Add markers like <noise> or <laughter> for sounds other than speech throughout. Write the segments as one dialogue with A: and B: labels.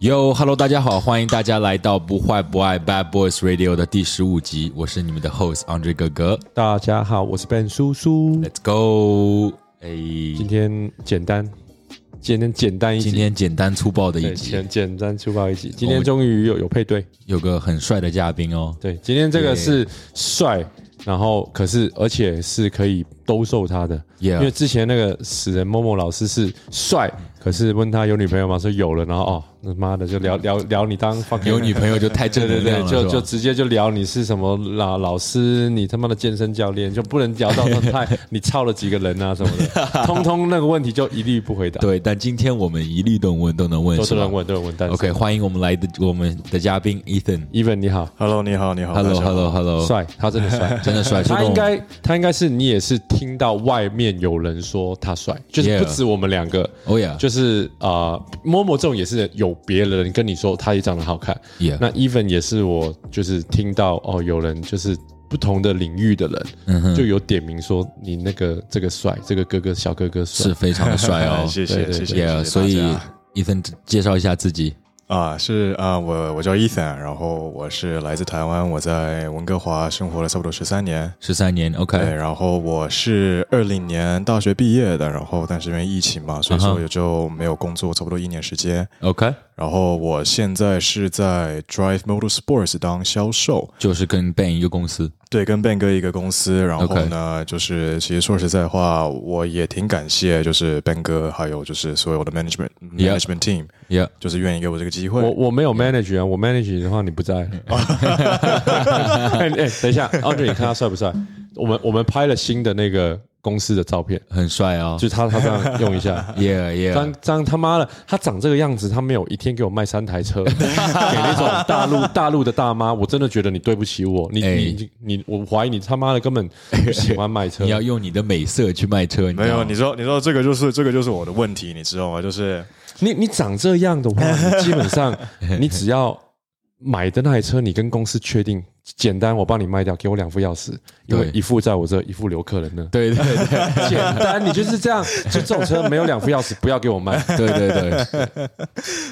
A: Yo, Hello，大家好，欢迎大家来到不坏不爱 Bad Boys Radio 的第十五集，我是你们的 host Andre 哥哥
B: 大家好，我是 Ben 叔叔。
A: ，Let's go！哎，
B: 今天简单，今天简单一集，
A: 今天简单粗暴的一
B: 对
A: 集，
B: 简简单粗暴一集。今天终于有有配对，
A: 有个很帅的嘉宾哦，
B: 对，今天这个是帅，然后可是而且是可以兜售他的
A: Yeah
B: 因为之前那个死人某某老师是帅，可是问他有女朋友吗？说有了，然后哦，那妈的就聊聊聊你
A: <laughs>
B: 当 fucking
A: 有女朋友就太正
B: 对对
A: 能量
B: 对，
A: 了，
B: 就是就
A: 吧
B: 直接就聊你是什么老老师，你他妈的健身教练，就不能聊到太 <laughs> 你操了几个人啊什么的，通通那个问 <laughs> 题就一律不回答，
A: 对，但今天我们一律都能问，都能问，
B: 都
A: 是
B: 是
A: 吧
B: 人问，都是问，但是
A: OK，欢迎我们来的我们的嘉宾 Ethan。
B: even 你好，
C: Hello，你好，你好，
A: Hello Hello Hello，
B: 帅，他哦真的 <laughs> 帅，
A: 真的帅，
B: 他
A: 这种
B: 应该他应该是你也是听到外面有人说他帅，就是不
A: Yeah
B: 止我们两个。
A: Oh yeah，
B: 就是啊，摸、摸这种也是有别人跟你说他也长得好看
A: Yeah
B: 那 even 也是我就是听到哦，有人就是不同的领域的人，就有点名说你那个这个帅，这个哥哥小哥哥帅
A: 是，非常的帅哦
B: <laughs>
C: 哎谢谢
B: 对对
C: 谢谢谢谢大
A: Yeah，
C: 家，
A: 所以 Ethan 介绍一下自己。
C: 啊是啊，我我叫 Ethan，然后我是来自台湾，我在温哥华生活了差不多十三年。
A: 十三年，OK，
C: 对，然后我是二零年大学毕业的，然后但是因为疫情嘛，所
A: 嗯
C: 以说
A: 哼
C: 也就没有工作，差不多一年时间。
A: OK，
C: 然后我现在是在 Drive Motorsports 当销售，
A: 就是跟 Ben 一个公司。
C: 对，跟 Ben 哥一个公司，然后
A: OK
C: 呢就是其实说实在话，我也挺感谢，就是 Ben 哥，还有就是所有的 management
A: Yeah
C: management team，、
A: Yeah，
C: 就是愿意给我这个机
B: 我
C: 会。
B: 我没有 manage 啊，我 manage 的话你不在。 <laughs> 哎、哎等一下，阿俊，你看他帅不帅？我们我们拍了新的那个公司的照片，
A: 很帅哦。
B: 就他他这样用一下，
A: Yeah
B: 张 <laughs>
A: Yeah，
B: 张他妈的，他长这个样子，他没有一天给我卖三台 <laughs> 车，给那种大陆大陆的大妈，我真的觉得你对不起我，你、
A: 哎
B: 你你你，我怀疑你他妈的根本不喜欢卖车
A: 你。要用你的美色去卖车，你知
C: 没
A: 道
C: 有，
A: 吗
C: 你说你说这个就是这个就是我的问题，你知道吗？就是
B: 你你长这样的话， <laughs> 你基本上你只要买的那台车，你跟公司确定，简单我帮你卖掉，给我两副钥匙，因
A: 对
B: 为一副在我这，一副留客人 <laughs> 那。
A: 对对对
B: 简单，你就是这样，就这种车没有两副钥匙，不要给我卖。 <laughs>
A: 对对对，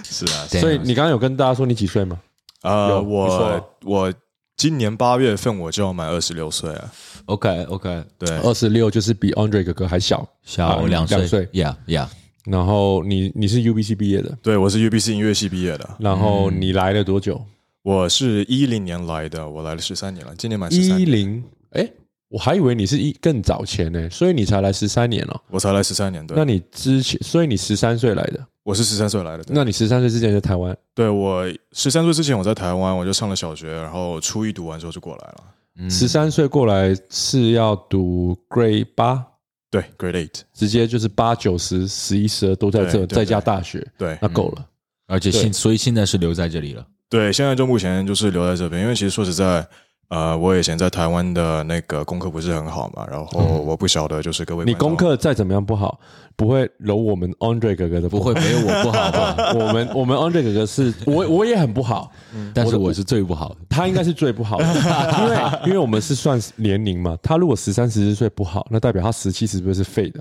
C: 是啊，
A: 对
B: 所以你刚刚有跟大家说你几岁吗？有
C: 呃，
B: 你说
C: 我我今年八月份我就要满二十六岁了，
A: OK OK，
C: 对，
B: 二十六，就是比 Andre 哥哥还小。
A: 小
B: 啊
A: 两岁
B: 两岁
A: ，Yeah Yeah，
B: 然后你你是 UBC 毕业的，
C: 对我是 UBC 音乐系毕业的，
B: 然后你来了多久？
C: 我是一零年来的，我来了十三年了，今年满十三
B: 一
C: 年，
B: 零，哎，我还以为你是一更早前呢、所以你才来十三年哦。
C: 我才来十三年，对
B: 那，你之前，所以你十三岁来的，
C: 我是十三岁来的，对
B: 那你十三岁之前在台湾，
C: 对我十三岁之前我在台湾，我就上了小学，然后初一读完之后就过来了。
A: 嗯
B: 十三、岁过来是要读 Grade 八，
C: 对，Grade Eight，
B: 直接就是八九十十一十二都在这，
C: 对对
B: 再加大学，
C: 对
B: 嗯那够了。
A: 而且
B: 对
A: 现所以现在是留在这里了。
C: 对，现在就目前就是留在这边，因为其实说实在，呃，我以前在台湾的那个功课不是很好嘛，然后我不晓得就是各位
B: 嗯你
C: 观众
B: 功课再怎么样不好，不会揉我们 Andre 哥哥的
A: 不
B: 不
A: 会没有我不好吧？
B: 好。 <laughs> 我们我们 Andre 哥哥是我我也很不好，
A: 但是我是最不好的。
B: 他应该是最不
A: <laughs>
B: 好的，因为因为我们是算年龄嘛，他如果十三十四岁不好，那代表他十七十岁是废
A: <laughs>
B: 的，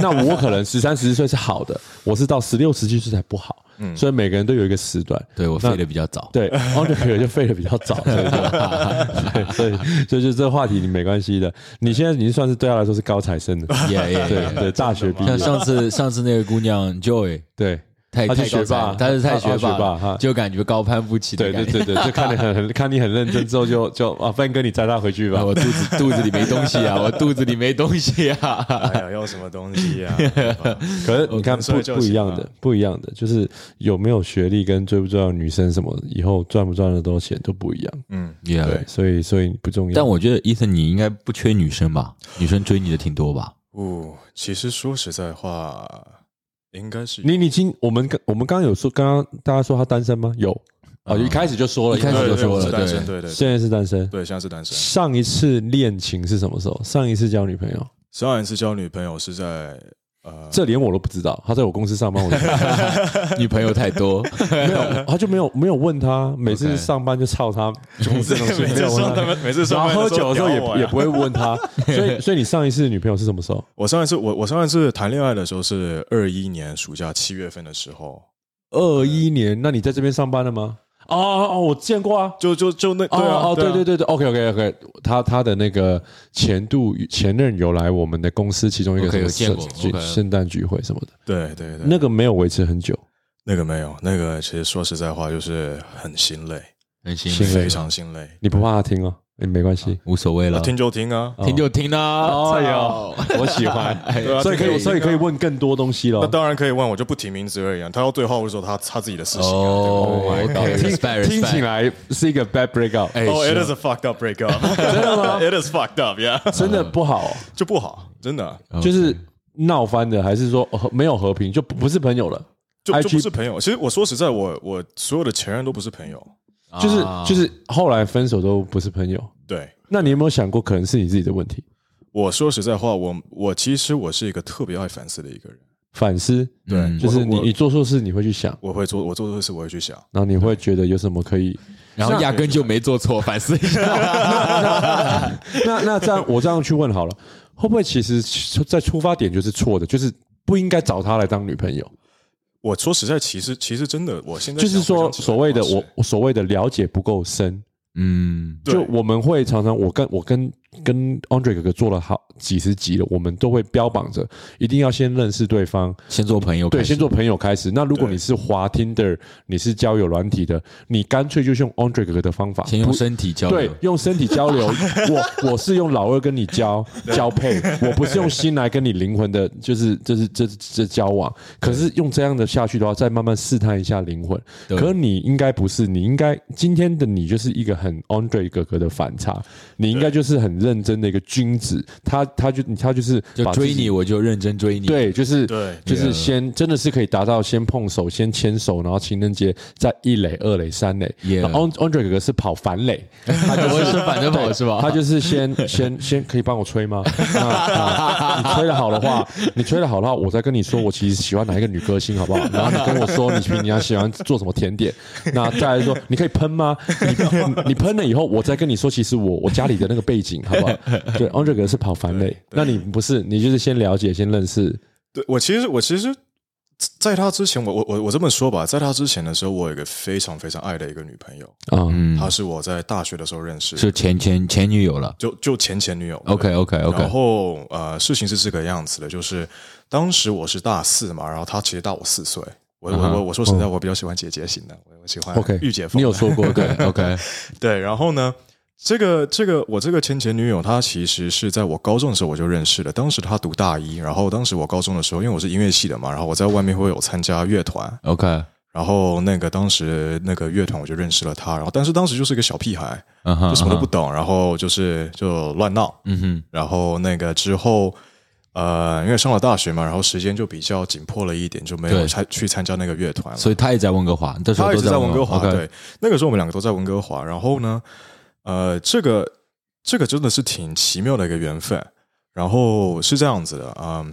B: 那我可能十三十四岁是好的，我是到十六十七岁才不好，所以每个人都有一个时段。
A: 嗯对我飞得比较早。
B: 对 a n d r e 就废的比较早，所
A: <laughs>
B: 以就 <laughs> 对所以所以就这个话题你没关系的，你现在已经算是对他来说是高材生的，
A: Yeah Yeah
B: 对
A: Yeah。
B: 对，大学毕业
A: 像，上
B: <laughs>
A: 次上次那个姑娘 Joy，
B: 对
A: 太
B: 她是
A: 太高
B: 学霸
A: 材她是太
B: 她
A: 学
B: 她学霸
A: 霸，
B: 哈
A: 就感觉高攀不起的
B: 对
A: 感
B: 对
A: 觉。
B: 对对，就看你很很看你很认真之后就就啊，范哥你载他回去吧
A: <laughs> 啊，我肚子肚子里没东西啊，我肚子里没东西
B: <laughs>
A: 啊。
C: 哎呀，要什么东西呀、
B: 可是你看
C: 我
B: 不
C: 所以就
B: 不一
C: 行
B: 样
C: 了
B: 的，不一样的，就是有没有学历跟追不追到女生什么，以后赚不赚得多钱都不一样。
C: 嗯，
A: Yeah
C: 对
B: 所以所以不重要。
A: 但我觉得伊森你应该不缺女生吧？女生追你的挺多吧？
C: 哦，其实说实在话，应该是
B: 你你今我们刚我们刚刚有说，刚刚大家说他单身吗？有啊，一开始就说了，
A: 哦一开始
C: 对
A: 就
C: 对
A: 说
C: 我
A: 了
C: 是单
A: 对
C: 身，对对
B: 现在是单身。
C: 对，现在是单身。
B: 上一次恋情是什么时候？上一次交女朋友，
C: 上一次交女朋友
B: <laughs>
C: 是在呃，
B: 这连我都不知道。他在我公司上班，我都不知道
A: 女朋友太多，
B: 没有，他就没有没有问他，每次
A: OK
B: 上班就操他公司的东西，
C: 每
B: 没
C: 次
B: 有问
C: 说他
B: 他。
C: 们，每次说
B: 然
C: 他
B: 后
C: 们
B: 喝酒的时候
C: 都屌我
B: 也也
C: 呀
B: 不会问他，所以所以你上一次女朋友是什么时候？
C: 我上一次我我上一次谈恋爱的时候是二一年暑假七月份的时候，
B: 二一年，那你在这边上班了吗？哦哦，哦我见过啊。
C: 就就就那对啊，
B: 哦哦，对
C: 啊
B: 对对对，OK OK OK，他他的那个前度前任有来我们的公司其中一个
A: OK，
B: 什么
A: 有见
B: 圣
A: 过
B: 聚
A: OK
B: 圣诞聚会什么的，
C: 对对对，
B: 那个没有维持很久，
C: 那个没有，那个其实说实在话就是很心累，
A: 很辛
B: 辛
A: 苦，
B: 累
C: 非常心累。
B: 你不怕他听哦，哎没关系，
A: 无所谓了，
C: 听就听啊，
A: 听就听啦。
B: 哦
A: 操，
B: 我喜欢
A: 哎
C: 对
B: <laughs>
C: 啊
B: 所以可
C: 听
B: 以
C: 就
B: 所以可以问更多东西
C: 那
B: 了。
C: 当然可以问，我就不提名字而已啊。他要对号入座，他他自己的 <laughs> 事情啊。
A: 哦，OK，
B: 听
A: respect，
B: 听
A: respect
B: 起来是一个 bad breakup，
A: 哎，
C: 对哦
A: 是
C: ，it
A: 啊
C: is a fucked up breakup，真
B: <laughs>
C: 的吗？It <laughs> is fucked up，yeah，
B: 真的不好哦，
C: <laughs> 就不好，真的啊
B: 就是闹翻的，还是说哦和没有和平，就不不是朋友了。
C: 就就
B: IG
C: 不是朋友。其实我说实在，我我所有的前任都不是朋友，
B: 就是
A: 啊
B: 就是后来分手都不是朋友。
C: 对。
B: 那你有没有想过，可能是你自己的问题？
C: 我说实在话，我我其实我是一个特别爱反思的一个人，
B: 反思，
C: 对，
A: 嗯
B: 就是你
C: 我
B: 你做错事你会去想，
C: 我我会做我做错事，我会去想，
B: 然后你会觉得有什么可
C: <laughs>
B: 以。
A: 然后压根就没做错，反思一下。
B: 那那这样我这样去问好了，会不会其实在出发点就是错的，就是不应该找她来当女朋友？
C: 我说实在，其实其实真的，我现在
B: 就是说所谓的
C: 想回想起来
B: 我我所谓的了解不够深，
A: 嗯，
C: 对
B: 就我们会常常，我跟我跟跟 Andre 哥哥做了好几十集了，我们都会标榜着一定要先认识对方，
A: 先做朋友，
B: 对，先
A: 做。
B: 做朋友开始。那如果
C: 对
B: 你是滑 Tinder，你是交友软体的，你干脆就是用 Andre 哥哥的方法，
A: 先用
B: 不
A: 身体交
B: 对
A: 流，，
B: 用身体交
A: <laughs>
B: 流。我我是用老二跟你交交配，我不是用心来跟你灵魂的，就是就是这这交往。可是用这样的下去的话，再慢慢试探一下灵魂。
A: 对
B: 可你应该不是，你应该今天的你就是一个很 Andre 哥哥的反差，你应该就是很认真的一个君子。他他就他就是
A: 就
B: 把自己
A: 追你，我就认真追你。，
B: 对，就是
C: 对
B: 就是先真的是可以达到先碰手，先牵手，然后情人节在一垒、二垒、三垒。
A: Yeah
B: 然后 Andre 哥哥是跑反
A: <laughs>
B: 垒，
A: 我是反着跑是吧？
B: 他就是先 <laughs> 先先可以帮我
A: <laughs>
B: 吹吗？那啊你吹的好的话，你吹的好的话，我再跟你说我其实喜欢哪一个女歌星，好不好？然后你跟我说你平常喜欢做什么甜点，那再来说你可以喷吗？你 <laughs> 你喷了以后，我再跟你说，其实我我家里的那个背景，好不好？对，Andre 哥是跑反垒，那你不是你就是先了解，先认识。
C: 对我其实我其实，在他之前，我我我我这么说吧，在他之前的时候，我有一个非常非常爱的一个女朋友，
B: 啊，
C: 她是我在大学的时候认识的，
A: 是前前前女友了。
C: 就就前前女友。
A: OK OK
C: 然
A: OK，
C: 后呃，事情是这个样子的，就是当时我是大四嘛，然后她其实大我四岁。我我我我说实在，我比较喜欢姐姐型的，我我喜欢
B: 啊哦 OK，
C: 御姐风。
B: 你有说过 <laughs> 对
A: OK，
C: 对，然后呢，这个这个我这个前前女友，她其实是在我高中的时候我就认识了。当时她读大一，然后当时我高中的时候，因为我是音乐系的嘛，然后我在外面会有参加乐团，
A: OK，
C: 然后那个当时那个乐团我就认识了她，然后但是当时就是个小屁孩，
A: <laughs> 嗯哼，
C: 就什么都不懂，然后就是就乱闹，
A: 嗯哼，
C: 然后那个之后。呃，因为上了大学嘛，然后时间就比较紧迫了一点，就没有
A: 对
C: 参去参加那个乐团了。
A: 所以他也在温哥华，那时候
C: 他一
A: 都
C: 直在温哥华，
A: OK，
C: 对，那个时候我们两个都在温哥华。然后呢，呃，这个这个真的是挺奇妙的一个缘分。然后是这样子的，嗯，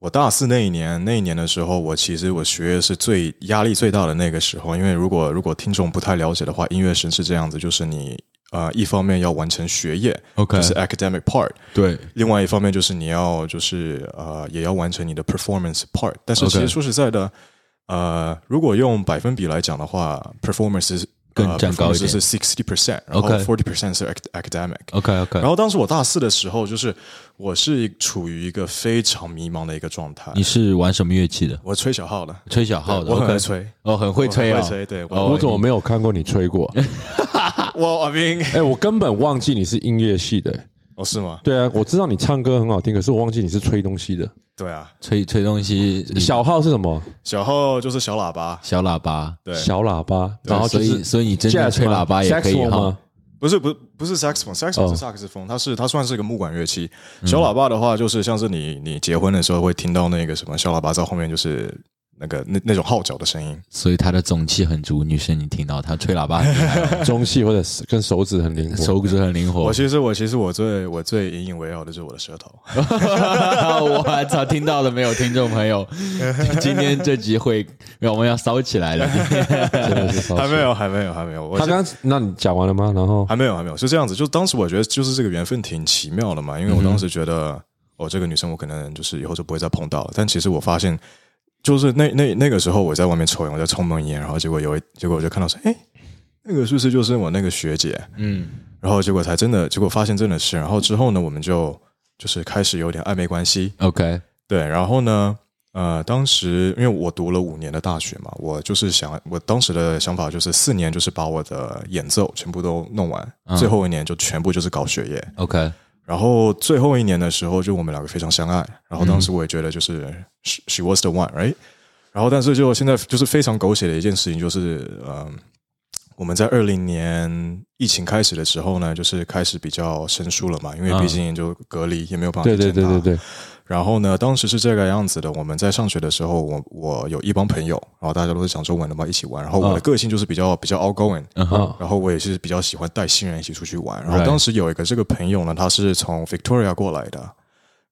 C: 我大四那一年，那一年的时候，我其实我学业是最压力最大的那个时候，因为如果如果听众不太了解的话，音乐生是这样子，就是你呃一方面要完成学业
A: OK
C: 就是 academic part，
A: 对，
C: 另外一方面就是你要就是呃也要完成你的 performance part，但是
A: OK
C: 其实说实在的呃，如果用百分比来讲的话，performance 是
A: 更占高一点
C: 是 sixty percent，然后
A: OK
C: forty percent 是 ac- academic。
A: OK
C: 然
A: OK，
C: 后当时我大四的时候，就是我是处于一个非常迷茫的一个状态。
A: 你是玩什么乐器的？
C: 我吹小号的，
A: 吹小号的，
C: 对我很
A: <laughs> OK
C: 会吹，
A: 哦，很会吹
C: 我
A: 哦
C: 很会，吹，对，
A: 哦
C: 我
B: 我怎么没有看过你吹 <laughs> 过？
C: 我 I mean，
B: 哎，我根本忘记你是音乐系的。
C: 哦是吗？
B: 对啊，我知道你唱歌很好听，可是我忘记你是吹东西的。
C: 对啊，
A: 吹吹东西，
C: 嗯
B: 小号是什么？
C: 小号就是小喇叭，
A: 小喇叭，
C: 对，
B: 小喇叭，然后就
A: 所以
B: 是
A: 所以你真正
B: jazz
A: 吹
B: 吗
A: 喇叭也可以
B: saxophone
A: 哈
B: 吗？
C: 不是不是不是
B: 哦
C: saxophone，saxophone 是萨克斯风，它是它算是一个木管乐器。小喇叭的话，就是像是你你结婚的时候会听到那个什么小喇叭在后面就是那个那那种号角的声音。
A: 所以他的总气很足，女生你听到他吹喇叭
C: <laughs>
A: 很厉害哦，
B: 中戏或者是跟手指很灵活。
A: 手指很灵活。
B: 哦
C: 我其实我其实我最我最引以为傲的就是我的舌头。
A: <laughs> 我操！听到了没有，听众朋友？今天这集会，我们要烧起来
C: <laughs>
A: 了。
B: 真的哦是
C: 还没有还没有还没有，我
B: 他
C: 是
B: 刚，那你讲完了吗？然后
C: 还没有还没有是这样子，就当时我觉得就是这个缘分挺奇妙的嘛，因为我当时觉得、哦这个女生我可能就是以后就不会再碰到了，但其实我发现。就是那那那个时候我在外面抽烟，我在抽闷烟，然后结果有一结果我就看到说，哎，那个是不是就是我那个学姐？
A: 嗯，
C: 然后结果才真的，结果发现真的是。然后之后呢，我们就就是开始有点暧昧关系。
A: OK，
C: 对，然后呢，呃，当时因为我读了五年的大学嘛，我就是想，我当时的想法就是四年就是把我的演奏全部都弄完，
A: 嗯
C: 最后一年就全部就是搞学业。
A: OK，
C: 然后最后一年的时候，就我们两个非常相爱。然后当
B: 嗯
C: 时我也觉得就是 she she was the one，right？然后但是就现在就是非常狗血的一件事情，就是嗯、我们在二零年疫情开始的时候呢，就是开始比较生疏了嘛，因为
A: 嗯
C: 毕竟就隔离也没有办法
B: 对对
C: 去见
B: 对
C: 他
B: 对对，
C: 然后呢，当时是这个样子的。我们在上学的时候，我我有一帮朋友，然后大家都是讲中文的嘛，一起玩。然后我的
B: 嗯
C: 个性就是比较比较 outgoing，
A: 嗯
B: 啊
A: 哼，
C: 然后我也是比较喜欢带新人一起出去玩。然
A: Right
C: 后当时有一个这个朋友呢，他是从 Victoria 过来的，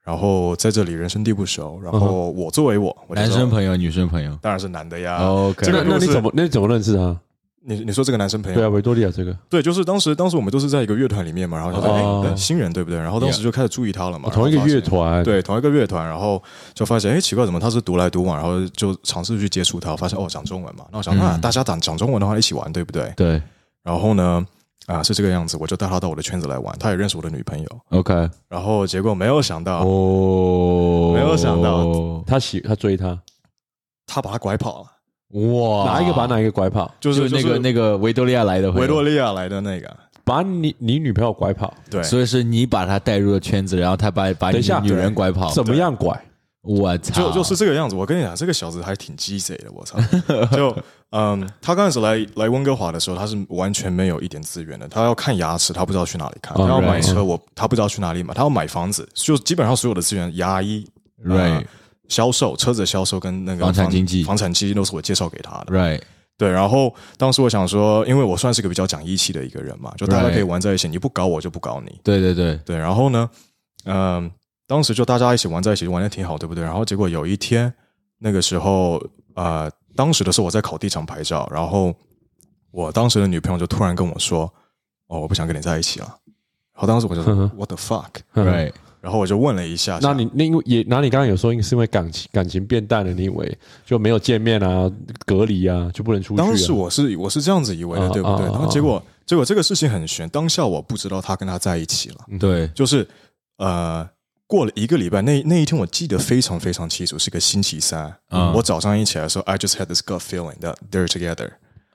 C: 然后在这里人生地不熟。
B: 嗯
C: 然后我作为我，我就
A: 男
C: 说
A: 生朋友、女生朋友
C: 当然是男的呀。
A: ，OK，
C: 这
B: 那
C: 个
B: 那
C: 故
B: 你
C: 事
B: 怎么那你怎么认识他？
C: 你你说这个男生朋友
B: 对啊，维多利亚这个
C: 对，就是当时当时我们都是在一个乐团里面嘛，然后他说、
B: 哦
C: 哎，新人对不对？然后当时就开始注意他了嘛，
B: 同一个
C: 然后发现
B: 乐团，
C: 对，同一个乐团，然后就发现，哎，奇怪，怎么他是独来独往？然后就尝试去接触他，发现哦，讲中文嘛。那我想，
A: 嗯
C: 那、大家讲讲中文的话，一起玩，对不对？
A: 对
C: 然后呢，啊，是这个样子，我就带他到我的圈子来玩，他也认识我的女朋友。
A: ，OK，
C: 然后结果没有想到，
A: 哦，
C: 没有想到
B: 他喜他追他，
C: 他把他拐跑了，
A: 哇，
B: 哪一个把？哪一个拐跑？
C: 就
A: 就是那个那个维多利亚来的朋友
C: 维多利亚来的那个，
B: 把你你女朋友拐跑，
C: 对，
A: 所以是你把他带入了圈子，然后他把把你
B: 等一下
A: 啊女人拐跑。
B: 怎么样拐？
A: 我操！
C: 就就是这个样子。我跟你讲，这个小子还挺鸡贼的，
A: <laughs>
C: 我操！就嗯，他刚开始来来温哥华的时候，他是完全没有一点资源的。他要看牙齿，他不知道去哪里看；
A: 哦
C: 他要
B: Alright
C: 买车，我他不知道去哪里买；他要买房子，就基本上所有的资源，牙医、呃
A: right
C: 销售、车子销售跟那个
A: 房产经纪
C: 房产经纪都是我介绍给他的。
A: right
C: 对，然后当时我想说，因为我算是个比较讲义气的一个人嘛，就大家
A: Right
C: 可以玩在一起，你不搞我就不搞你。
A: 对对对，
C: 对，然后呢，嗯、当时就大家一起玩在一起，玩的挺好，对不对？然后结果有一天，那个时候，呃，当时的时候我在考地产牌照，然后我当时的女朋友就突然跟我说：“哦，我不想跟你在一起了。”然后当时我就说 “What the fuck”，
A: right
C: 然后我就问了一下，
B: 嗯
A: 啊
B: 那你那因为也，那你刚刚有说是因为感情感情变淡了，你以为就没有见面啊，隔离啊，就不能出去、啊？
C: 当时我是我是这样子以为的，
B: 啊
C: 对不对？
B: 啊啊
C: 然后结果结果这个事情很悬，当下我不知道他跟他在一起了。
A: 对
C: 就是呃，过了一个礼拜，那那一天我记得非常非常清楚，是个星期三。
A: 嗯
C: 我早上一起来的时候，I just had this gut feeling that they're together、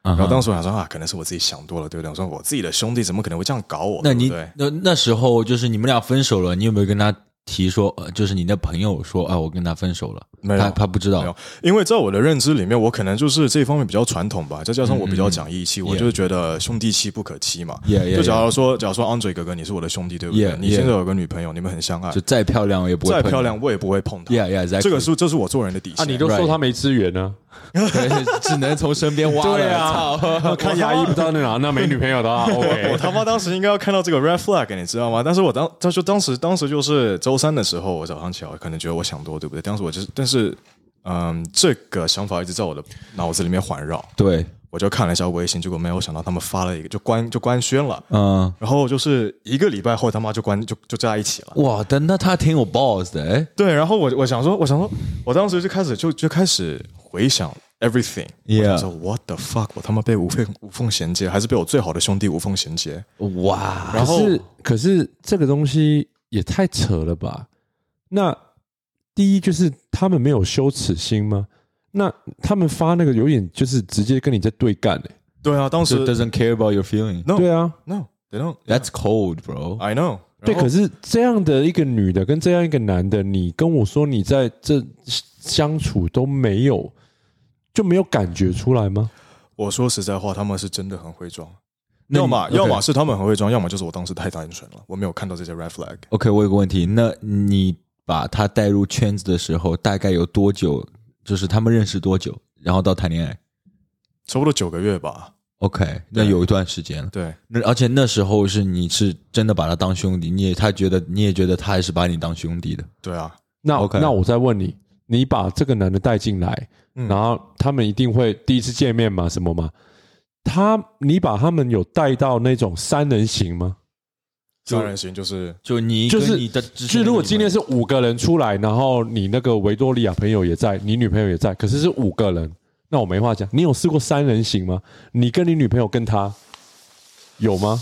A: 然
C: 然后当时我想说啊，可能是我自己想多了，对不对？我说我自己的兄弟怎么可能会这样搞我？
A: 那
C: 对
A: 你
C: 不对
A: 那那时候就是你们俩分手了，你有没有跟他提说，呃就是你的朋友说啊，我跟他分手了？
C: 没有
A: 他他不知
C: 没
A: 道
C: 有。因为在我的认知里面，我可能就是这方面比较传统吧，再加上我
A: 嗯
C: 比较讲义气，我就是觉得兄弟妻不可欺嘛。
A: Yeah, yeah,
C: 就假如说，假如说 Andre 哥哥你是我的兄弟，对不对
A: Yeah,
C: 你现
A: yeah
C: 在有个女朋友，你们很相爱
A: 就，再漂亮我也不会
C: 再
A: 碰
C: 漂亮我也不会碰她。
A: ，Yeah Yeah，exactly
C: 这个是这是我做人的底
B: 啊，
C: 线。
B: 你都说
A: Right
B: 他没资源呢、
A: 对 <laughs> 只能从身边挖了。
B: 对
A: 操，
B: 啊 <laughs> 啊，看牙医不知道在哪，那没女朋友的啊
A: <laughs>
B: 话
C: <laughs> 我
B: ，OK，
C: 他妈当时应该要看到这个 red flag，你知道吗？但是我当，他就当时当时就是周三的时候，我早上起来，我可能觉得我想多，对不对？当时我就是，但是，嗯，这个想法一直在我的脑子里面环绕。
A: 对，
C: 我就看了一下微信，结果没有想到他们发了一个，就官就官宣了。
A: 嗯，
C: 然后就是一个礼拜后，他妈就关就就在一起了。
A: 哇，但那他挺有 balls 的，哎
C: 对，然后我我想说，我想说，我当时就开始就就开始回想 everything。我
A: Yeah
C: 想说 what the fuck，我他妈被无缝无缝衔接，还是被我最好的兄弟无缝衔接？
A: 哇，
B: 可
C: 然后
B: 是可是这个东西也太扯了吧？那第一就是他们没有羞耻心吗？那他们发那个有点就是直接跟你在对干嘞、
C: 对啊，当时
A: So doesn't care about your feeling.
C: no
B: 对啊，
C: no they don't
A: That's cold, bro.
C: I know
B: 对，
C: 然后。
B: 可是这样的一个女的跟这样一个男的，你跟我说你在这相处都没有，就没有感觉出来吗？
C: 我说实在话，他们是真的很会装，
A: 那你
C: 要么
A: OK
C: 要么是他们很会装，要么就是我当时太单纯了，我没有看到这些 red flag。
A: OK，我有个问题，那你把他带入圈子的时候，大概有多久？就是他们认识多久，然后到谈恋爱
C: 差不多九个月吧，
A: ？OK，那有一段时间了。
C: 对
A: 那而且那时候是你是真的把他当兄弟，你也他觉得你也觉得他也是把你当兄弟的。
C: 对啊，
B: 那
A: OK
B: 那我再问你，你把这个男的带进来，
C: 嗯
B: 然后他们一定会第一次见面嘛，什么嘛？他你把他们有带到那种三人行吗？
C: 三人行就是
A: 就你
B: 就
A: 跟
B: 是
A: 你的之
B: 就
A: 前的
B: 如果
A: 女
B: 今天
A: 朋
B: 是五个人出来，然后你那个维多利亚朋友也在，你女朋友也在，可是是五个人，那我没话讲。你有试过三人行吗？你跟你女朋友跟她有吗？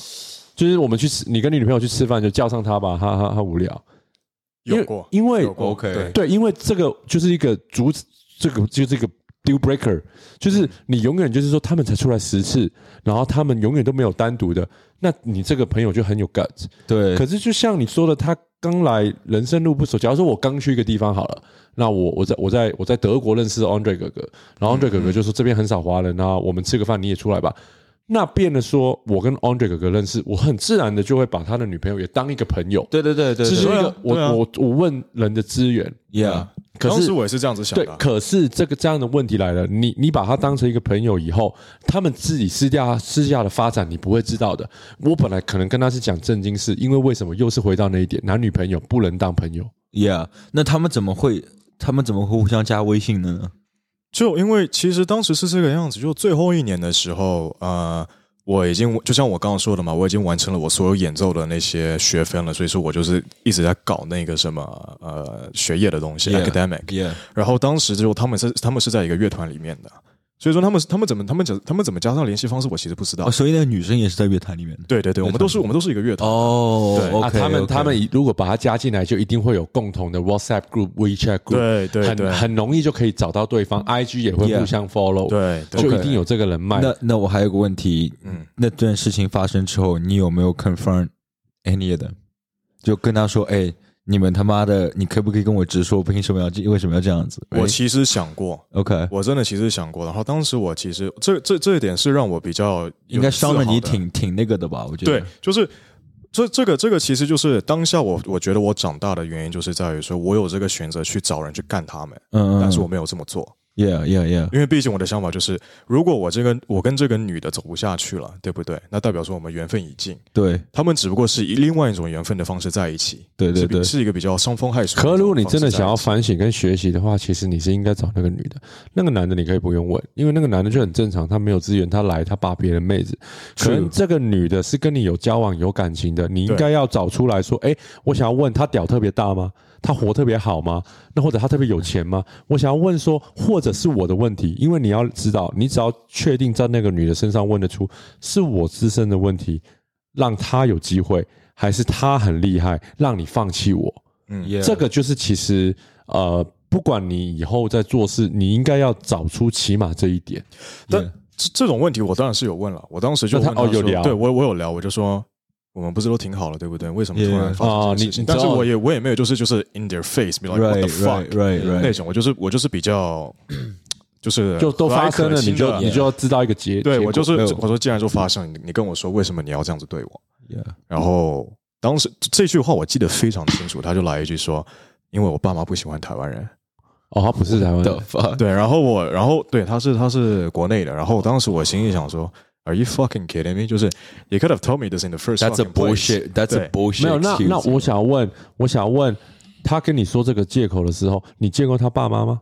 B: 就是我们去吃，你跟你女朋友去吃饭就叫上她吧，她她她无聊。因为
C: 有过，
B: 因为
C: 有过
A: OK
C: 对
B: 对，因为这个就是一个主，这个就是一个 deal breaker，就是你永远就是说他们才出来十次，然后他们永远都没有单独的，那你这个朋友就很有 guts。
A: 友
B: 可
A: 对，
B: 是就像你说的，他刚来，人生路不熟。假如说我刚去一个地方好了，那我我在我在我在德国认识 Andre 哥哥，
A: 嗯
B: 然后 Andre 哥哥就说这边很少华人啊，我们吃个饭你也出来吧。那变得说，我跟 Andre 哥哥认识，我很自然的就会把他的女朋友也当一个朋友，
A: 对对对对
B: 这是一
A: 对
B: 个
C: 对啊
B: 我
C: 对啊
B: 我我问人的资源。
A: ，Yeah，
B: 可
C: 当
B: 是
C: 时我也是这样子想
B: 对
C: 的，，啊
B: 可是这个这样的问题来了，你你把他当成一个朋友以后，他们自己私下私下的发展你不会知道的。我本来可能跟他是讲正经事，因为为什么又是回到那一点，男女朋友不能当朋友。
A: Yeah，那他们怎么会？他们怎么会互相加微信的呢？
C: 就因为其实当时是这个样子，就最后一年的时候，呃，我已经就像我刚刚说的嘛，我已经完成了我所有演奏的那些学分了，所以说我就是一直在搞那个什么呃学业的东西
A: Yeah
C: academic。
A: Yeah，
C: 然后当时就他们是他们是在一个乐团里面的，所以说他们他们怎么他们怎他们怎么加上联系方式，我其实不知道。
A: 哦，所以那个女生也是在乐坛里面的。
C: 对对对，我们都是我们都是一个乐团。
A: 哦
C: 对
B: 啊，
A: ，OK，
B: 他们
A: OK
B: 他们如果把他加进来，就一定会有共同的 WhatsApp group、WeChat group，
C: 对对对
B: 很很容易就可以找到对方，IG 也会
A: Yeah
B: 互相 follow，
C: 对对
B: 就一
A: OK
B: 定有这个人脉。
A: 那那我还有个问题，嗯
C: 嗯，
A: 那段事情发生之后，你有没有 confirm any of them？就跟他说，哎，你们他妈的，你可不可以跟我直说，凭什么要这为什么要这样子？Right？
C: 我其实想过，
A: OK，
C: 我真的其实想过，然后当时我其实这这这一点是让我比较有
A: 应该伤
C: 自
A: 了
C: 豪
A: 你
C: 的
A: 挺挺那个的吧？我觉得
C: 对，就是这这个这个其实就是当下我我觉得我长大的原因，就是在于说我有这个选择去找人去干他们，
A: 嗯，嗯
C: 但是
A: 嗯
C: 我没有这么做，
A: ，Yeah Yeah Yeah，
C: 因为毕竟我的想法就是，如果我这个我跟这个女的走不下去了，对不对？那代表说我们缘分已尽，
A: 对
C: 他们只不过是以另外一种缘分的方式在一起，
A: 对对
C: 是比
A: 对
C: 是一个比较伤风害俗。
B: 可如果你真的想要，反省跟学习的话，其实你是应该找那个女的，那个男的你可以不用问，因为那个男的就很正常，他没有资源，他来他把别人妹子。可
A: True
B: 能这个女的是跟你有交往有感情的，你应该要找出来说，哎，我想要问他屌特别大吗？他活特别好吗？那或者他特别有钱吗？我想要问说，或者是我的问题，因为你要知道，你只要确定在那个女的身上问得出是我自身的问题，让她有机会，还是她很厉害，让你放弃我。
C: 嗯，
A: ，Yeah，
B: 这个就是其实呃，不管你以后在做事，你应该要找出起码这一点。
C: 但
A: Yeah
C: 这这种问题我当然是有问了，我当时就
B: 那他
C: 问他
B: 哦有
C: 说
B: 聊
C: 对我我有聊，我就说。我们不是都挺好了，对不对？为什么突
A: Yeah
C: 然发生这
B: 哦
C: 件
B: 你
C: 事情？
B: 你
C: 但是
B: 知道
C: 我也我也没有，就是就是 in their face，be like what
A: Right
C: the fuck，
A: Right Right
C: 那
A: Right，
C: 种，我就是我就是
B: <clears throat>
C: 比较，就是
B: 就都发生了，
C: 和蔼可
B: 你
C: 亲
B: 就
C: 的
B: 你就要知道一个结。
C: 对
B: 结
C: 我
B: 果
C: 就是
A: 没有
C: 我说，既然就发生，你你跟我说为什么你要这样子对我？
A: Yeah
C: 然后当时这句话我记得非常清楚，他就来一句说，因为我爸妈不喜欢台湾人。
B: 哦，他不是台湾
A: 的
B: 的，
A: fuck，
C: <laughs> 对，然后我，然后对，他是他是国内的，然后当时我心里想说，Are you fucking kidding me？就是 You could have told me this in the first
A: That's a
C: fucking place
A: bullshit. That's a
C: 对
A: bullshit.
B: 没有。那
A: excuse.
B: 那我想问，我想问，他跟你说这个借口的时候，你见过他爸妈吗？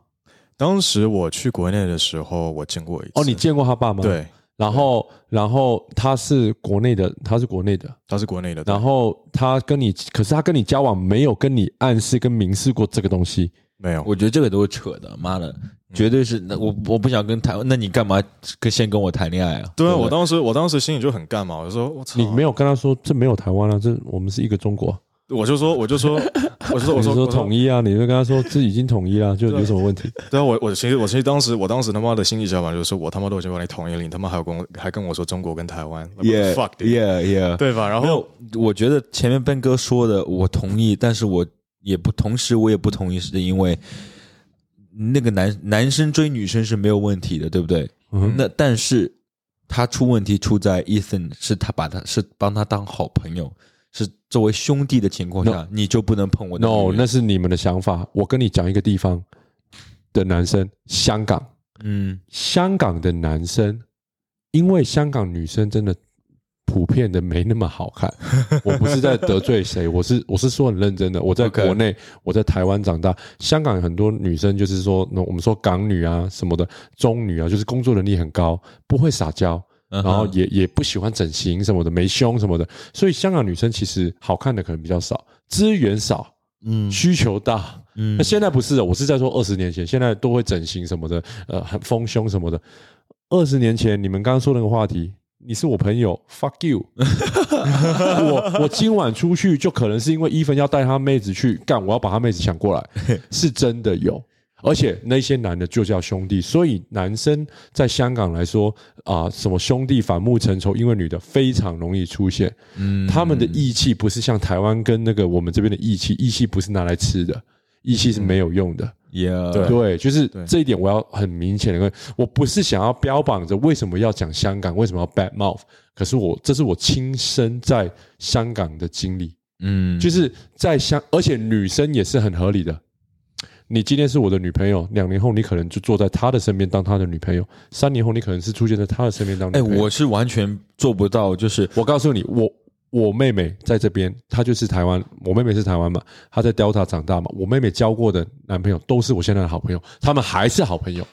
C: 当时我去国内的时候，我见过一次。
B: 哦，你见过他爸妈？。
C: 对，
B: 然后，然后他是国内的，他是国内的。
C: 他是国内的，
B: 然后他跟你，可是他跟你交往没有跟你暗示跟明示过这个东西。
C: 没有，
A: 我觉得这个都是扯的，妈的，
C: 嗯
A: 绝对是那我我不想跟谈，那你干嘛跟先跟我谈恋爱啊？
C: 对啊，
A: 不
C: 我当时我当时心里就很干嘛，我就说我操，
B: 你没有跟他说这没有台湾啊，这我们是一个中国。
C: 我就说，我就说， <laughs> 我就
A: <laughs>
C: 说，我
B: 你
C: 说，
B: 说统
C: 一。
B: 一啊，你就跟他说这已经统一了，就有什么问题？
C: 对啊，我我其实我其实当时我当时他妈的心里想法就是说，我他妈都已经把你统一了，你他妈还有跟我还跟我说中国跟台湾
A: Yeah,
C: fuck dude，
A: yeah, yeah。
C: 对吧？然
A: 没
C: 后
A: 有，我觉得前面奔哥说的我同意，但是我也不同时我也不同意，是因为那个男男生追女生是没有问题的，对不对？
B: 嗯
A: 那但是他出问题出在 Ethan 是他把他是帮他当好朋友，是作为兄弟的情况下你就不能碰我的女
B: ，no，
A: 人
B: 那是你们的想法。我跟你讲一个地方的男生，香港，
A: 嗯
B: 香港的男生，因为香港女生真的普遍的没那么好看。我不是在得罪谁，我是我是说很认真的。我在
A: OK
B: 国内我在台湾长大，香港很多女生就是说，那我们说港女啊什么的，中女啊，就是工作能力很高，不会撒娇，
A: 然
B: 然后也也不喜欢整形什么的，没胸什么的，所以香港女生其实好看的可能比较少，资源少，
D: 嗯，
B: 需求大。
A: 嗯
B: 那现在不是的，哦我是在说二十年前，现在都会整形什么的，呃，很丰胸什么的。二十年前你们刚刚说那个话题，你是我朋友，fuck you。我我今晚出去就可能是因为伊芬要带他妹子去干，我要把他妹子抢过
A: <laughs>
B: 来，是真的有。而且那些男的就叫兄弟，所以男生在香港来说啊、什么兄弟反目成仇，因为女的非常容易出现。
A: 嗯
B: 他们的义气不是像台湾跟那个我们这边的义气，义气不是拿来吃的，义气
A: 嗯
B: 是没有用的。
A: 也
C: 对
B: 对，就是
C: 对
B: 这一点，我要很明显的跟，我不是想要标榜着为什么要讲香港，为什么要 bad mouth，可是我这是我亲身在香港的经历，
A: 嗯
B: 就是在香，而且女生也是很合理的。你今天是我的女朋友，两年后你可能就坐在她的身边当她的女朋友，三年后你可能是出现在她的身边当女
A: 哎，
B: 朋友。
A: 我是完全做不到，就是
B: 我告诉你，我我妹妹在这边，她就是台湾，我妹妹是台湾嘛，她在 Delta 长大嘛，我妹妹交过的男朋友都是我现在的好朋友，他们还是好朋友，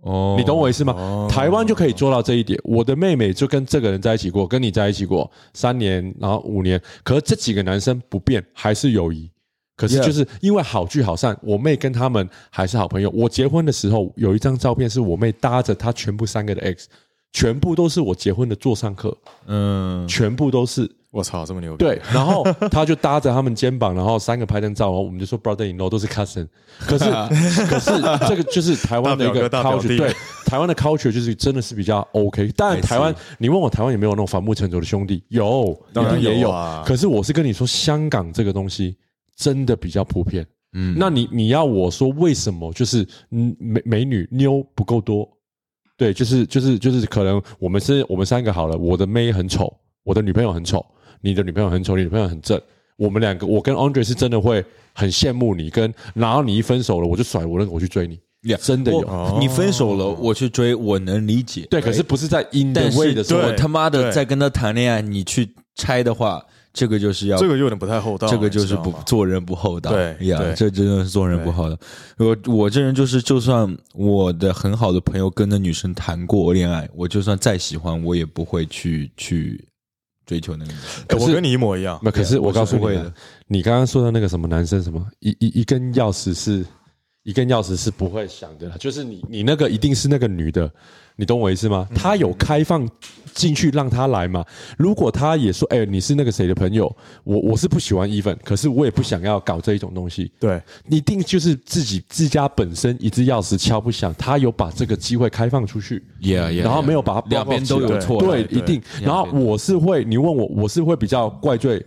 A: 哦，
B: 你懂我意思吗？
C: 哦
B: 台湾就可以做到这一点。我的妹妹就跟这个人在一起过，跟你在一起过三年，然后五年，可是这几个男生不变，还是友谊。可是
A: Yeah
B: 就是因为好聚好散，我妹跟他们还是好朋友。我结婚的时候有一张照片，是我妹搭着她全部三个的 X，全部都是我结婚的座上客，
A: 嗯，
B: 全部都是。
C: 我操，这么牛逼！
B: 对，然后他就搭着他们肩膀，然后三个拍张照，然后我们就说 brother in law 都是
C: <laughs>
B: cousin。可是可是这个就是台湾的一个
C: 大表哥大表
B: culture，
C: 弟
B: 对，台湾的 culture 就是真的是比较 OK。当然
C: I see
B: 台湾，你问我台湾有没有那种反目成仇的兄弟，有，
C: 当
B: 一
C: 然
B: 定也
C: 有
B: 有
C: 啊。
B: 可是我是跟你说，香港这个东西真的比较普遍。
A: 嗯
B: 那你你要我说为什么就是嗯美美女妞不够多？对，就是就是就是可能我们是我们三个好了，我的妹很丑，我的女朋友很丑，你的女朋友很丑，你女朋友很正。我们两个，我跟 Andre 是真的会很羡慕你，跟然后你一分手了，我就甩我那个我去追你
A: Yeah，
B: 真的有
A: 我你分手了，我去追，我能理解。
B: 对，可是不是在 in the
A: 但
B: way 的
A: 是
B: 时候，
A: 我他妈的
C: 对
A: 在跟他谈恋爱，你去拆的话，这个就是要
C: 这个有点不太厚道，
A: 这个就是
C: 你
A: 不
C: 知道吗
A: 做人不厚道，
C: 对
A: 呀
C: 对
A: 这真的是做人不厚道。我我这人就是，就算我的很好的朋友跟那女生谈过恋爱，我就算再喜欢，我也不会去去追求那个女生。
C: 哎
B: 可是
C: 我跟你一模一样
B: 那。可是我告诉
A: 不
B: 你
A: 会
B: 啊
A: 的，
B: 你刚刚说的那个什么男生什么一一一根钥匙是，一根钥匙是不会想的啦，就是你你那个一定是那个女的，你懂我意思吗？她有开放进去让她来嘛？如果她也说，哎、你是那个谁的朋友，我我是不喜欢 even，可是我也不想要搞这一种东西，
C: 对，
B: 一定就是自己自家本身一只钥匙敲不响，她有把这个机会开放出去。
A: Yeah, yeah,
B: 然后
A: yeah
B: 没有把它
A: 两边都有错，
B: 对，
C: 对
B: 一定。然后我是会，你问我，我是会比较怪罪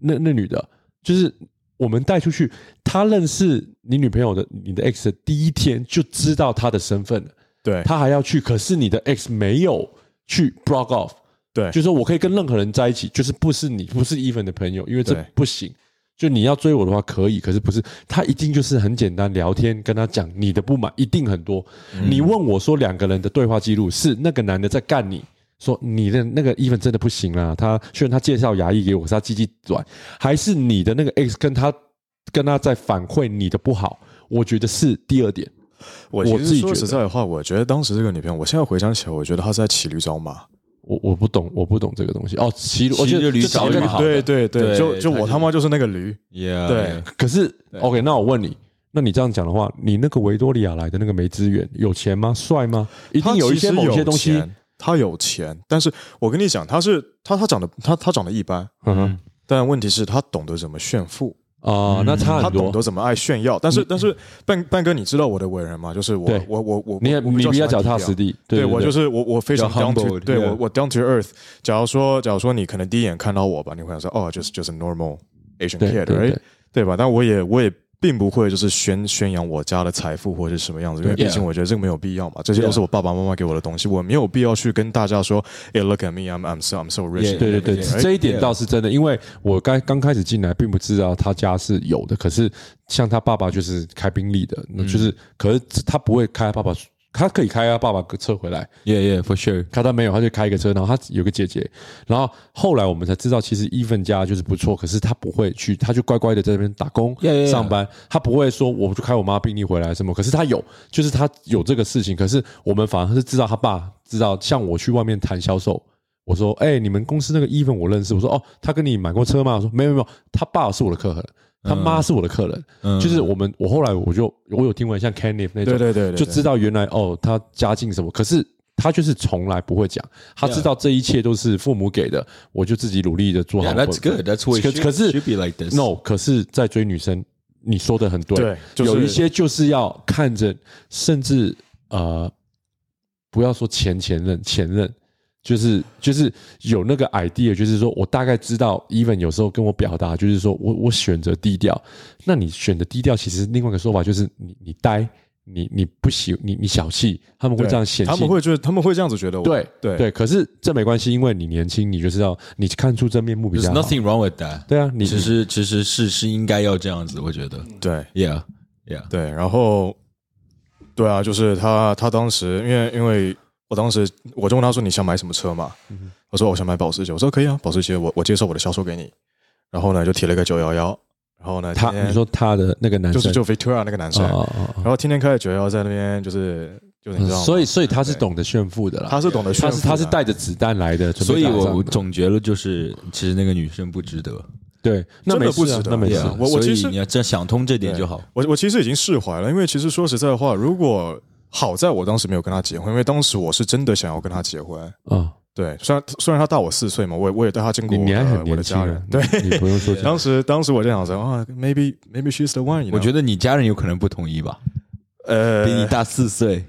B: 那那女的，就是我们带出去，她认识你女朋友的你的 ex 的第一天就知道她的身份了，
C: 对，
B: 她还要去，可是你的 ex 没有去 block off，
C: 对，
B: 就是说我可以跟任何人在一起，就是不是你不是 even 的朋友，因为这
C: 对
B: 不行。就你要追我的话可以，可是不是他一定就是很简单聊天，跟他讲你的不满一定很多。
C: 嗯
B: 你问我说两个人的对话记录是那个男的在干你，说你的那个 even 真的不行啦，他虽然他介绍牙医给我，可是他鸡鸡软，还是你的那个 x 跟他跟他在反馈你的不好，我觉得是第二点。
C: 我
B: 我
C: 其
B: 自
C: 实
B: 己
C: 说
B: 觉
C: 实
B: 得
C: 在的话，我觉得当时这个女朋友，我现在回想起来，我觉得她是在骑驴找马。
B: 我我不懂，我不懂这个东西哦，骑我
A: 骑
B: 觉得
A: 着驴
B: 就找
A: 找
B: 一个
A: 马
B: 好的
C: 对对对，
A: 对
C: 就就
A: 她
C: 我
A: 就
C: 他妈就是那个驴。
A: ，Yeah，
C: 对，
B: 可是 OK，那我问你，那你这样讲的话，你那个维多利亚来的那个没资源，有钱吗？帅吗？一定有一些
C: 她其实
B: 某些东西
C: 有，钱，她有钱，但是我跟你讲，她是她她长得她她长得一般，
B: 嗯哼
C: 但问题是她懂得怎么炫富，
B: 啊，那差
C: 她
B: 很
C: 嗯
B: 多
C: 懂
B: 嗯
C: 得。怎么爱炫耀。但是但是半半哥，你知道我的为人吗？就是我
B: 对
C: 我我我，
B: 你也
C: 我我
B: 你
C: 较
B: 比较
C: 喜
B: 脚
C: 欢
B: 踏
C: 低调
B: 实地，
C: 对我就是是我，我非常
A: 比较
C: down to，
A: humble，
C: 对我
A: yeah
C: 我 down to earth。假如说，假如说你可能第一眼看到我吧，你会想说，哦，就是就是 normal Asian
B: 对
C: kid，
B: 对
C: right？
B: 对
C: 对吧？但我也我也并不会就是宣宣扬我家的财富或者是什么样子，因为毕
A: yeah
C: 竟我觉得这个没有必要嘛，这些都是我爸爸妈妈给我的东西，我没有必要去跟大家说，Hey, look at me, I'm I'm so I'm so rich。
A: Yeah
B: 对对对，
A: 对
B: 这一
C: 哎
B: 点倒是真的，因为我刚刚开始进来，并不知道他家是有
C: 嗯
B: 的，可是像他爸爸就是开宾利的，那就是可是他不会开他爸爸他可以开啊他爸爸车回来，
A: ，Yeah Yeah，for sure，
B: 可他没有，他就开一个车，然后他有个姐姐，然后后来我们才知道，其实伊芬家就是不错，可是他不会去，他就乖乖的在那边打工
A: Yeah, yeah, yeah.
B: 上班，他不会说我就开我妈病历回来什么，可是他有，就是他有这个事情，可是我们反而是知道他爸知道，像我去外面谈销售。我说，哎、你们公司那个伊芬我认识。我说，哦，他跟你买过车吗？我说，没有没有，他爸是我的客人，他妈是我的客人。
A: 嗯
B: 就是我们，我后来我就我有听闻像 Kenneth 那种，
C: 对对对对对
B: 就知道原来哦，他家境什么，可是他就是从来不会讲，他知道这一切都是父母给的，我就自己努力的做好
A: Yeah,
B: 我的
A: that's good. That's what it
B: 可
A: should-
B: 可是
A: should be like this.
B: No，可是，在追女生，你说的很对，
C: 对就是
B: 有一些就是要看着，甚至呃，不要说前前任前任。就是就是有那个 idea，就是说我大概知道，even 有时候跟我表达，就是说我我选择低调。那你选择低调，其实另外一个说法就是你你呆，你你不喜你你小气，他们会
C: 对
B: 这样显
C: 他
B: 示
C: 们会觉得他们会这样子觉得我，
B: 对
C: 对
B: 对，可是这没关系，因为你年轻，你就是要你看出真面目比
A: There's
B: 较好。
A: nothing wrong with that.
B: 对啊，你
A: 其实其实是是应该要这样子，我觉得。
C: 对
A: Yeah Yeah，
C: 对，然后对啊，就是他他当时因为因为我当时我就问他说你想买什么车嘛，
B: 嗯
C: 我说我想买保时捷，我说可以啊，保时捷我我接受我的销售给你，然后呢就提了个九幺幺，然后呢
B: 他
C: 今天
B: 你说他的那个男
C: 就
B: 生
C: 是就 Victoria 那个男生，
B: 哦哦哦
C: 然后天天开着九幺幺在那边就是就是你知道吗，
B: 所以所以他是懂得炫富的啦，
C: 他是懂得炫
B: 他
C: 富
B: 是
C: 的啊
B: 他是带着子弹来的，准
A: 所
B: 备
A: 以
B: 打
A: 我
B: 仗
A: 我
B: 的
A: 总结了，就是其实那个女生不值得。
B: 对，那
C: 真的
B: 没
C: 不
B: 事啊
C: 值，得
B: 那没事
A: Yeah，
B: 啊，
C: 我我
A: 所
C: 其
A: 以
C: 实
A: 你要这想通这点就好。
C: 我我其实已经释怀了，因为其实说实在话，如果好在我当时没有跟他结婚，因为当时我是真的想要跟他结婚。
B: 哦
C: 对，虽然虽然他大我四岁嘛，我也我也带他见过
B: 你
C: 我
B: 你还
C: 的
B: 很
C: 我
B: 年
C: 的
B: 轻
C: 家
B: 啊
C: 人。，对，
B: 你你不用说
C: <laughs>
A: Yeah
C: 当时当时我就想说啊，maybe maybe she's the one，you know。
A: 我觉得你家人有可能不同意吧，
C: 得呃，
A: 比你大四岁。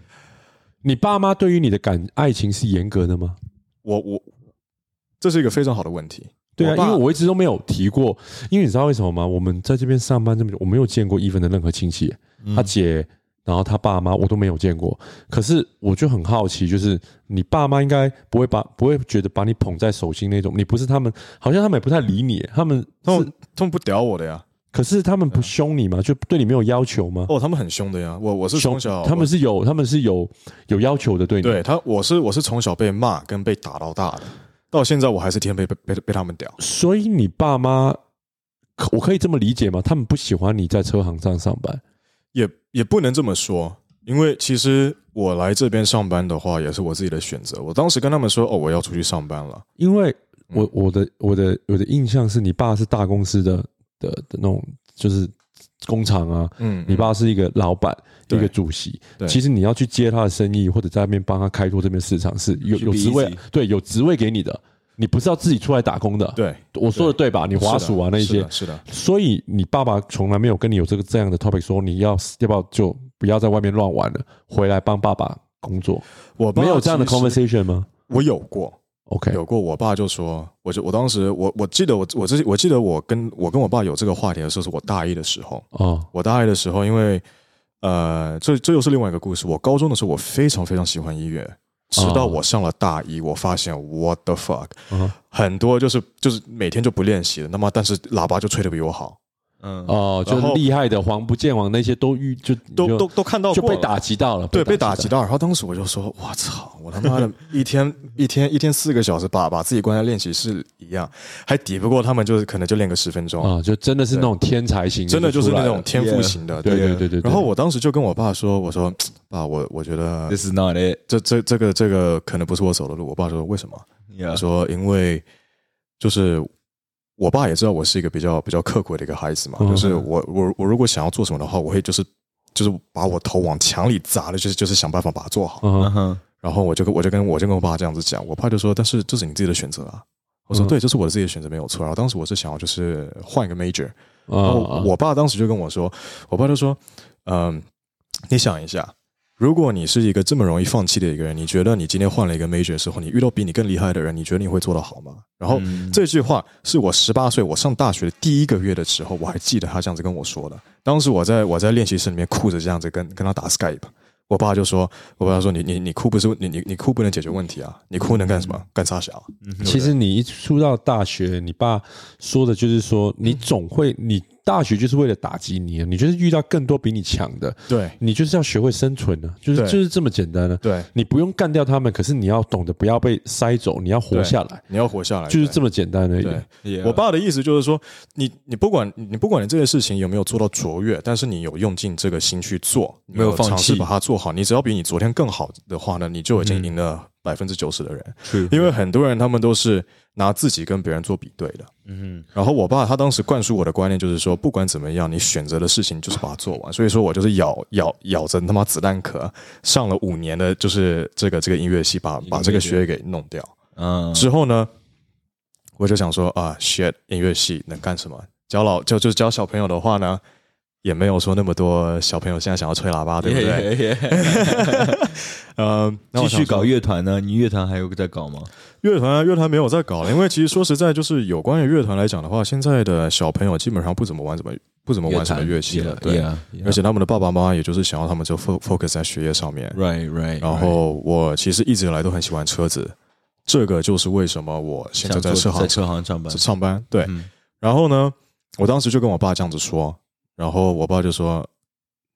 B: 你爸妈对于你的感爱情是严格的吗？
C: 我我这是一个非常好的问题。
B: 对啊，
C: 我爸
B: 因为我一直都没有提过，因为你知道为什么吗？我们在这边上班这么久，我没有见过伊芬的任何亲戚，
C: 嗯
B: 他姐，然后他爸妈，我都没有见过。可是我就很好奇，就是你爸妈应该不会把不会觉得把你捧在手心那种，你不是他们，好像他们也不太理你，他们
C: 他
B: 是
C: 们他们不屌我的呀，
B: 可是他们不凶你吗？就对你没有要求吗？
C: 嗯哦，他们很凶的呀。我我是从小
B: 他们是有他们是有有要求的对你，
C: 对他，我是我是从小被骂跟被打到大的，到现在我还是天天被被被被他们屌。
B: 所以你爸妈，可我可以这么理解吗？他们不喜欢你在车行上上班。
C: 也也不能这么说，因为其实我来这边上班的话，也是我自己的选择。我当时跟他们说，哦，我要出去上班了。
B: 因为我我的我的我的印象是你爸是大公司的的的那种，就是工厂啊，
C: 嗯
B: 你爸是一个老板，一
C: 对
B: 个主席。
C: 对
B: 其实你要去接他的生意，或者在那边帮他开拓这边市场，是有
A: Should
B: 有
A: be
B: 职位
A: easy，
B: 对，有职位给你的，你不是要自己出来打工的。，
C: 对，
B: 我说的对吧？你滑鼠啊那一
C: 是
B: 些
C: 的，，是的，
B: 所以你爸爸从来没有跟你有这个这样的 topic 说你要要不要就不要在外面乱玩了，回来帮爸爸工作，
C: 我爸
B: 没有这样的
C: 其实
B: conversation 吗
C: 我有过，
B: ？OK，
C: 有过。我爸就说，我就我当时我我记得我我自己我记得我跟我跟我爸有这个话题的时候，是我大一的时候。
B: 哦，
C: 我大一的时候，因为呃，这这又是另外一个故事。我高中的时候，我非常非常喜欢音乐，直到
B: 哦
C: 我上了大一，我发现 what the fuck，、
B: 嗯
C: 很多就是就是每天就不练习的，那么但是喇叭就吹的比我好，
A: 嗯，
B: 哦，就
C: 然后
B: 厉害的黄不见王那些都遇就
C: 都
B: 就
C: 都都看到
B: 就
C: 过
B: 被
C: 了
B: 打击到了，
C: 对，被
B: 打
C: 打
B: 击
C: 击
B: 到。
C: 到。然后当时我就说：“我操，我他妈的一天一天一天四个小时把把自己关在练习室一样，还抵不过他们，就是可能就练个十分钟，
B: 啊，就真的是那种天才型，
C: 真的就是
B: 出来
C: 那
B: 了
C: 种天赋型的。
B: 对对对对。对
C: 然后我当时就跟我爸说：“我说爸，我我觉得
A: This is not it.
C: 这这这个这个可能不是我走的路。”我爸说：“为什么？”
A: Yeah，
B: 啊
C: 我说：“因为就是。”我爸也知道我是一个比较比较刻苦的一个孩子嘛，
B: 嗯
C: 就是我我我如果想要做什么的话，我会就是就是把我头往墙里砸的，就是就是想办法把它做好。
B: 嗯
A: 嗯哼，
C: 然后我就跟我就跟我就跟我爸这样子讲，我爸就说：“但是这是你自己的选择啊。”我说：“
B: 嗯
C: 对，这是我自己的选择，没有错。”然后当时我是想要就是换一个 major，
B: 啊
C: 然后我爸当时就跟我说，我爸就说：“嗯，你想一下，如果你是一个这么容易放弃的一个人，你觉得你今天换了一个 major 之后，你遇到比你更厉害的人，你觉得你会做得好吗？”然后
A: 嗯
C: 这句话是我十八岁我上大学的第一个月的时候，我还记得他这样子跟我说的。当时我在我在练习室里面哭着这样子跟跟他打 Skype，我爸就说，我爸说你你你哭不是你你你哭不能解决问题啊，你哭能干什么？
B: 嗯
C: 干啥小？啊
B: 其实你一出到大学，你爸说的就是说，你总会你大学就是为了打击你，你就是遇到更多比你强的，
C: 对
B: 你就是要学会生存呢、就是
C: 对
B: 就是这么简单呢、
C: 对，
B: 你不用干掉他们，可是你要懂得不要被塞走，你要活
C: 对
B: 下来，
C: 你要活下来，
B: 就是
C: 对
B: 这么简单而已。
C: 对我
A: 我爸
C: 爸的意思就是说，你你不管你不管你这件事情有没有做到卓越，但是你有用尽这个心去做，
A: 没有放弃
C: 尝试把它做好。你只要比你昨天更好的话呢，你就已经赢了百分之九十的人。
A: 嗯是
C: 因为很多人他们都是拿自己跟别人做比对的。
A: 嗯
C: 然后我爸他当时灌输我的观念就是说，不管怎么样，你选择的事情就是把它做完。所以说我就是咬咬咬着他妈子弹壳，上了五年的就是这个这个音乐系，把把这个学业给弄掉。
A: 嗯
C: 之后呢，我就想说啊，shit，音乐系能干什么？教老就就教小朋友的话呢，也没有说那么多小朋友现在想要吹喇 <laughs> 叭，对不对？呃， <laughs> 那我
A: 继
C: 想
A: 续搞
C: 说
A: 乐团呢？你乐团还有在搞吗？
C: 乐团啊，乐团没有在搞了，因为其实说实在，就是有关于乐团来讲的话，现在的小朋友基本上不怎么玩怎么不怎么玩什么乐器了，对。而且他们的爸爸妈妈也就是想要他们就 fo- focus 在学业上面，
A: ，right right，
C: 然后我其实一直以来都很喜欢车子，这个就是为什么我现在
A: 想
C: 在车行
A: 在车行上班，
C: 上班。对，
A: 嗯
C: 然后呢，我当时就跟我爸这样子说，然后我爸就说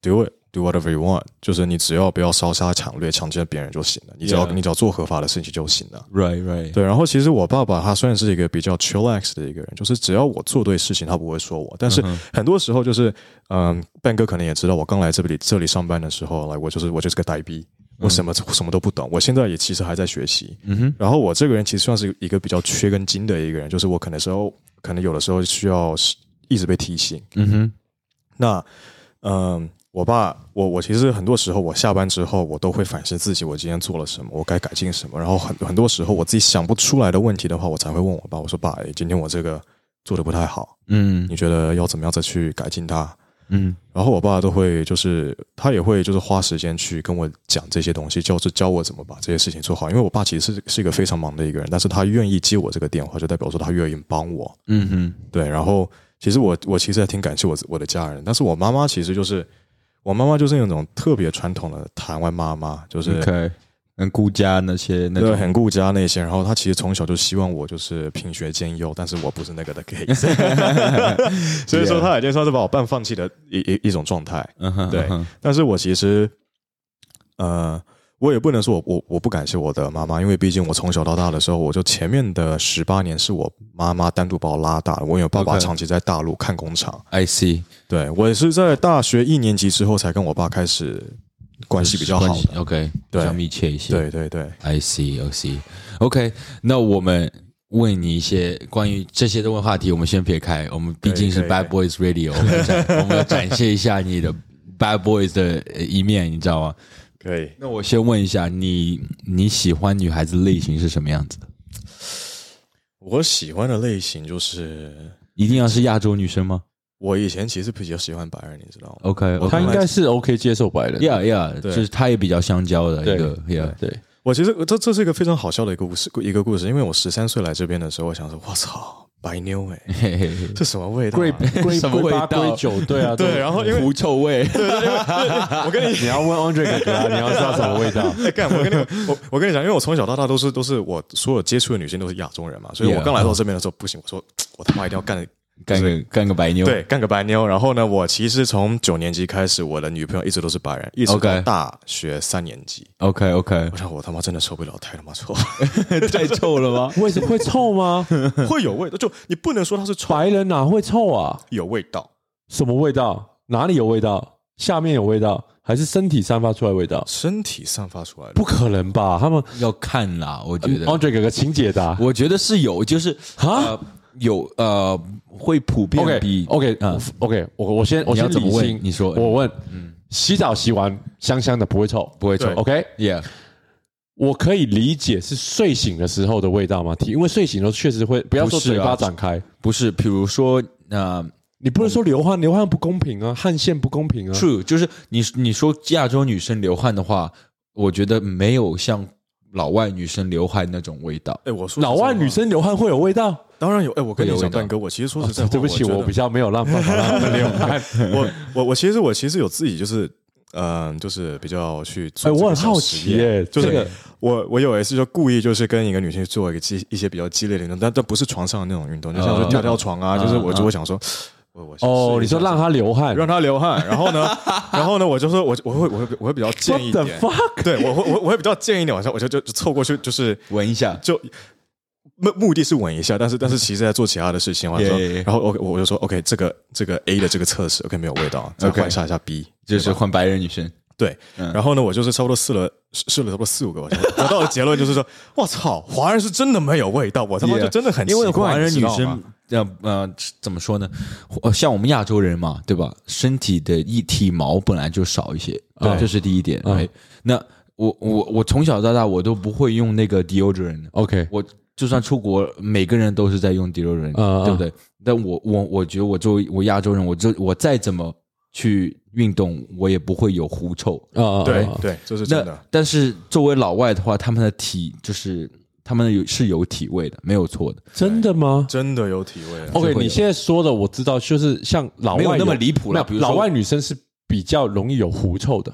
C: ，Do it。Do whatever you want，就是你只要不要烧杀抢掠、强奸别人就行了。你只要
A: Yeah
C: 你只要做合法的事情就行了。
A: ，right right，
C: 对，然后其实我爸爸他虽然是一个比较 chillax 的一个人，就是只要我做对事情，他不会说我。但是
A: 嗯哼
C: 很多时候就是，嗯，半哥可能也知道，我刚来这里这里上班的时候，来我就是我就是个呆逼，我什么、什么都不懂。我现在也其实还在学习。
A: 嗯哼，
C: 然后我这个人其实算是一个比较缺根筋的一个人，就是我可能时候可能有的时候需要一直被提醒。
A: 嗯哼，
C: 那嗯，我爸，我我其实很多时候，我下班之后，我都会反思自己，我今天做了什么，我该改进什么。然后很很多时候，我自己想不出来的问题的话，我才会问我爸，我说爸，诶今天我这个做的不太好，
A: 嗯
C: 你觉得要怎么样再去改进它？
A: 嗯
C: 然后我爸都会，就是他也会，就是花时间去跟我讲这些东西，就是教我怎么把这些事情做好。因为我爸其实是是一个非常忙的一个人，但是他愿意接我这个电话，就代表说他愿意帮我。
A: 嗯哼，
C: 对，然后其实我我其实还挺感谢我我的家人，但是我妈妈其实就是我妈妈就是那种特别传统的台湾妈妈，就是
A: ，OK，嗯，顾家那些那
C: 对
A: 种，
C: 很顾家那些，然后她其实从小就希望我就是品学兼优，但是我不是那个
A: <laughs>
C: 的 case，所以说
A: 啊
C: 她已经算是把我半放弃的一一一种状态。
A: 嗯哼，
C: 对
A: 嗯哼
C: 但是我其实，呃，我也不能说我我我不感谢我的妈妈，因为毕竟我从小到大的时候，我就前面的十八年是我妈妈单独把我拉大的，我因为爸爸
A: OK
C: 长期在大陆看工厂。
A: ，I see，
C: 对我也是在大学一年级之后才跟我爸开始关系比较好的。
A: ，OK，比
C: 对
A: 较密切一些，
C: 对对对，
A: I see, I see. OK，那我们问你一些关于这些的问话题，我们先撇开，我们毕竟是
C: 可以
A: Bad Boys Radio，我们要展我们要展现一下你的 Bad Boys 的呃一面，你知道吗？
C: 可以。
A: 那我先问一下你，你喜欢女孩子类型是什么样子的？
C: 我喜欢的类型就是，
A: 一定要是亚洲女生吗
C: 我以前其实比较喜欢白人，你知道吗？
A: ？OK，
C: 我
B: 他
C: 看
B: 应该是 OK 接受白人。
A: Yeah Yeah，
C: 对
A: 就是她也比较相交的一个
B: 对
A: Yeah，
B: 对，
C: 我其实这这是一个非常好笑的一个故事，一个故事。因为我十三岁来这边的时候，我想说，我操，白妞哎、 <laughs>
A: 嘿嘿嘿
C: 这什么味道、
B: 龟 <laughs>
C: 啊？
B: 龟
A: 什么
B: 龟八
A: 味道
B: 龟九，对啊，
C: 对，然后因为
A: 狐臭味，
C: 我跟你
B: 你要问 Andre 哥哥啊，你要知道什么味道。
C: 哎干，我跟你我我跟你讲，因为我从小到大都是都是我所有接触的女性都是亚洲人嘛，所以我
A: Yeah
C: 刚来到这边的时候不行，我说我他妈一定要干
A: 干个干个白妞，
C: 对，干个白妞。然后呢，我其实从九年级开始，我的女朋友一直都是白人，一直到
A: OK
C: 大学三年级。
A: ，OK OK，
C: 我想我他妈真的受不了， <laughs> 太他妈臭，
A: <laughs> 太臭了吗？
B: <laughs> 为什么会臭 <laughs> 吗？
C: 会有味道，就你不能说它是臭，
B: 白人哪会臭啊？
C: 有味道，
B: 什么味道？哪里有味道？下面有味道，还是身体散发出来味道？
C: 身体散发出来的
B: 不。可能吧？他们
A: <laughs> 要看啦，我觉得
B: Andre 哥哥，请解答。
A: 哦我觉得是有，就是
B: 啊
A: 呃有呃，会普遍
B: OK
A: 比
B: OK
A: 嗯
B: OK，我我先我
A: 你要
B: 先
A: 怎么
B: 理
A: 问
B: 清，
A: 你说嗯
B: 我问，洗澡洗完香香的不会臭，
A: 不会臭
C: 对。
B: OK，
A: Yeah，
B: 我可以理解是睡醒的时候的味道吗？体因为睡醒的时候确实会，不要说
A: 不是啊
B: 嘴巴展开，
A: 不是，比如说呃那
B: 你不能说流汗，流汗不公平
A: 嗯
B: 啊，汗腺不公平啊。
A: true，就是你你说亚洲女生流汗的话，我觉得没有像老外女生流汗那种味道。
C: 哎，我说实在
B: 老
C: 话
B: 外女生流汗会有味道？
C: 当然有。哎，我跟
A: 会有
C: 你
A: 味
C: 讲，
A: 道
C: 蛋哥，我其实说实在
B: 哦对不
C: 话，
B: 起，
C: 我觉
B: 我
C: 得
B: 比较没有让办法让他们流
A: <laughs>
B: 汗。
C: <laughs> 我我我其实我其实有自己就是嗯、就是比较去做
B: 哎，
C: 这
B: 我
C: 个
B: 很
C: 小
B: 好
C: 实
B: 奇
C: 验。
B: 耶，
C: 就是
B: 这个
C: 我我有一次就故意就是跟一个女性做一个激一些比较激烈的运动，但但不是床上的那种运动，就像说跳跳床啊，
A: 嗯
C: 就是我
A: 嗯
C: 就会想说。我我
B: 哦，你说让他流
A: <laughs>
B: 汗
C: 让他流汗，然后呢，然后呢，我就说我我会我会我会
B: <laughs>
C: 比较
B: ，What
C: 贱一
B: the
C: 点，
B: fuck？
C: 对我会我我会比较贱一点，晚上我就就就凑过去就是
A: 闻一下，
C: 就目目的是吻一下，但是但是其实在做其他的事情，完之后
A: Yeah, yeah, yeah.
C: 然后我我我就说 OK，这个这个 A 的这个测试 OK 没有味道，再
A: OK
C: 换下一下 B，
A: 就是换白人女生。
C: 对。
A: 嗯
C: 然后呢，我就是差不多试了试试了差不多四五个，我就得到的结论就是说，我操，华人是真的没有味道，我他妈
A: Yeah，
C: 就真的很奇
A: 啊因
C: 怪
A: 为华人
C: 你知
A: 女
C: 道吗
A: 生，呃呃，怎么说呢？呃像我们亚洲人嘛，对吧？身体的一体毛本来就少一些，啊
B: 对
A: 这是第一点。
B: 嗯
A: 哎，那我我我从小到大我都不会用那个 deodorant，的
B: OK，
A: 我就算出国，每个人都是在用 deodorant，、
B: 嗯嗯
A: 对不对？但我我我觉得我作为我亚洲人，我就我再怎么去运动，我也不会有狐臭。
B: 啊，
C: 对
B: 啊
C: 对，这是真
A: 那
C: 的。
A: 但是作为老外的话，他们的体就是他们有是有体味的，没有错的，
B: 真的吗
C: 真的有体味啊，
B: ？OK，
A: 是会有
B: 你现在说的我知道，就是像老外
A: 没有那么
B: 有
A: 离谱
B: 没
A: 了。
B: 有
A: 比如说
B: 老外女生是比较容易有狐臭的，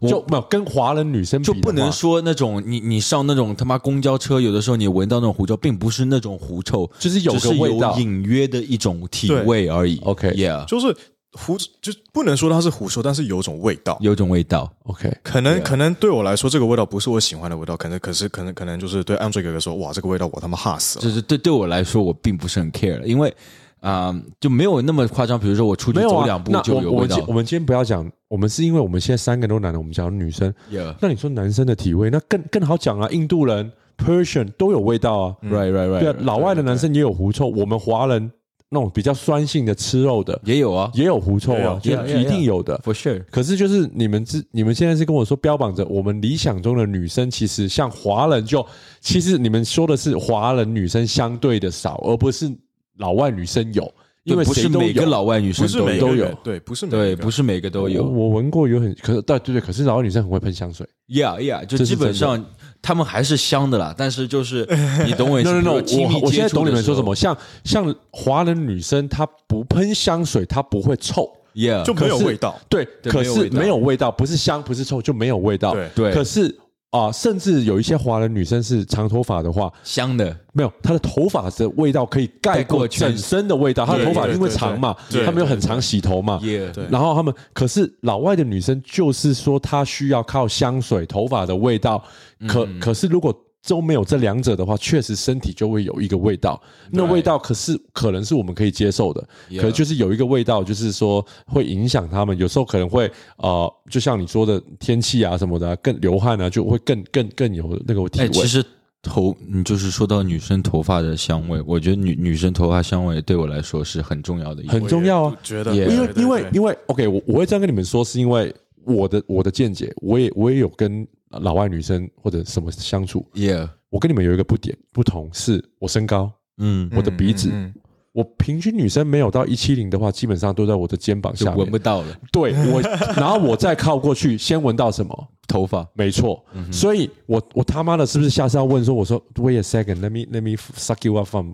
A: 我
B: 就没有跟华人女生比
A: 就
B: 的话
A: 不能说那种你你上那种他妈公交车，有的时候你闻到那种狐臭，并不是那种狐臭，
B: 就是有
A: 只
B: 个
A: 是
B: 味道
A: 有。隐约的一种体味而已。
B: OK
A: yeah，
C: 就是狐，就不能说它是狐臭，但是有种味道。
A: 有种味道。
B: OK，
C: 可能可能对我来说，这个味道不是我喜欢的味道，可能可是可能可能就是对 Andre 哥哥说，哇，这个味道我他妈吓
B: 哦
C: 死了。
A: 就是对对我来说，我并不是很 care，因为啊、就没有那么夸张。比如说我出去
B: 没有
A: 走
B: 啊。
A: 两步
B: 那
A: 就有
B: 我我
A: 味
B: 们
A: 道
B: 今。我们今天不要讲，我们是因为我们现在三个都男的，我们讲女生。
A: yeah,
B: 那你说男生的体味，那更更好讲啊，印度人、Persian 都有味道啊。
A: right, right, right,
B: 对啊，老外的男生也有狐臭，我们华人那种比较酸性的吃肉的
A: 也有啊
B: 也有狐臭
C: 也
B: 啊
C: 有，
B: 就
A: yeah, yeah,
B: 一定有的。
A: ，for sure。
B: 可是就是你们自你们现在是跟我说标榜着我们理想中的女生，其实像华人就其实你们说的是华人女生相对的少，而不是老外女生有，因
A: 对
B: 为
A: 不
B: 谁
A: 是
B: 都
A: 每个
B: 有。
A: 老外女生
C: 不是
A: 都有
C: 每个
B: 都有
C: 人对，不是每
A: 对，
C: 个人
A: 不是每个都
B: 我
A: 有。
B: 我闻过有很可是对对对，可是老外女生很会喷香水。
A: Yeah, yeah，就
B: 这是
A: 基本
B: 真的
A: 上他们还是香的啦，但是
B: <laughs>
A: 就是你懂我意思。
B: no no
A: 比如
B: no，
A: 说亲密
B: 我我现
A: 接
B: 在
A: 触
B: 懂你
A: 的
B: 们
A: 时
B: 说
A: 候
B: 什么，像像华人女生她不喷香水，她不会臭。
A: Yeah，
C: 就没有
B: 可是
C: 味道。
B: 对，
A: 对
B: 可
A: 没有
B: 是
A: 味道
B: 没有味道，不是香，不是臭，就没有味道。
C: 对
A: 对
B: 可是啊、甚至有一些华人女生是长头发的话，
A: 香的。
B: 没有她的头发的味道可以盖
A: 盖过
B: 过
A: 全
B: 整身的味道。她的
C: 对
B: 头发
C: 对
B: 因为
C: 对
B: 长嘛，
C: 对
B: 她没有
C: 对
B: 很常洗头嘛。
A: Yeah，
C: 对
B: 然后她们，可是老外的女生就是说，她需要靠香水、头发的味道。可、
C: 嗯
B: 可是如果都没有这两者的话，确实身体就会有一个味道。那味道可是可能是我们可以接受的
A: Yeah
B: 可能就是有一个味道，就是说会影响他们。有时候可能会呃，就像你说的天气啊什么的啊、更流汗啊，就会更更更有那个体
A: 哎，
B: 味。
A: 其实头，你就是说到女生头发的香味，我觉得女女生头发香味对我来说是很重要的一个。
B: 很重要啊
C: 我也觉得
A: Yeah
B: 因为
C: 对对
B: 因为
C: 对
B: 因为 OK，我我会这样跟你们说，是因为我的我的见解，我也我也有跟老外女生或者什么相处。
A: Yeah，
B: 我跟你们有一个不点不同，是我身高，
A: 嗯，
B: 我的鼻子，
C: 嗯嗯嗯
B: 我平均女生没有到一七零的话，基本上都在我的肩膀
A: 就
B: 下
A: 闻
B: 面
A: 不。到了
B: 对我，然后我再靠过去，先闻到什么？
A: 头发。
B: 没错，
A: 嗯
B: 所以我我他妈的是不是下次要问说，我说 wait a second，let me let me suck you up from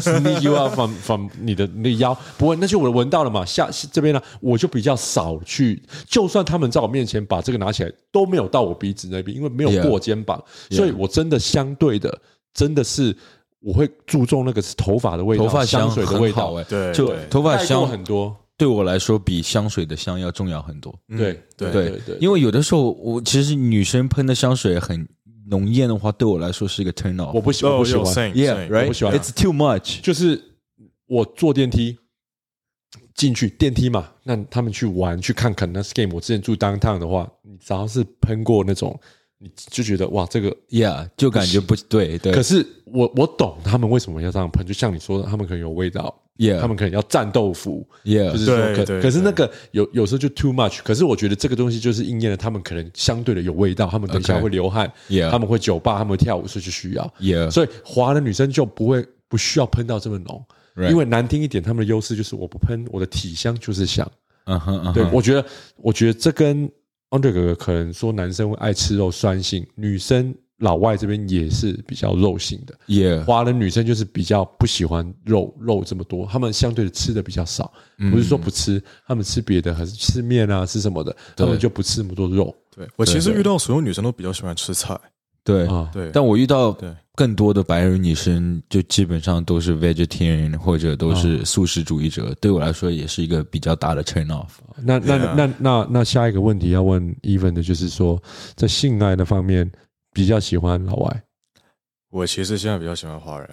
B: sneak you up from from 你的那腰， <laughs> 不会，那就我闻到了嘛。下这边呢，我就比较少去，就算他们在我面前把这个拿起来，都没有到我鼻子那边，因为没有
A: Yeah
B: 过肩膀所以我真的相对的真的是我会注重那个是头发的味道，
A: 头发
B: 香水的
A: 很
B: 味
A: 好
B: 道，
A: 哎，
C: 对
A: 就
C: 对
A: 头发
B: 带过
A: 香
B: 很多，
A: 对我来说比香水的香要重要很多。
B: 对
C: 对
A: 嗯对
B: 对
A: 因为有的时候我其实女生喷的香水很浓艳的话，对我来说是一个 turn off。
B: 我不喜我
C: 哦
B: 不喜
C: 有
B: 欢，
C: same
A: Yeah, right.
B: 我不喜欢
A: It's too much.
B: 就是我坐电梯进去，电梯嘛，那他们去玩去看看那 game。我之前住 downtown 的话，你只要是喷过那种，你就觉得哇，这个。
A: Yeah，就感觉不对对。
B: 可是我我懂他们为什么要这样喷，就像你说的，他们可能有味道
A: Yeah
B: 他们可能要战斗服
A: Yeah
B: 就是说
C: 对
B: 可
C: 对
B: 可是那个有有时候就 too much。可是我觉得这个东西就是应验了他们可能相对的有味道，他们等一下
A: OK
B: 会流汗
A: Yeah
B: 他们会酒吧，他们会跳舞，所以就需要
A: Yeah
B: 所以华人女生就不会不需要喷到这么浓
A: Right
B: 因为难听一点，他们的优势就是我不喷，我的体香就是香。
A: 嗯哼嗯哼，
B: 对，我觉得，我觉得这跟 Andre 哥哥可能说男生会爱吃肉酸性，女生老外这边也是比较肉性的。
A: Yeah，
B: 华人女生就是比较不喜欢肉肉这么多，她们相对的吃的比较少，
A: 嗯 Mm,
B: 不是说不吃，她们吃别的，还是吃面啊，吃什么的，她们就不吃那么多肉
C: 对我其实
A: 对对
C: 遇到所有女生都比较喜欢吃菜，
A: 对。
B: 啊。
C: 对，
A: 但我遇到
C: Uh-huh. 对
A: 更多的白人女生就基本上都是 vegetarian 或者都
C: Uh-huh。
A: 是素食主义者，对我来说也是一个比较大的 turn off。
B: 那那
C: Yeah
B: 那那那下一个问题要问 Even 的就是说，在性爱那方面比较喜欢老外，
C: 我其实现在比较喜欢华人，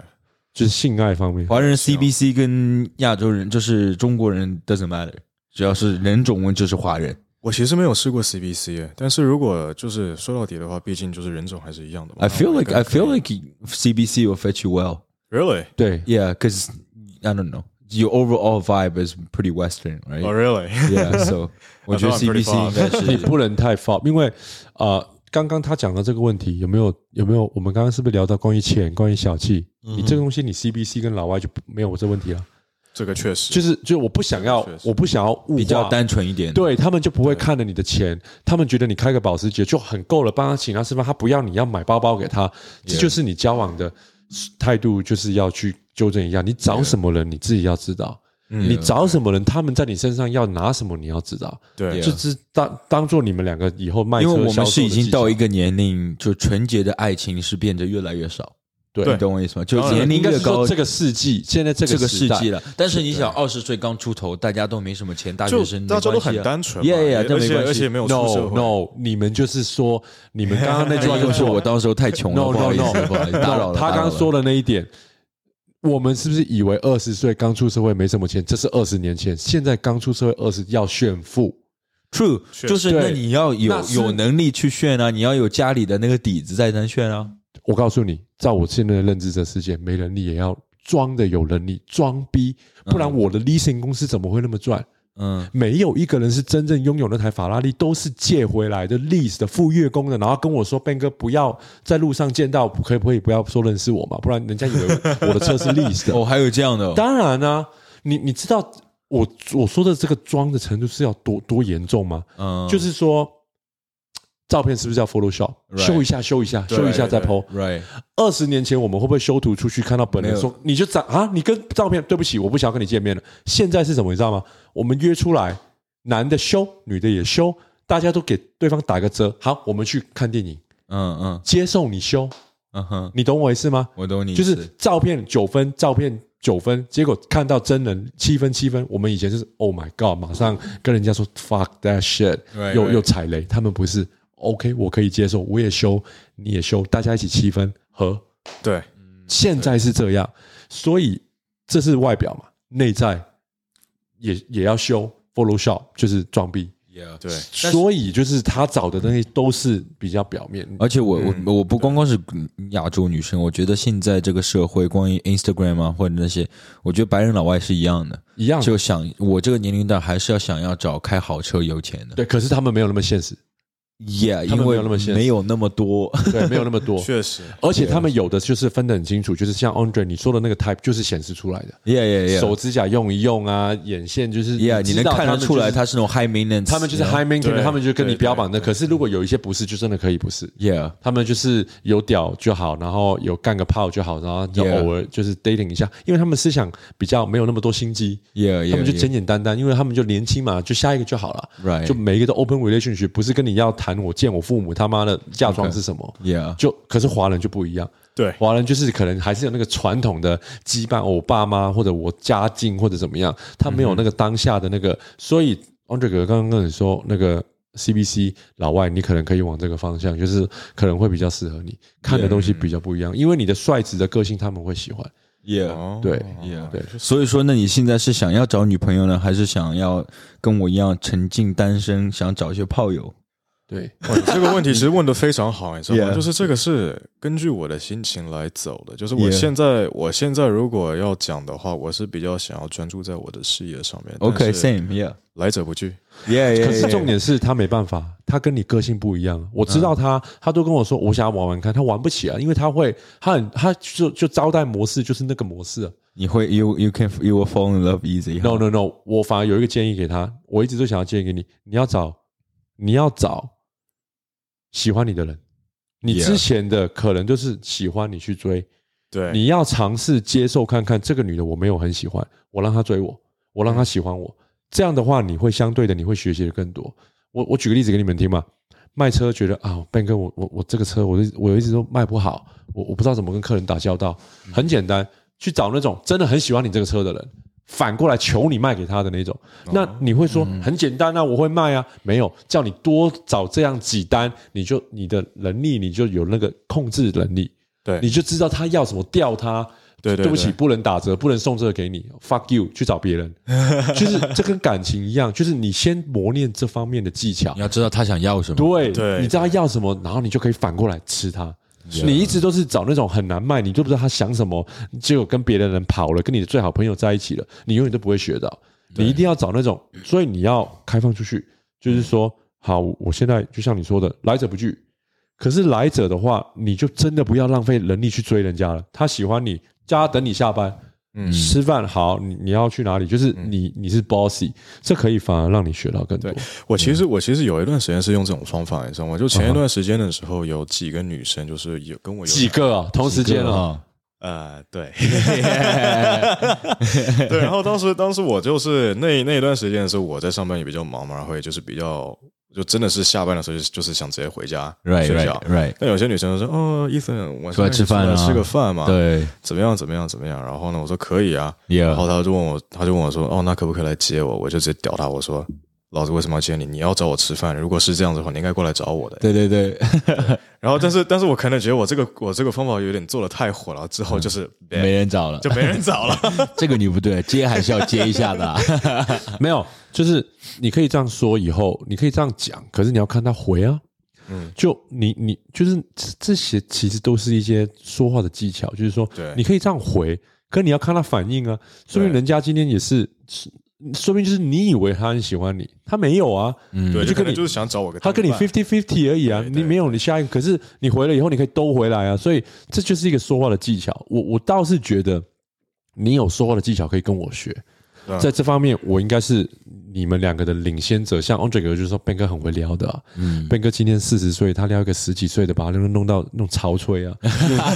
B: 就是性爱方面。
A: 华人 CBC 跟亚洲人就是中国人 doesn't matter，只要是人种问就是华人。
C: 我其实没有试过 CBC，但是如果就是说到底的话，毕竟就是人种还是一样的嘛。
A: I feel
C: 那我
A: like
C: 应该
A: I feel
C: 可以
A: like CBC will fit you well.
C: really
B: 对
A: Yeah, because I don't know. Your overall vibe is pretty Western, right?
C: oh really <laughs>
A: Yeah, so 我觉得
C: I'm pretty
A: CBC 应
C: fond.
A: 该
B: 你
A: 是
B: <laughs> 不能太 f 因为呃，刚刚他讲的这个问题有没有有没有？我们刚刚是不是聊到关于钱、关于小气？
A: 嗯
B: 你这个东西，你 CBC 跟老外就不没有这问题了。
C: 这个确实
B: 就是就是，我不想要
C: 确，实
B: 我不想要物化
A: 比较单纯一点。
B: 对他们就不会看了你的钱，他们觉得你开个保时捷就很够了，帮他请他吃饭，他不要你要买包包给他，这就是你交往的态度，就是要去纠正一下，你找什么人你自己要知道，
C: 嗯
B: 你找什么人，他们在你身上要拿什么你要知道，
C: 对
A: Yeah
B: 就是当当做你们两个以后啊卖车，
A: 因为我们是已经到一
B: 个
A: 个年龄，就纯洁的爱情是变得越来越少。
B: 对
A: 你懂我意思吗？就
C: 当然
A: 年龄
B: 应该
A: 越
B: 是说
A: 高，
B: 这个世纪，现在这
A: 这
B: 个
A: 个世
B: 代
A: 纪了。但是你想，二十岁刚出头，大家都没什啊么钱，大学
C: 就
A: 生
C: 大家都很
A: 单。
C: 单纯嘛
A: Yeah, yeah，这
C: 而
A: 没
C: 且
A: 关系
C: 而且没有出社
B: No
C: 会
B: no，你们就是说，哎你们刚刚那句
C: <laughs>
A: 这
B: 话
A: 就
B: 就是是
A: 我
B: 我
A: 当时候太穷了，
B: No
A: 不好
B: no
A: 意思，
B: <laughs> no，
A: 不好意思，打扰了。
B: 他
A: 打扰
B: 刚
A: 了
B: 说的那一点，我们是不是以为二十岁刚出社会没什么钱？这是二十年前，现在刚出社会二十要炫富，
A: true，
C: 确实
A: 就是
B: 对
A: 那你要有
B: 那是
A: 有能力去炫啊，你要有家里的那个底子在那炫啊。
B: 我告诉你，照我现在的认知，这世界没能力也要装的有能力，装逼，不然我的 leasing 公司怎么会那么赚？
A: 嗯，
B: 没有一个人是真正拥有那台法拉利，都是借回来的 lease 的付月供的，然后跟我说 Ben 哥不要在路上见到，可以不可以不要说认识我嘛？不然人家以为我的车是 lease 的。
A: 哦，还有这样的哦，
B: 当然啊，你你知道我我说的这个装的程度是要多多严重吗？
A: 嗯，
B: 就是说，照片是不是叫 Photoshop
A: Right
B: 修一下，修一下，
C: 对
B: 修一下再
C: 对
B: PO？
A: right，
B: 二十年前我们会不会修图出去看到本人
A: 没有
B: 说你就长啊，你跟照片对不起，我不想要跟你见面了。现在是什么你知道吗？我们约出来，男的修，女的也修，大家都给对方打个折。好，我们去看电影，
A: 嗯嗯
B: 接受你修，
A: 嗯哼，
B: 你懂我意思吗？
A: 我懂你意
B: 就
A: 思，
B: 是照片九分，照片九分，结果看到真人七分七分。我们以前就是 Oh my God，马上跟人家说 Fuck that shit，
C: Right,
B: 又
C: right.
B: 又踩雷。他们不是 OK，我可以接受，我也修，你也修，大家一起七分和。
C: 对
A: 嗯
B: 现在是这样，所以这是外表嘛，内在也也要修 Photoshop，就是装逼。
A: Yeah
C: 对
B: 所以就是他找的东西都是比较表面，
A: 而且我、我我不光光是嗯亚洲女生，我觉得现在这个社会，关于 Instagram 啊或者那些，我觉得白人老外是一样的，
B: 一样的
A: 就想我这个年龄段还是要想要找开好车、有钱的
B: 对。可是他们没有那么现实，
A: ，Yeah，
B: 他
A: 因
B: 们没
A: 为
B: 有那么现实
A: 没有那么多，
B: 对，没有那么
A: <laughs>
B: 多。
C: 确实
B: 而且他们有的就是分得很清楚，就是像 Andre 你说的那个 type 就是显示出来的，
A: Yeah Yeah
B: 手
A: Yeah
B: 指甲用一用啊，眼线就是
A: Yeah，你
B: 知
A: 能
B: 道
A: 看得出来
B: 他们
A: 他是那种 high maintenance，
B: 就是他们就是
A: you know？
B: high maintain，
C: 对
B: 他们就跟你
C: 对
B: 标榜的。可是如果有一些不是，就真的可以不是。
A: Yeah
B: 他们就是有屌就好，然后有干个炮就好，然后就
A: Yeah
B: 偶尔就是 dating 一下，因为他们思想比较没有那么多心机
A: Yeah Yeah，
B: 他们就
A: yeah
B: 简简单单，因为他们就年轻嘛，就下一个就好了
A: Right
B: 就每一个都 open relationship，不是跟你要谈我见我父母他妈的嫁妆是什么
A: Yeah
B: 就可是华人就不一样，
C: 对
B: 华人就是可能还是有那个传统的羁绊，我爸妈或者我家境或者怎么样，他没有那个当下的那个，所以 Andre 哥刚刚跟你说那个 CBC 老外，你可能可以往这个方向，就是可能会比较适合你看的东西比较不一样，因为你的率直的个性他们会喜欢，
A: Yeah。
C: 哦
B: 对
A: Yeah
B: 对
A: 所以说，那你现在是想要找女朋友呢，还是想要跟我一样沉浸单身，想找一些炮友？
B: 对，
C: 哇你这个问题其实问的非常好，你知道
A: Yeah
C: 吗？就是这个是根据我的心情来走的。就是我
A: Yeah
C: 现在，我现在如果要讲的话，我是比较想要专注在我的事业上面。但是
A: OK，same，yeah，yeah，
C: 来者不拒。
A: yeah,
B: 可是重点是他没办法，他跟你个性不一样。我知道他，他都跟我说我想要玩玩看，他玩不起啊，因为他会，他很，他就就招待模式就是那个模式啊。
A: 你会 you you can you will fall in love easy。
B: No no no，我反而有一个建议给他，我一直都想要建议给你，你要找你要找喜欢你的人，你
A: Yeah
B: 之前的可能就是喜欢你去追，
C: 对，
B: 你要尝试接受看看这个女的我没有很喜欢，我让她追我，我让她喜欢我，这样的话你会相对的你会学习的更多。我我举个例子给你们听嘛，卖车觉得啊，Ben 哥，我我我这个车，我一我一直都卖不好，我我不知道怎么跟客人打交道。
C: 嗯
B: 很简单，去找那种真的很喜欢你这个车的人，反过来求你卖给他的那种。
C: 哦
B: 那你会说
C: 嗯
B: 很简单啊，我会卖啊，没有叫你多找这样几单，你就你的能力你就有那个控制能力，
C: 对
B: 你就知道他要什么调他。
C: 对对
B: 对不起，
C: 对
B: 不能打折，不能送这个给你，fuck you，去找别
C: <laughs>
B: 人。就是这跟感情一样，就是你先磨练这方面的技巧
A: 你，要知道他想要什么。
B: 对，
C: 对
B: 你知道他要什么，然后你就可以反过来吃它。你一直都是找那种很难卖，你都不知道他想什么，结果跟别的人跑了，跟你的最好朋友在一起了，你永远都不会学到。你一定要找那种，所以你要开放出去，就是说，好，我现在就像你说的，来者不拒。可是来者的话，你就真的不要浪费人力去追人家了。他喜欢你，叫他等你下班，
C: 嗯
B: 吃饭好，你你要去哪里？就是你你是 bossy，这可以反而让你学到更多。
C: 我
A: 嗯
C: 其实我其实有一段时间是用这种方法，你知道吗？就前一段时间的时候，有几个女生就是有跟我有
B: 几个啊，同时间啊，
A: 啊，
C: 呃，
A: <laughs>
C: 对，对。然后当时当时我就是那那一段时间是我在上班也比较忙嘛，然后也就是比较就真的是下班的时候就是就是想直接回家
A: right
C: 睡
A: right
C: 觉。
A: right，
C: 但有些女生就说：“哦，伊森，晚
A: 出
C: 上
A: 来吃饭啊
C: 出来吃个饭嘛，，
A: 对
C: 怎么样，怎么样，怎么样？”然后呢，我说可以啊，然
A: ，yeah，
C: 后他就问我，他就问我说：“哦，那可不可以来接我？”我就直接屌他，我说：“老子为什么要接你？你要找我吃饭，如果是这样子的话，你应该过来找我的。”
B: <laughs>
A: 对对对，
C: 然后，但是，但是我可能觉得我这个我这个方法有点做的太火了，之后
B: 嗯
C: 就是、
A: <laughs> 没人找了
C: <laughs> 就，没
B: <laughs>
C: 人找了。
A: 这个你不对，接还是要接一下的啊。
B: <laughs> 没有，就是你可以这样说，以后你可以这样讲，可是你要看他回啊。
C: 嗯
B: 嗯，就你你就是这这些，其实都是一些说话的技巧，就是说
C: 对，
B: 你可以这样回，可你要看他反应啊。说明
C: 对
B: 人家今天也是，是说明就是你以为他很喜欢你，他没有啊。嗯，
C: 对，就
B: 就
C: 可
B: 跟
C: 能
B: 你
C: 就是想找我个
B: 他跟你
C: 同伴
B: fifty fifty 而已啊，
C: 对
B: 你没有你下一个，可是你回了以后你可以兜回来啊，所以这就是一个说话的技巧。我我倒是觉得你有说话的技巧可以跟我学
C: 对啊，
B: 在这方面我应该是你们两个的领先者。像 Andre 哥就是说 Ben 哥很会撩的、啊，嗯，Ben 哥今天四十岁，他撩一个十几岁的，把他弄弄到弄潮吹啊，用用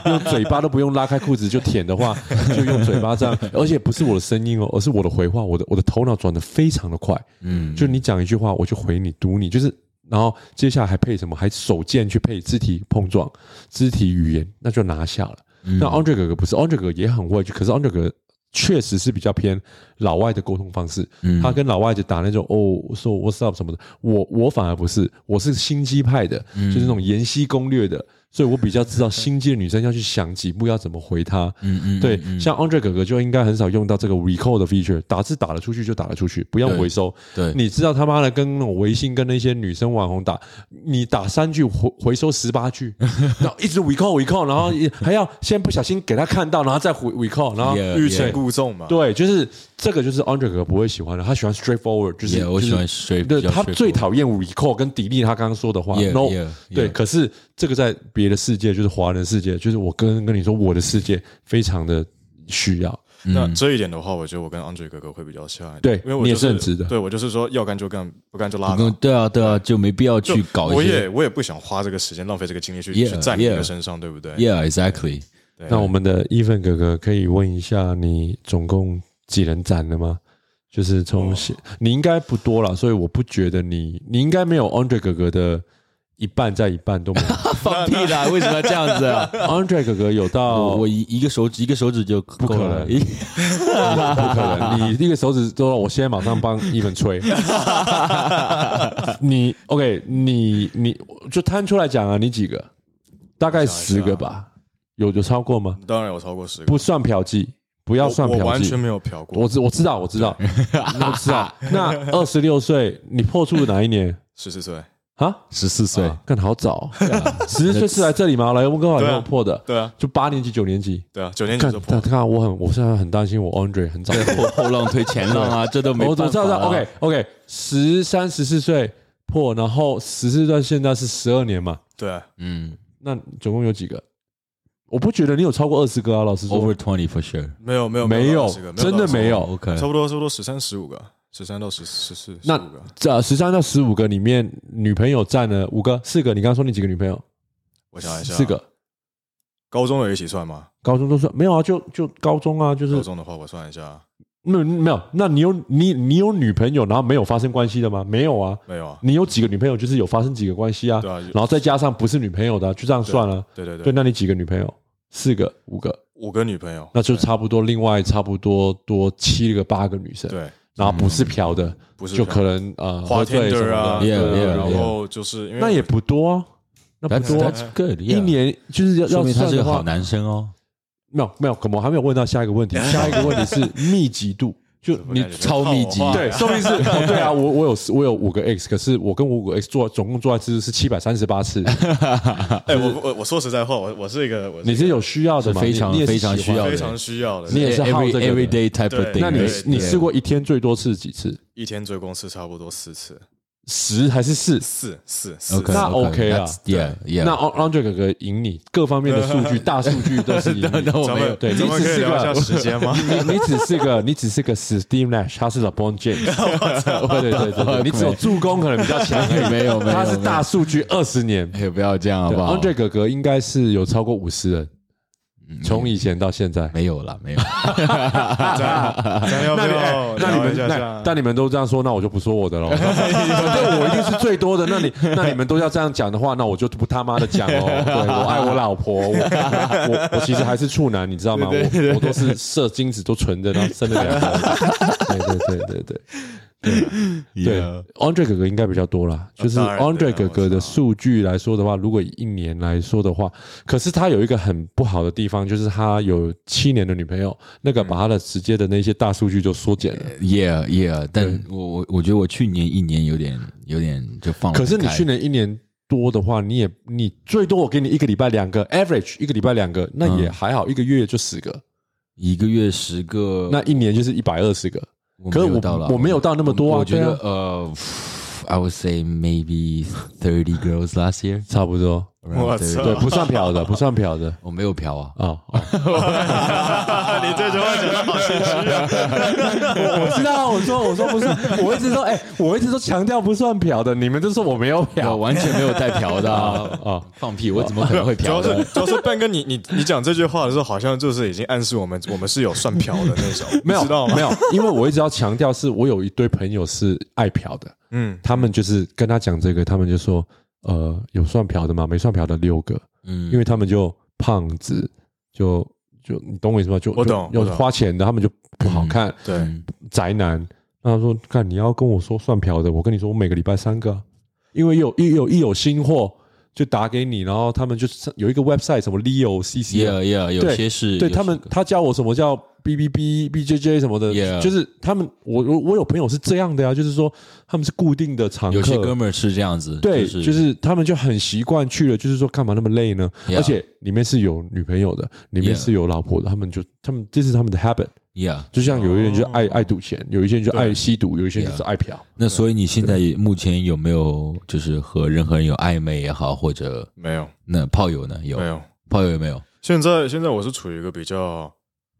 B: 嘴用嘴巴都不用拉开裤子就舔的话，就用嘴巴这样，而且不是我的声音哦，而是我的回话，我的我的头脑转得非常的快，
A: 嗯，
B: 就你讲一句话，我就回你读你，就是然后接下来还配什么？还手贱去配肢体碰撞、肢体语言，那就拿下了。那 Andre 哥哥不是 Andre 哥哥也很会，可是 Andre 哥哥确实是比较偏老外的沟通方式，他跟老外就打那种哦，说 What's up 什么的，我我反而不是，我是心机派的，
A: 嗯
B: 就是那种研析攻略的。所以我比较知道心机的女生要去想几步要怎么回她，
A: <laughs> 嗯嗯，
B: 对，像 Andre 哥哥就应该很少用到这个 recall 的 feature，打字打了出去就打了出去，不用
A: 对
B: 回收。
A: 对
B: 你知道他妈的跟那种微信跟那些女生网红打，你打三句回回收十八
A: <laughs>
B: 句，然后一直 recall recall，然后也还要先不小心给他看到，然后再回 recall，然后
A: Yeah
C: 欲擒故纵嘛。
B: 呃对，就是这个就是 Andre 哥哥不会喜欢的，他喜欢 straightforward，就是
A: Yeah，我
B: 就是
A: 喜欢 straight-
B: 对
A: 比较
B: 他
A: straightforward
B: 最讨厌 recall 跟砥砺他刚刚说的话
A: Yeah，
B: no
A: yeah，
B: 对，
A: yeah
B: 可是这个在别的世界就是华人世界，就是我跟跟你说我的世界非常的需要。
C: 那这一点的话，我觉得我跟 Andre 哥哥会比较像一点，
B: 嗯对
C: 因为我、
B: 你
C: 就
B: 也
C: 是
B: 是很直的
C: 对我就是说要干就干，不干就拉
A: 不跟
C: 倒。
A: 对啊对啊，就没必要
C: 就
A: 去搞
C: 我
A: 一些
C: 也我也不想花这个时间浪费这个精力去
A: Yeah，
C: 去在你的
A: yeah
C: 身上，对不对
A: ，yeah exactly，
C: 对
B: 那我们的伊芬哥哥可以问一下，你总共几人展了吗？就是从现、你应该不多了，所以我不觉得你你应该没有 Andre 哥哥的一半在一半都没
A: <laughs>
B: 有。
A: 放屁啦，为什么要这样子啊？
B: Andre 哥哥有到
A: 我我一一个手指一个手指就哦不
B: 可能不可能，你一个手指都让我现在马上帮伊文吹。 <laughs> 你 OK，你你就摊出来讲啊，你几个？大概
C: 啊
B: 十个吧，有有超过吗？
C: 当然有超过十个，
B: 不算嫖妓，不要
C: 我
B: 算
C: 我
B: 嫖
C: 完全
B: 妓。
C: 没有嫖过
B: 我，知我知道我知
C: <laughs>
B: 道我知道。那二十六岁，你破处哪一年
C: 十四岁，
B: 啊？
A: 十四岁
B: 啊，更好
C: <laughs>
B: 早，十岁是来这里吗？来温哥华
C: 啊对啊
B: 跟我破的，
C: 对啊，
B: 就八年级九年级。
C: 对啊，九年级
B: 看，
C: 就破
B: 看，，看我很，我现在很担心我 Andre 很早
A: 后后浪推前浪
B: <laughs>
A: 啊，这都没
B: 我我
A: 办
B: 知道
A: 法
B: 知道
A: 啊
B: ，OK OK，十三十四岁破，然后十四到现在是十二年嘛，
C: 对啊，
A: 嗯
B: 那总共有几个？我不觉得你有超过二十个啊，老实说
A: ，over，twenty for sure，
C: 没有没有
B: 没
C: 有
B: 有
C: 到10个，
B: 真的没
C: 有
B: 有
A: 哦，OK，
C: 到10个，差不多差不多十三十五个，十三到十十四，
B: 那
C: 15个
B: 这十三到十五个里面，女朋友占了五个、四个。你刚刚说你几个女朋友？
C: 我想一下，啊
B: 四个。
C: 高中的一起算吗？
B: 高中都算没有啊，就就高中啊，就
C: 高
B: 是
C: 中的话，我算一下，
B: 那没有，那你有你你有女朋友，然后没有发生关系的吗？没有啊，
C: 没有啊，
B: 你有几个女朋友，就是有发生几个关系啊，
C: 对啊
B: 然后再加上不是女朋友的啊、就这样算了、
C: 对对
B: 对
C: 对，
B: 那你几个女朋友？四个、五个，
C: 五个女朋友，
B: 那就差不多，另外差不多多七个、八个女生，，
C: 对，
B: 然后不是嫖的，
C: 不是
B: 就
C: 嫖
B: 可能呃，
C: 花
B: 喝醉什么
C: Tinder
B: 的
C: 啊，
B: 对
A: Yeah,
B: 对
A: yeah,
B: 对
C: 然
A: yeah
C: 后就是因为
B: 那也不多啊，那不
A: That's
B: 多啊，
A: that's good，yeah
B: 一年就是要
A: 说
B: 要
A: 明他
B: 算
A: 是
B: 的
A: 个好
B: 话，
A: 男生哦，
B: 没有没有，可能我还没有问到下一个问题，下一个问题是密集度，就
C: 我
B: 你
C: 感觉
A: 超密集
C: 套话
B: 对，说明是，哦对啊，我我有我有五个 X，可是我跟我五个 X 做总共做一次是七百三十八次，
C: <laughs> 哎，我我我说实在话，我我是一个，我
B: 你是有需要的
A: 是
B: 嘛？
A: 非
B: 你
A: 常
B: 你也是
A: 非常
B: 喜欢
A: 需要
C: 非
A: 的
C: 常需要的，
B: 你也是好
A: 哎 every
B: 这个的
A: everyday type of
C: 对
A: thing。
B: 那你
C: 对
B: 你
C: 对
B: 试过一天最多次几次？
C: 一天追公司差不多四次，
B: 十还是四？
C: 四四四
A: OK
B: 那 OK 啊
A: yeah
B: 那
A: yeah。
B: Andre 哥哥赢你，各方面的数
A: <laughs>
B: 据大数据都是赢你。
A: 那我
C: 咱
A: 没有
C: 们
B: 对
C: 咱
B: 你
C: 们
B: 只
C: 可以
B: 是
C: 聊一下
B: 个
C: 时间吗？
B: <laughs> 你你只是个你只是个 Steve Nash，他是
A: <laughs>
B: LeBron James，对对对对对，你只有助攻可能比较强而已，
A: 没有没有
B: 他是
A: <laughs>
B: 大数据二十年，
A: 哎，不要这样好
B: 对
A: 不好？
B: Andre 哥哥应该是有超过五十人，
A: 嗯
B: 从以前到现在。
A: 没有了，没有。
C: 咱咱要不
B: 那你哎那你
C: 要哦聊一
B: 们
C: 下这
B: 那
C: 样？
B: 但你们都这样说，那我就不说我
C: <laughs>
B: 的喽。反正我一定是最多的。那你那你们都要这样讲的话，那我就不他妈的讲哦。对我爱我老婆，
C: <laughs>
B: 我我我其实还是处男，你知道吗？我我都是射精子都存着，然后生了两个儿子。对对
C: <laughs>
B: 对对对。 <laughs> 对
A: Yeah
B: ，Andre 哥哥应该比较多啦。就是
C: 当然对
B: Andre
C: 啊
B: 哥哥的
C: 我知道
B: 数据来说的话，如果以一年来说的话，可是他有一个很不好的地方，就是他有七年的女朋友，那
C: 嗯
B: 个把他的直接的那些大数据就缩减了。
A: Yeah, yeah，但我我我觉得我去年一年有点有点就放不
B: 可是你
A: 开
B: 去年一年多的话，你也你最多我给你一个礼拜两个 average，一个礼拜两个，那也还好，一个月就十个，
A: 一个月十个，
B: 那一年就是一百二十个。
A: 我
B: 可
A: 没
B: 是
A: 有到
B: 我
A: 了，
B: 我没有到那么多啊，
A: 我觉
B: 对
A: 得
B: 啊
A: 呃，I would say maybe thirty girls last year.
B: 差不多，嗯
A: around
C: 我
A: 30
C: 操
B: 对，不算嫖 <laughs> 的，不算嫖的
A: 我没有嫖啊，
B: <laughs> 啊。
C: <laughs> 你这句话讲的好
B: <laughs>
C: 心虚啊！
B: 我知道，我说我说 <laughs> 不是，我一直说，哎、我一直都强调不算嫖的，你们就说我没有
A: 我
B: 嫖！
A: 完全没有带嫖的啊
B: <laughs> 啊。
A: 放屁，我怎么可能会
C: 主
A: 嫖
C: 要是
A: 的？
C: 主要是半哥，你你你讲这句话的时候，好像就是已经暗示我们 <laughs> 我们是有算嫖的那种，
B: <laughs> 没有
C: 你知道吗？
B: 没有，因为我一直要强调，是我有一堆朋友是爱嫖的，
C: 嗯，
B: 他们就是跟他讲这个，他们就说，呃，有算嫖的吗？没算嫖的六个，
A: 嗯
B: 因为他们就胖子，就就你懂我意思吗？就
C: 我懂
B: 就
C: 我
B: 有
C: 懂
B: 花钱的，他们就不
A: 嗯
B: 好看，
C: 对，
B: 宅男。那他说，看你要跟我说算嫖的，我跟你说，我每个礼拜三个啊、因为有一有一有新货就打给你，然后他们就是有一个 website 什么 Leo CC 啊
A: Yeah, yeah，有
B: 对
A: 些是
B: 对
A: 有
B: 他们
A: 些，
B: 他教我什么叫 B B B B J J 什么的
A: Yeah
B: 就是他们，我我我有朋友是这样的呀、啊就是说他们是固定的常客，
A: 有些哥们儿是这样子，
B: 对，
A: 是
B: 就是他们就很习惯去了，就是说干嘛那么累呢
A: Yeah
B: 而且里面是有女朋友的，里面
A: Yeah
B: 是有老婆的，他们就他们这是他们的 habit，
A: yeah。
B: 就像有一些人就爱、爱赌钱，有一些人就爱吸毒，有一些人就是爱嫖。
A: 那所以你现在目前有没有就是和任何人有暧昧也好，或者
C: 没有
A: 那炮友呢？有
C: 没有。
A: 炮友有没有？
C: 现在现在我是处于一个比较，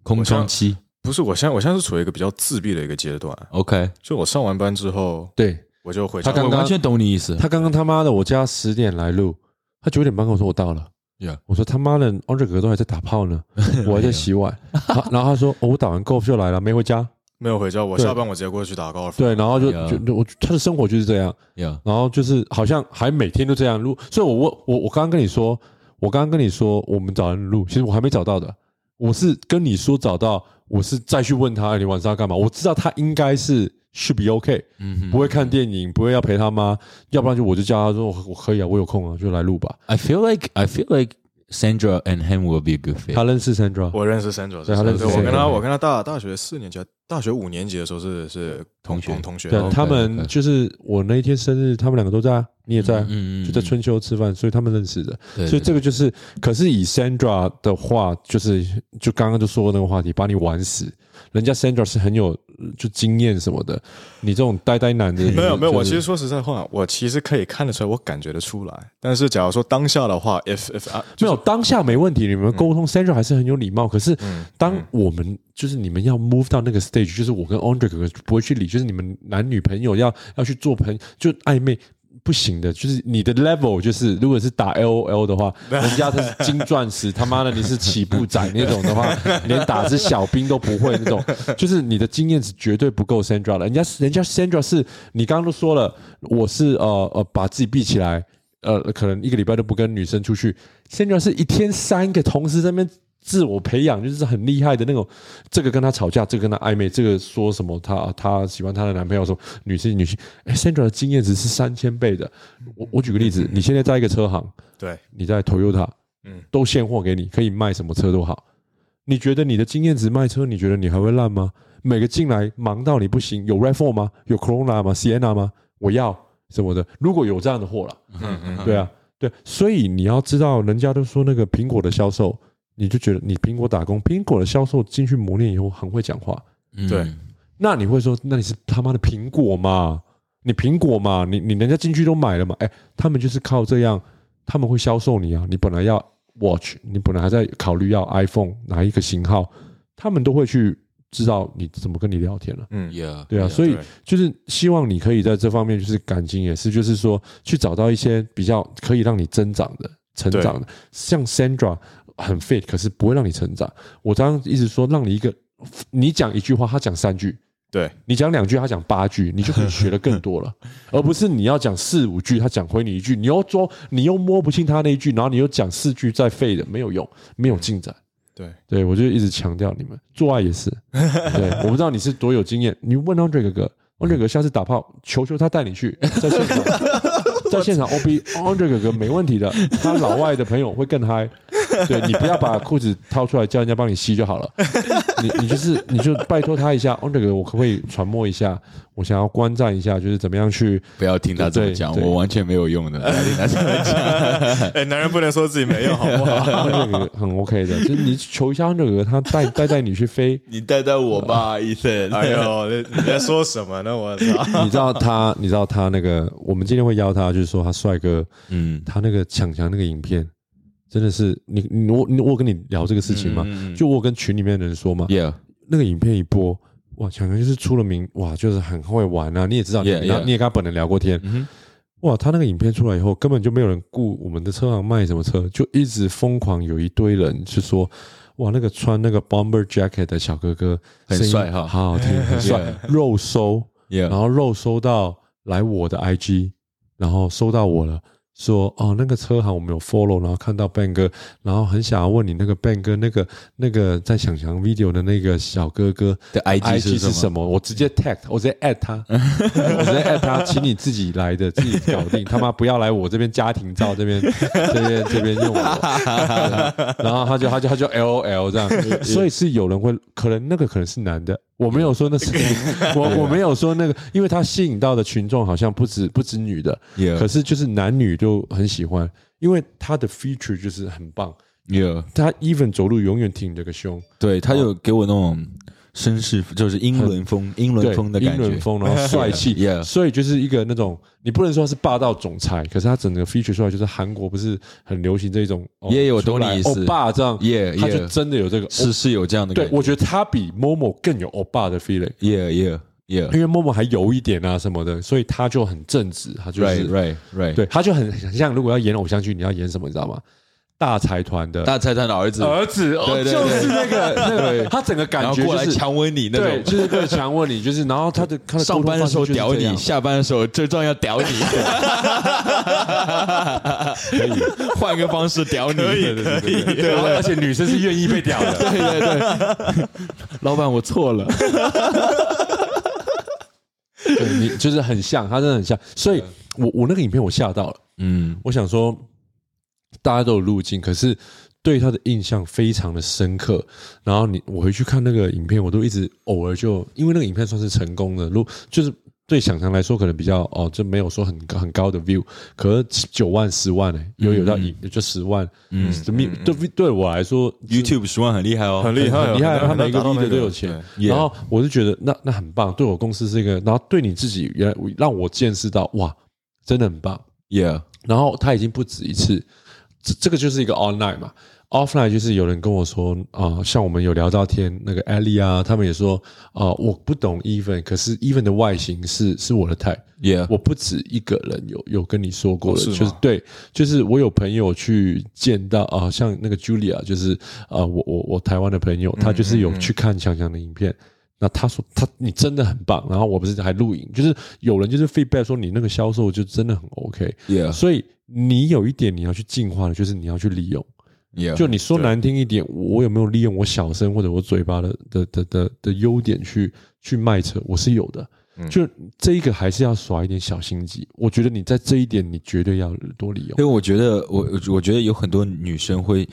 A: 空
C: 我
A: 窗
C: 像
A: 期
C: 不是我现在我现在是处于一个比较自闭的一个阶段，
A: ，OK，
C: 就我上完班之后
B: 对
C: 我就回
B: 他
C: 家。
B: 刚
A: 我
B: 刚
A: 完全懂你意思。
B: 他刚刚他妈的，我家十点来录，他九点半跟我说我到了。
A: Yeah
B: 我说他妈的，Andre 哥都还在打炮
A: <laughs>
B: 呢，我还在洗碗。他然后他说、哦我打完 golf 就来了，没回家。
C: 没有回家，我
B: 对
C: 下班我直接过去打高尔夫。
B: 对，然后就、
A: 哎呀
B: 就就我他的生活就是这样，
A: Yeah，
B: 然后就是好像还每天都这样录。所以我我我我刚刚跟你说，我刚刚跟你说我们找人录，其实我还没找到的。我是跟你说找到，我是再去问他哎你晚上要干嘛。我知道他应该是 should be okay，
A: 嗯哼
B: 不会看电影，不会要陪他妈，要不然就我就叫他说我我可以啊，我有空啊，就来录吧。
A: I feel like I feel like Sandra and him will be a good fit.
B: 他认识 Sandra，
C: 我认识 Sandra，
B: 对他认识
C: 对我
B: Sandra
C: 跟他我跟他大大学四年级，大学五年级的时候是是
A: 同
C: 同
A: 学
C: 同同学，
B: 对
A: OK，
B: 他们
A: OK
B: 就是我那一天生日，他们两个都在啊，你也在啊，
A: 嗯嗯嗯
B: 就在春秋吃饭，所以他们认识的。
A: 对
B: 所以这
A: 个
B: 个就是，可是以 Sandra 的话，就是就刚刚就说的那个话题，把你玩死。人家 Sandra 是很有呃就经验什么的，你这种呆呆男的，
C: 没有没有，
B: 就是
C: 我其实说实在话，我其实可以看得出来，我感觉得出来。但是假如说当下的话，if if I- 就
B: 没
C: 是嗯
B: 有当下没问题，你们沟通 Sandra 还是很有礼貌。可是当我们就是你们要 move 到那个 stage，就是我跟 Andre 哥哥不会去理，就是你们男女朋友要要去做朋就暧昧，不行的，就是你的 level 就是，如果是打 L O L 的
C: <laughs>
B: 话，人家他是金钻石，他妈的你是起步仔那种的话，连打只小兵都不会那种，就是你的经验值绝对不够 Sandra 的。人家人家 Sandra 是你刚刚都说了，我是呃呃把自己闭起来，呃可能一个礼拜都不跟女生出去，Sandra 是一天三个同时在那边。自我培养就是很厉害的那种，这个跟她吵架，这个跟她暧昧，这个说什么她她喜欢她的男朋友什么女性女性，哎，Sandra 的经验值是三千倍的。我我举个例子，你现在在一个车行，
C: 对，
B: 你在 Toyota，
C: 嗯
B: 都现货给你，可以卖什么车都好。你觉得你的经验值卖车，你觉得你还会烂吗？每个进来忙到你不行，有 RAV4 吗？有 Corona 吗？Sienna 吗？我要什么的？如果有这样的货了，
C: 嗯嗯
B: 对啊，对，所以你要知道，人家都说那个苹果的销售，你就觉得你苹果打工，苹果的销售进去磨练以后很会讲话，
A: 嗯
C: 对
B: 那你会说，那你是他妈的苹果嘛？你苹果嘛？你你人家进去都买了嘛？哎，他们就是靠这样，他们会销售你啊！你本来要 Watch，你本来还在考虑要 iPhone 哪一个型号，他们都会去知道你怎么跟你聊天了、
C: 嗯，
A: ，Yeah，
B: 对啊，所以
C: 对
B: 就是希望你可以在这方面，就是感情也是，就是说去找到一些比较可以让你增长的、成长的，像 Sandra 很 fit，可是不会让你成长。我刚刚一直说，让你一个，你讲一句话，他讲三句，
C: 对
B: 你讲两句，他讲八句，你就可以学的更多 <laughs> 了，而不是你要讲四五句，他讲回你一句，你又说你又摸不清他那一句，然后你又讲四句再废的，没有用，没有进展。
C: 对， <laughs>
B: 对我就一直强调你们做爱也是，对，我不知道你是多有经验，你问 Andre 哥哥，Andre 哥哥下次打炮，求求他带你去，在现场，在现场 OB Andre 哥哥没问题的，他老外的朋友会更嗨。对你不要把裤子掏出来叫人家帮你吸就好了，你你就是你就拜托他一下，Andre 哥哥，我可不可以传播一下？我想要观战一下，就是怎么样去 <laughs>
A: 不要听他这么
B: 对
A: 讲，
B: 对
A: 我完全没有用的。不要听他这么讲
C: 哎，男人不能说自己没用，好不好？
B: Andre 哥哥很 OK 的，就是你求一下 Andre 哥哥，他带带带 <laughs> 你去飞，
A: 你带带我 <laughs> 吧，医生。
C: <laughs> 哎呦，你你在说什么呢？我操！
B: <laughs> 你知道他，你知道他那个，我们今天会邀他，就是说他帅哥，
A: 嗯，
B: 他那个抢强那个影片，真的是你你我你我有跟你聊这个事情吗？
A: 嗯嗯嗯
B: 就我有跟群里面的人说嘛，
A: ，Yeah，
B: 那个影片一播，哇，强强就是出了名，哇，就是很会玩啊，你也知道，你
A: Yeah,
B: 你也
A: yeah
B: 你也跟他本人聊过天，
A: 嗯
B: 哇，他那个影片出来以后，根本就没有人顾我们的车行卖什么车，就一直疯狂有一堆人是说，哇，那个穿那个 bomber jacket 的小哥哥
A: 很
B: 声音
A: 帅哈
B: 好好听，很帅，肉收。然
A: ，Yeah，
B: 后肉收到来我的 IG，然后收到我了，说哦那个车行我们有 follow，然后看到 Ben 哥，然后很想要问你那个 Ben 哥那个那个在想想 video 的那个小哥哥
A: 的 IG 是
B: IG
A: 什么嗯
B: 是什么？我直接 tag，我直接 at 他，我直接 at 他，请你自己来的，自己搞定，他妈不要来我这边家庭照这边这边这边用我，然后他就他就他就 L O L 这样，所以是有人会，可能那个可能是男的，我没有说那是，我我
A: 啊
B: 没有说那个，因为他吸引到的群众好像不止不止女的，可
A: Yeah，
B: 是就是男女就很喜欢，因为他的 feature 就是很棒，
A: Yeah，
B: 他 even 走路永远挺着个胸。
A: 对他有给我那种绅士，就是英伦风，英伦
B: 对，
A: 风的感
B: 英
A: 觉
B: 伦。风，然后帅气
A: Yeah
B: 所以就是一个那种你不能说是霸道总裁，可是他整个 feature 出来就是韩国不是很流行这种，哦
A: Yeah，我懂你
B: 出来
A: 意思
B: 欧巴这样
A: Yeah，
B: 他就
A: yeah
B: 真的有这个，
A: 是是有这样的
B: 哦对
A: 感觉。
B: 我觉得他比 Momo 更有欧巴的 feeling，
A: Yeah，Yeah，Yeah。Yeah,
B: 因为 Momo 还油一点啊什么的，所以他就很正直，他就
A: Right,
B: 是
A: right, right。
B: 对，，他就很很像如果要演偶像剧，你要演什么你知道吗？大财团的
A: 大财团的儿子，
B: 儿子，哦
A: 对对对
B: 就是那个那个，他整个
A: 然
B: 感
A: 后
B: 觉
A: 过
B: 就
A: 来
B: 是。
A: 强吻你那
B: 对，
A: 种。
B: 就是对强吻你，就是然后
A: <laughs>
B: 他的他的
A: 上班的时候屌
B: 屌
A: 你，下班的时候最重要屌你， <laughs> 可以换个方式屌你，可以可以，对
B: 对，而且女生是愿意被屌的。
A: 对对，老板我错了，
B: 对你就是很像，他真的很像。所以我我那个影片我吓到了，
A: 嗯
B: 我想说大家都有路径，可是对他的印象非常的深刻。然后你我回去看那个影片，我都一直偶尔就因为那个影片算是成功的，如就是。对想象来说，可能比较哦，就没有说很高很高的 view，可是九万、十万呢、欸有有到一就十万，嗯，对对我来说
A: ，YouTube 十万很厉害哦，
C: 很厉害哦，
B: 很厉害，啊他
C: 很
B: 每
C: 难
B: 个
C: 达到
B: leader
C: 那
B: 都有钱。
A: Yeah
B: 然后我就觉得那那很棒，对我公司是一个，然后对你自己原来让我见识到哇，真的很棒。
A: ，Yeah，
B: 然后他已经不止一次，这这个就是一个 online 嘛 offline 就是有人跟我说啊、像我们有聊到天那个 Ellie 啊，他们也说啊、我不懂 Even，可是 Even 的外形是是我的 type。
A: Yeah，
B: 我不止一个人有有跟你说过了，
C: 哦是吗
B: 就是对，就是我有朋友去见到啊、像那个 Julia，就是啊、我我我台湾的朋
C: 嗯
B: 友，他就是有去看强强的影片。那他说他你真的很棒，然后我不是还录影，就是有人就是 feedback 说你那个销售就真的很 OK，
A: Yeah
B: 所以你有一点你要去进化的，就是你要去利用。
A: Yeah，
B: 就你说难听一点，我有没有利用我小声或者我嘴巴的的的的的优点去去卖车？我是有的。就这一个还是要耍一点小心机。我觉得你在这一点，你绝对要多利用
A: 因为。我觉得我我觉得有很多女生会，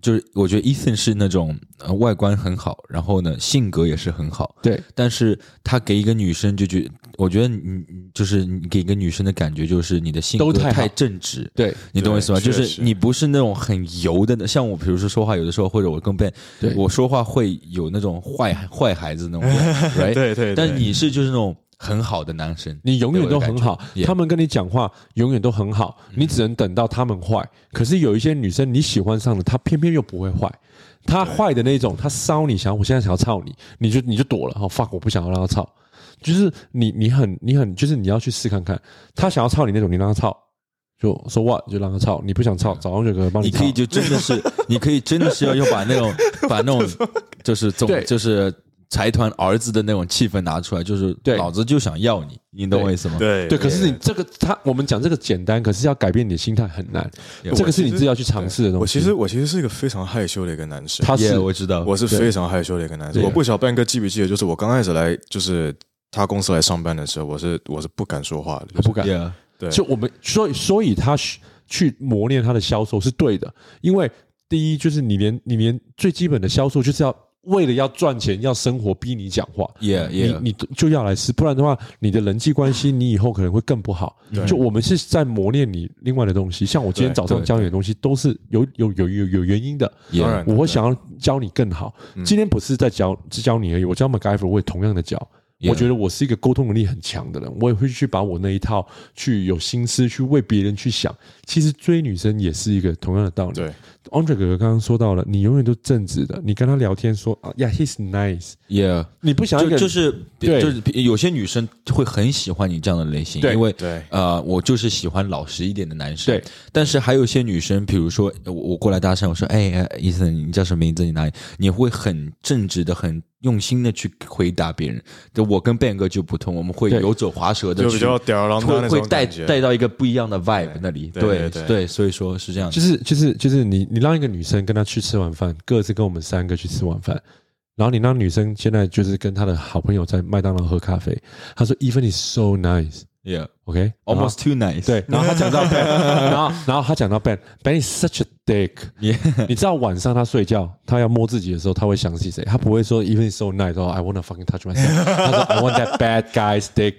A: 就是我觉得 Ethan 是那种呃外观很好，然后呢性格也是很好，
B: 对，
A: 但是他给一个女生就觉，我觉得你你就是你给一个女生的感觉就是你的性格
B: 都太好
A: 太正直，
B: 对，
A: 你懂我意思吗？
C: 对
A: 就
C: 确
A: 是
C: 实
A: 你不是那种很油的，像我，比如说说话，有的时候或者我跟 Ben，
B: 对
A: 我说话会有那种坏坏孩子那种
C: <laughs>
A: ，right？
C: 对对对
A: 但你是就是那种很好的男生，
B: 你永远都很
A: 对我
B: 好
A: 的感觉，嗯
B: 他们跟你讲话永远都很好，你只能等到他们坏。可是有一些女生你喜欢上了，她偏偏又不会坏，她坏的那种，她骚你，想要我现在想要操你，你就你就躲了，好、fuck，我不哦想要让她操。就是你你很你很就是你要去试看看，她想要操你那种，你让她操，就说 what 就让她操，你不想操，早上就可以帮
A: 嗯你
B: 操
A: 可以就真的
C: <laughs>
A: 是，你可以真的是要要把那种把那种就是总
B: 对
A: 就是财团儿子的那种气氛拿出来，就是
B: 对
A: 老子就想要你，你懂我意思吗？
C: 对
B: 对，可是你这个他我们讲这个简单，可是要改变你的心态很难，
A: Yeah
B: 这个是你自己要去尝试的东西。
C: 我其实我其实是一个非常害羞的一个男生，
B: 他是
A: Yeah，我知道，
C: 我是
B: 对
C: 非常害羞的一个男生。
B: 对
C: 我不晓得半哥记不记得，就是我刚开始来就是他公司来上班的时候，我是我是不敢说话的，就是
B: 他不敢。
A: Yeah，
C: 对
B: 就我们，所以所以他去去磨练他的销售是对的，因为第一就是你连你连最基本的销售就是要为了要赚钱要生活逼你讲话
A: Yeah，yeah
B: 你你就要来试，不然的话你的人际关系你以后可能会更不好。就我们是在磨练你另外的东西，像我今天
C: 对
B: 早上
A: 对
B: 教你的东西都是有有有有有原因的。
A: 也
C: 当然
B: 我会想要教你更好。
A: 嗯
B: 今天不是在教只教你而已，我教 MacGyver 我也同样的教。
A: Yeah
B: 我觉得我是一个沟通能力很强的人，我也会去把我那一套去有心思去为别人去想。其实追女生也是一个同样的道理。
C: 对
B: ，Andre 哥哥刚刚说到了，你永远都正直的，你跟他聊天说啊，Yeah，he's nice，
A: Yeah。
B: 你不想要一
A: 就
B: 个
A: 就是
B: 对
A: 就是有些女生会很喜欢你这样的类型，
B: 对
A: 因为
C: 对
A: 呃，我就是喜欢老实一点的男生。
B: 对，
A: 但是还有一些女生，比如说我我过来搭讪，我说哎哎，伊森，你叫什么名字？你哪里？你会很正直的、很用心的去回答别人。就我跟 Ben 哥就不同，我们会
B: 对
A: 游走滑舌的
C: 就
A: 去
C: 比，较吊儿郎当
A: 会
C: 那
A: 会
C: 种
A: 带
C: 感觉。
A: 带到一个不一样的 vibe 那里。
C: 对对
A: 对
C: 对
A: 对，所以说是这样的。
B: 就是就是就是你你让一个女生跟她去吃晚饭，各自跟我们三个去吃晚饭，然后你让女生现在就是跟她的好朋友在麦当劳喝咖啡，她说 Even is so nice。OK，almost、
A: Yeah，almost too nice。
B: 对，然后他讲到 Ben，然后然后他讲到 Ben，Ben is such a dick。
A: Yeah
B: 你知道晚上他睡觉，他要摸自己的时候，他会想起谁？他不会说 even so nice，哦，I wanna fucking touch myself。他说 I want that bad guy's dick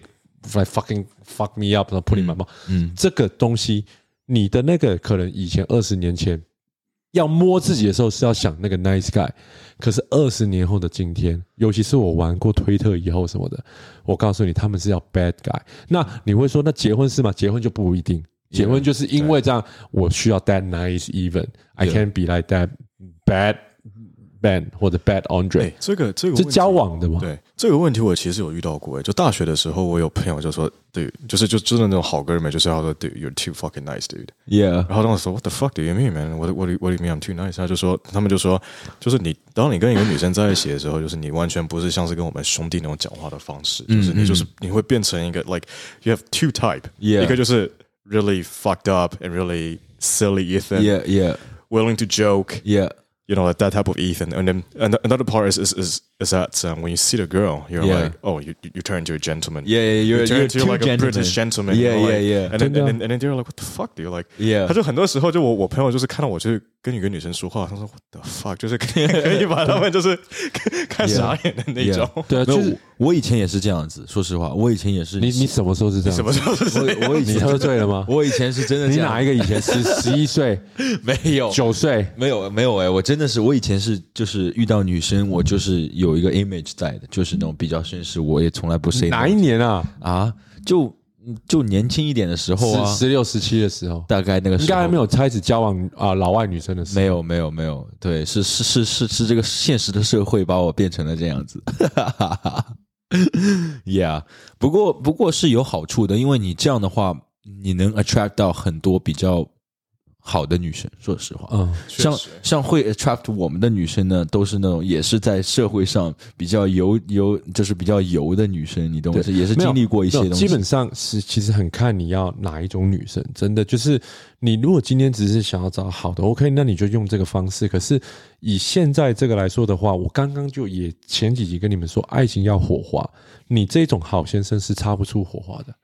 B: like fucking fuck me up，然后 put in my mouth。嗯，这个东西，你的那个可能以前二十年前要摸自己的时候是要想那个 nice guy，可是二十年后的今天，尤其是我玩过推特以后什么的，我告诉你，他们是要 bad guy。那你会说，那结婚是吗？结婚就不一定，结婚就是因为这样，我需要 that nice even，I
A: Yeah
B: can't be like that bad Ben 或者 bad Andre，、
C: 哎，这个这个
B: 是
C: 问题
B: 交往的嘛？
C: 对这个问题，我其实有遇到过。哎就大学的时候，我有朋友就说，对，就是就真的那种好哥们，就是要说，对，you're too fucking nice, dude。
A: ，Yeah，
C: 然后当时说，What the fuck do you mean, man? What what do you- what do you mean I'm too nice？他就说，他们就说，就是你，当你跟一个女生在一起的时候，就是你完全不是像是跟我们兄弟那种讲话的方式，就是你就是你会变成一个 like you have two type，
A: Yeah
C: 一个就是 really fucked up and really silly Ethan，willing
A: yeah，yeah，yeah。
C: to joke。you know, like that type of Ethan. And then and another part is is is, is that um, when you see the girl, you're
A: Yeah.
C: like, oh, you, you you turn into a gentleman.
A: Yeah, yeah, you're-
C: you turn
A: you're
C: into
A: too
C: like a
A: gentleman.
C: British gentleman.
A: Yeah,
C: you know,
A: yeah,
C: like-
A: yeah.
C: And
B: 真
C: then,
B: 的啊。
C: and then and then they're like, what the fuck, dude? Like,
A: Yeah.
C: 他就很多时候就我我朋友就是看到我就是跟你跟女生说话，他说 what the fuck，就是可以可以把他们就是看傻眼的那种。
B: 对
A: 没
B: 啊，就
A: 有
B: 是
A: 我我以前也是这样子，说实话，我以前也是
B: 你你什么时候是这样？
C: 什么时候是这样
A: 我我以
B: 你
A: 前
B: 喝醉了吗？
A: 我以前是真的
B: 你
A: 这样，
B: 哪一个以前十十一岁、
A: 没有？
B: 九岁？
A: 没有没有哎、我真的是，我以前是就是遇到女生，我就是有一个 image 在的，就是那种比较绅士，我也从来不 say
B: 哪一年啊？
A: 啊，就嗯就年轻一点的时候啊，
B: 十六十七的时候，
A: 大概那个时候
B: 应该还没有开始交往啊、老外女生的时候。
A: 没有没有没有，对，是是是是是这个现实的社会把我变成了这样子。yeah，不过不过是有好处的，因为你这样的话，你能 attract 到很多比较好的女生。说实话，
B: 嗯，
C: 确
A: 像
C: 实
A: 像会 attract 我们的女生呢，都是那种也是在社会上比较油油，就是比较油的女生，你懂我意思？也是
B: 没有
A: 经历过一些
B: 没有
A: 东西。
B: 基本上是其实很看你要哪一种女生，真的就是你如果今天只是想要找好的，OK，那你就用这个方式。可是以现在这个来说的话，我刚刚就也前几集跟你们说，爱情要火花，你这种好先生是擦不出火花的。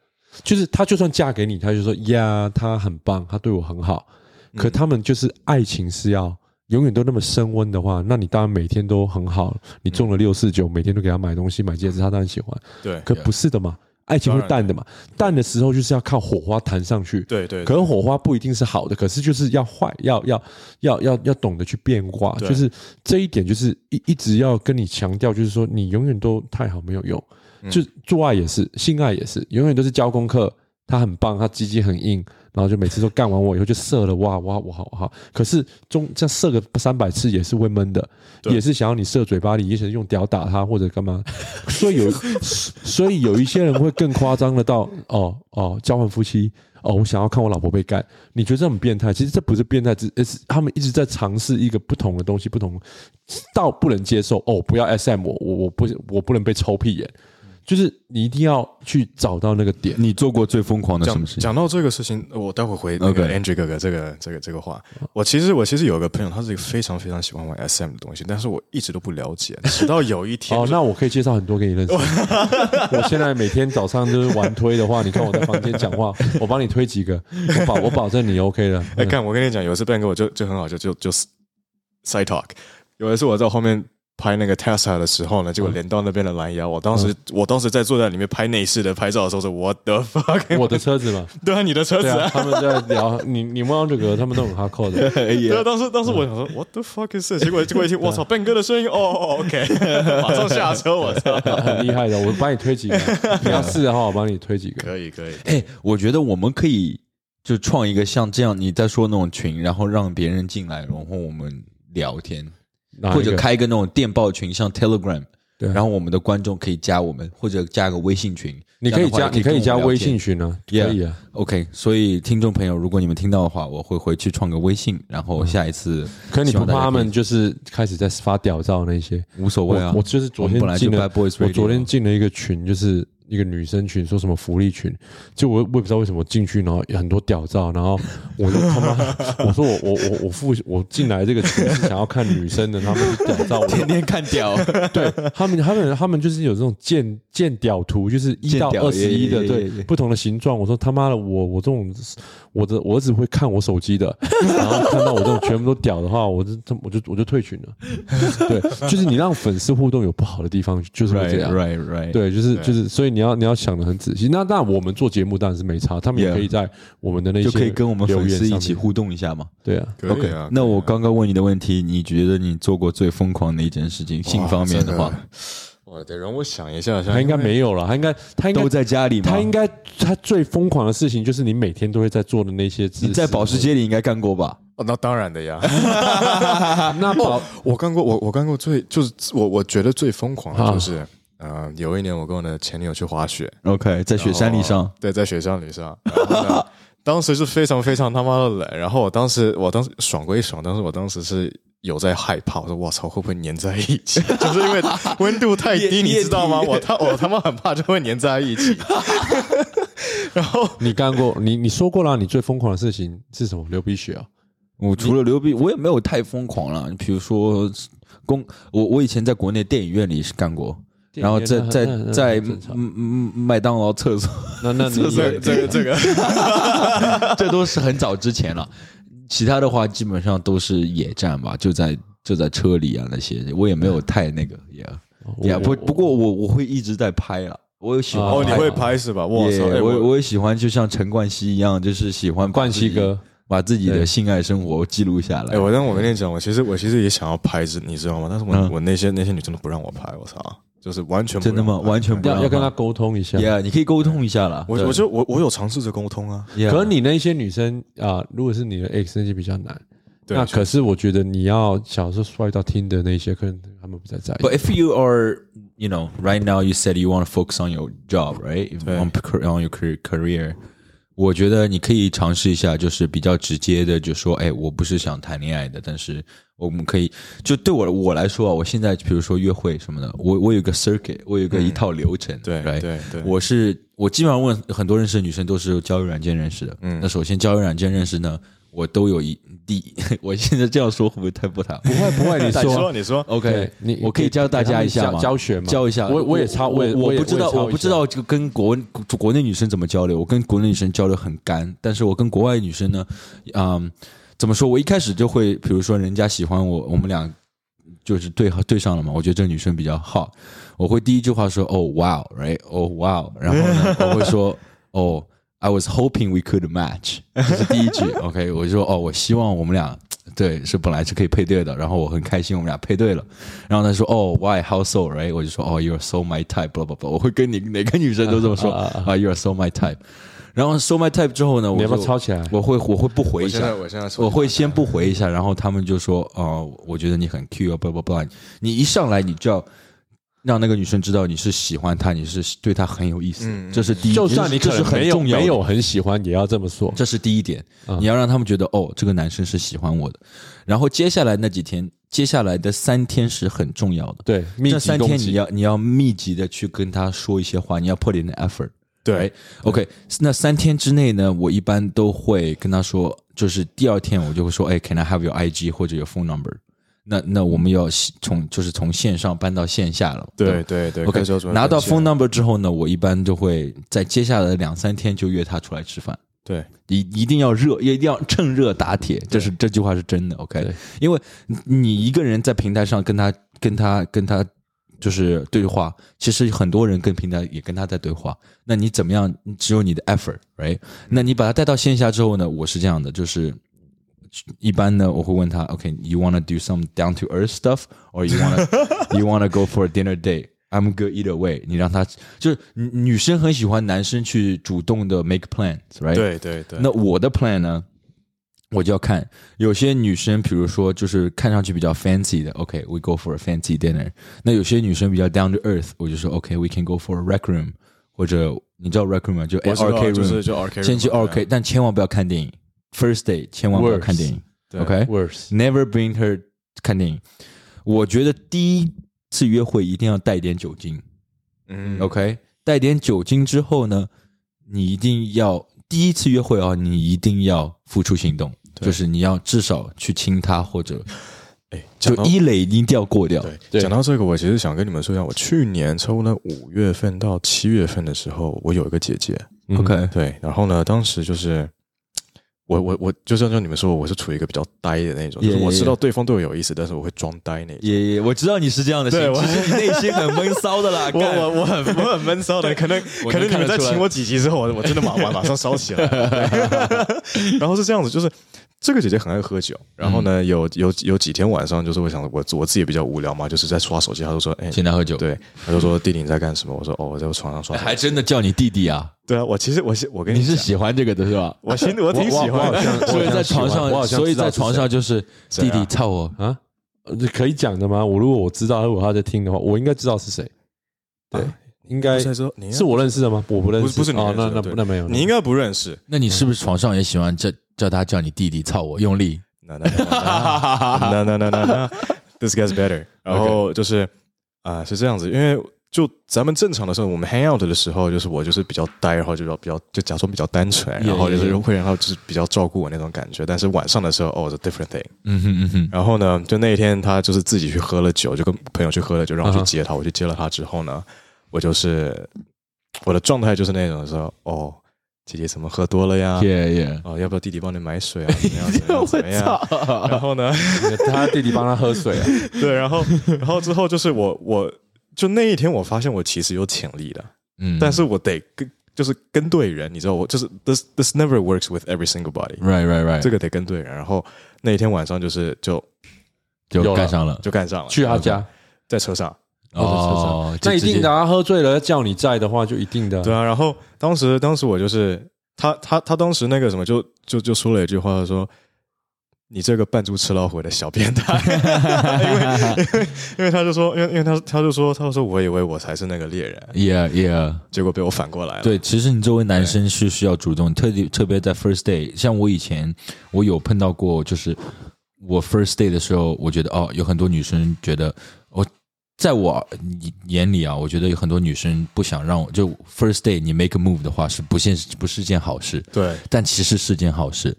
B: 就是他就算嫁给你，他就说呀，他很棒，他对我很好。
A: 嗯
B: 可他们就是爱情是要永远都那么升温的话，那你当然每天都很好，你中了六四九，每天都给他买东西买戒指，他当然喜欢。
C: 对啊
B: 可不是的嘛，爱情会淡的嘛，淡的时候就是要靠火花弹上去。
C: 对对，
B: 可能火花不一定是好的，可是就是要坏，要要要要要懂得去变化，
C: 对
B: 就是这一点，就是一一直要跟你强调，就是说你永远都太好没有用，就做爱也是，性爱也是，永远都是交功课。他很棒，他鸡鸡很硬，然后就每次都干完我以后就射了，哇哇哇好好。可是中这样射个三百次也是会闷的，
C: 对
B: 也是想要你射嘴巴里，也想用屌打他或者干嘛。所以有，所以有一些人会更夸张的到哦哦，交换夫妻哦，我想要看我老婆被干，你觉得这很变态？其实这不是变态，只是他们一直在尝试一个不同的东西，不同到不能接受哦，不要 SM 我我我不我不能被抽屁眼，就是你一定要去找到那个点。
A: 你做过最疯狂的什
C: 讲
A: 么事情？
C: 讲到这个事情，我待会回那个
A: OK
C: Andrew 哥哥这个这个这个话。我其实我其实有个朋友，他是一个非常非常喜欢玩 SM 的东西，但是我一直都不了解，直到有一天
A: 嗯
B: 哦，那我可以介绍很多给你
A: <laughs>
B: 认识。我现在每天早上就是玩推的话，你看我在房间讲话，我帮你推几个，我
A: <laughs>
B: 保我保证你 OK 的。嗯
C: 哎，看我跟你讲，有一次 Ben 哥我就就很好，就就就 side talk。有一次我在后面拍那个 Tesla 的时候呢，结果连到那边的蓝牙，我当时、我当时在坐在里面拍内饰的拍照的时候 <laughs> 说 What the fuck？
B: 我的车子嘛，
C: 对啊，你的车子
B: 对
C: 啊。
B: 啊，他们在聊你你问这个，他们都很哈扣的。
C: 对啊，当 <laughs> 时当时我想说 What the fuck is this？结果结果一听，我操，Ben 哥的声音，哦 <laughs> 哦，OK，马上下车，我操，
B: 很厉害的，我帮你推几个，
A: <laughs>
B: 你要试的话，我帮你推几个。
C: 可以可以，
A: 哎，我觉得我们可以就创一个像这样你在说那种群，然后让别人进来，然后我们聊天，
B: 啊哪一
A: 或者
B: 个
A: 开一个那种电报群，像 Telegram，
B: 对
A: 然后我们的观众可以加我们，或者加个微信群，
B: 你可以
A: 这样的
B: 加，
A: 话
B: 你
A: 也可
B: 可以加
A: 跟我们
B: 微
A: 聊天
B: 信。群啊，可
A: Yeah
B: 以啊。
A: OK，所以听众朋友，如果你们听到的话，我会回去创个微信，然后下一次
B: 嗯可你
A: 希
B: 不
A: 望大家可以。
B: 怕他们就是开始在发屌照那些？
A: 无所谓啊
B: 我我就是昨
A: 我们本
B: 天
A: 来
B: 进
A: 就
B: 了，
A: Bad Boys Radio
B: 我昨天进了一个群，就是一个女生群，说什么福利群，就我我也不知道为什么进去，然后有很多屌照，然后我就他妈， <laughs> 我说我我我我付我进来这个群是想要看女生的，他们去屌照我，
A: 天天看
B: <laughs>
A: 屌，
B: 对他们，他们，他们就是有这种见见屌图，就是一
A: 见
B: 到
A: 屌
B: 二十一的，
A: 耶耶
B: 对
A: 耶耶
B: 不同的形状。我说他妈的，我我这种，我的我儿子会看我手
A: <laughs>
B: 机的，然后看到我这种全部都屌的话，我就我就我就退
A: <laughs>
B: 群了。对，就是你让粉丝互动有不好的地方，就是会这
A: right
B: 样。
A: right right，，
B: 对，就是
C: 对
B: 就是，所以你要你要想的很仔细。那那我们做节目当然是没差，他们也
A: Yeah
B: 可以在我们的那些
A: 就可以跟我们
B: 留
A: 粉
B: 言
A: 丝
B: 上
A: 一
B: 面
A: 起互动一下嘛。
B: 对啊。
C: 可
A: OK，
C: 以啊。
A: 那我刚刚问你的问题，你觉得你做过最疯狂的一件事情，性方面的话，
C: 我得容我想一下，
B: 他应该没有了，他应该他应该
A: <laughs> 都在家里吗？
B: 他应该他最疯狂的事情就是你每天都会在做的那些姿势。
A: 你在保时捷里应该干过吧？
C: 哦，那当然的 <laughs> 呀。
B: 啊那
A: 哦
B: 保
C: 我干过，我我干过最就是我我觉得最疯狂的就是，呃，有一年我跟我的前女友去滑雪，
A: OK，在雪山里
C: 然
A: 上
C: 后，对，在雪山里上，然后呢 <laughs> 当时是非常非常他妈的冷，然后我当时我当时爽归爽，但是我当时是。有在害怕，我说我操，会不会粘在一起？ <laughs> 就是因为温度太低，
A: 液
C: 你知
A: <laughs>
C: 道吗？
A: 液体
C: 我他我他妈很怕就会粘在一起。然后
B: 你干过你你说过了，你最疯狂的事情是什么？流鼻血啊！
A: 我除了流鼻，我也没有太疯狂了。比如说公，我我以前在国内电影院里是干过，然后在在在
B: 正
A: 嗯
B: 常
A: 嗯嗯麦当劳厕所， <laughs>
B: 那那
C: 这这
B: 你
C: 这个这个，
A: 这都是很早之前了。其他的话基本上都是野战吧，就在就在车里啊那些，我也没有太那个也也不不过我我会一直在拍了，我有喜欢
C: 哦，你
A: 拍
C: 会拍是吧？我操，
A: 也
C: 哎
A: 我我也喜欢，就像陈冠希一样，就是喜欢
B: 冠希哥，
A: 把自己的性爱生活记录下来。
C: 哎，我但我跟你讲，我其实我其实也想要拍，你知道吗？但是我、
A: 嗯
C: 我那些那些女生都不让我拍，我操，就是完全不
A: 真的吗
C: 让我拍
A: 完全不
B: 要
A: 让
B: 要跟他沟通一下。
A: Yeah，你可以沟通一下啦。
C: 我我就我我有尝试着沟通啊，
A: Yeah
B: 可是你那些女生啊，如果是你的 X 那些比较难。
C: 对
B: 那可是我觉得你要小时候摔到听的那些，可能他们比较在意。
A: But if you are, you know, right now you said you want to focus on your job,
C: <laughs>
A: right? On car- on your career- career，我觉得你可以尝试一下，就是比较直接的，就说，哎，我不是想谈恋爱的，但是我们可以，就对我我来说啊，我现在比如说约会什么的，我我有个 circuit，我有个一套流程，
C: 嗯对
A: right?
C: 对对
A: 我是我基本上问很多认识的女生都是交友软件认识的，嗯，那首先交友软件认识呢，我都有一第一， <laughs> 我现在这样说会不会太不太好？
B: 不会不
A: <laughs>
B: 会，你
C: 哎你说
A: 啊
B: 说
C: 你说
A: OK，
B: 对你
A: 我可以教大家一下
B: 给他
A: 吗？
B: 们教教学嘛
A: 教一下。
B: 我我也抄我也
A: 我
B: 我也
A: 不知道，
B: 我也抄一下
A: 我不知道这个跟国国内女生怎么交流。我跟国内女生交流很干，但是我跟国外女生呢，嗯，怎么说？我一开始就会，比如说人家喜欢我，我们俩就是对对上了嘛。我觉得这个女生比较好，我会第一句话说哦 wow，right，哦 wow，然后呢，我会说哦。I was hoping we could match，这是第一
B: <laughs>
A: 句。OK，我就说哦，我希望我们俩对是本来是可以配对的，然后我很开心我们俩配对了。然后他说哦，Why how so right？我就说哦，You're so my type，blah blah blah。我会跟你 <laughs> 哪个女生都这么
B: <laughs>
A: 说啊，You're so my type。然后 so my type 之后呢，我
B: 你要不要
A: 就
B: 抄起来
A: 我会我会不回一
C: 我现
A: 下，
C: 在我现在手机
A: 我会先不回一下，然后他们就说哦、我觉得你很 cute 啊，blah blah blah。你一上来你就要。让那个女生知道你是喜欢她，你是对她很有意思，这是第一。
B: 就算你
A: 这
B: 可
A: 是
B: 能
A: 很
B: 没有
A: 重要的
B: 没有嗯很喜欢，也要这么说。
A: 这是第一点，你要让他们觉得哦，这个男生是喜欢我的。然后接下来那几天，接下来的三天是很重要的。
B: 对，密集
A: 这三
B: 攻
A: 天
B: 击
A: 你要你要密集的去跟他说一些话，你要 put in effort。
C: 对
A: OK，那三天之内呢，我一般都会跟他说，就是第二天我就会说，哎，Can I have your IG 或者 your phone number？那那我们要从就是从线上搬到线下了。
C: 对对对
A: OK，
C: 开始要准备
A: 拿到
C: 文件
A: phone number 之后呢，我一般就会在接下来的两三天就约他出来吃饭。
C: 对
A: 一一定要热，也一定要趁热打铁，这是这句话是真的，OK？
B: 对
A: 因为你一个人在平台上跟他、跟他、跟他就是对话，其实很多人跟平台也跟他在对话，那你怎么样？只有你的 effort，right？那你把他带到线下之后呢？我是这样的，就是一般呢，我会问他，OK，you、wanna do some down to earth stuff or you wanna you wanna go for a dinner date？I'm good either way。你让他就是女女生很喜欢男生去主动的 make plans，right？
C: 对对对，
A: 那我的 plan 呢，我就要看有些女生，比如说就是看上去比较 fancy 的，OK，we、go for a fancy dinner。那有些女生比较 down to earth，我就说 OK，we、can go for a rec room，或者你知道 rec room 吗？就
C: 我知道
A: RK room，
C: 就是就 RK room，
A: 先去
C: 对
A: RK，但千万不要看电影。First day 千万不要看电影
C: 对
A: ，OK？
B: worse。
A: Never bring her 看电影。我觉得第一次约会一定要带点酒精。
C: 嗯
A: OK，带点酒精之后呢，你一定要第一次约会啊，你一定要付出行动，就是你要至少去亲她，或
C: <laughs>
A: 者
C: 哎，
A: 就
C: 讲到
A: 一垒一定要过掉。
C: 对，
B: 对
C: 讲到这个，我其实想跟你们说一下，我去年差不多五月份到七月份的时候，我有一个姐姐，
A: OK，
C: 对，然后呢，当时就是我我我就是按照你们说，我是处于一个比较呆的那种，就是
A: Yeah,
C: 我知
A: yeah,
C: 道对方对我有意思，但是我会装呆那种。
A: 也也我知道你是这样的心
C: 对，我
A: 其实你内心很闷骚的
B: <laughs>
C: <laughs>
A: 啦。
C: 我
A: 干
C: 我我很我很闷骚的，可能
A: 我
C: 可
A: 能
C: 能你
A: 看
C: 们
A: 得
C: 在
A: 出来
C: 请我几集之后，我我真的马马马上烧起来。对 <laughs> 然后是这样子，就是这个姐姐很爱喝酒，然后
B: 嗯
C: 呢，有有有几天晚上，就是我想我我自己也比较无聊嘛，就是在刷手机，她就说，哎，
A: 请她喝酒，，
C: 对，她就说弟弟你在干什么？我说哦，我在床上刷手机。
A: 还真的叫你弟弟啊？
C: 对啊，我其实我是我跟
A: 你是
C: 讲
A: 喜欢这个的是吧？
C: 我心我挺喜欢
B: 我好
C: 的，
B: 像
A: 所以在床
B: 我好
A: 上，
B: 像
A: 所以在
B: 知道
A: 床
B: 是谁
A: 上就是弟
C: 谁啊
A: 弟操我，
B: 啊，呃这可以讲的吗？我如果我知道，如果他在听的话，我应该知道是谁。对，应该
C: 不是说你
B: 是我认识的吗？我不认
C: 不
B: 识，
C: <laughs> 是不是你
B: 哦
C: 认，识的
B: 那那
C: 对
B: 那没有，
C: 你应该不认识。
A: 那你是不是床上也喜欢叫叫他叫你弟弟操我用力？
C: 那那那那那那那，this gets better。然后就是啊、是这样子，因为就咱们正常的时候，我们 hang out 的时候，就是我就是比较呆，然后就比较比较就假装比较单纯，然后就是
A: yeah.
C: 会然后就是比较照顾我那种感觉。但是晚上的时候，哦，是 different thing。
A: 嗯哼嗯哼，
C: 然后呢，就那一天他就是自己去喝了酒，就跟朋友去喝了酒，让我去接他。我去接了他之后呢，我就是我的状态就是那种说，哦，姐姐怎么喝多了呀？
A: 耶耶，
C: 哦，要不要弟弟帮你买水啊？怎么样？怎
B: <laughs>
C: <laughs> 么样？怎么样？然后呢？
B: 他弟弟帮他喝
C: <laughs>
B: 水啊。
C: 对，然后然后之后就是我我就那一天我发现我其实有潜力的，
A: 嗯，
C: 但是我得跟就是跟对人，你知道我就是 this this never works with every single body，、
A: ，right right right，
C: 这个得跟对人。然后那一天晚上就是就
A: 就
B: 有
A: 干
B: 了
A: 上了，
C: 就干上了，
B: 去他啊家，
C: 在车上，
A: 哦，就
B: 那一
A: 直接
B: 定的啊，喝醉了叫你在的话，就一定的。
C: 对啊。然后当时当时我就是他他他当时那个什么就就就说了一句话说。你这个扮猪吃老虎的小变态，因为因为因为他就说，因为因为他他就说，他就说我以为我才是那个猎人，
A: ，yeah yeah。
C: 结果被我反过来了。
B: 呃
A: 对，其实你作为男生是需要主动，特地特别在 first day，像我以前我有碰到过，就是我 first day 的时候，我觉得哦，有很多女生觉得我在我眼里啊，我觉得有很多女生不想让我就 first day 你 make a move 的话是不现不是件好事，
C: 对，
A: 但其实是件好事，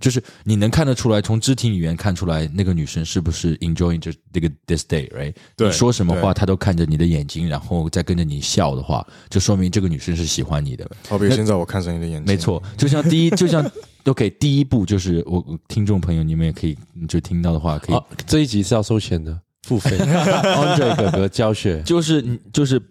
A: 就是你能看得出来，从肢体语言看出来那个女生是不是 enjoying 这这个 this day，right？
C: 对
A: 你说什么
C: 对
A: 话，她都看着你的眼睛，然后再跟着你笑的话，就说明这个女生是喜欢你的。
C: 好比现在我看着你的眼睛，
A: 没错，就像
B: <laughs>
A: 第一，就像 OK，第一步就是我我听众朋友你们也可以你就听到的话，可以、
B: 啊，这一集是要收钱的，付
C: <laughs>
B: 费。Andre 哥哥教学，
A: 就是你就是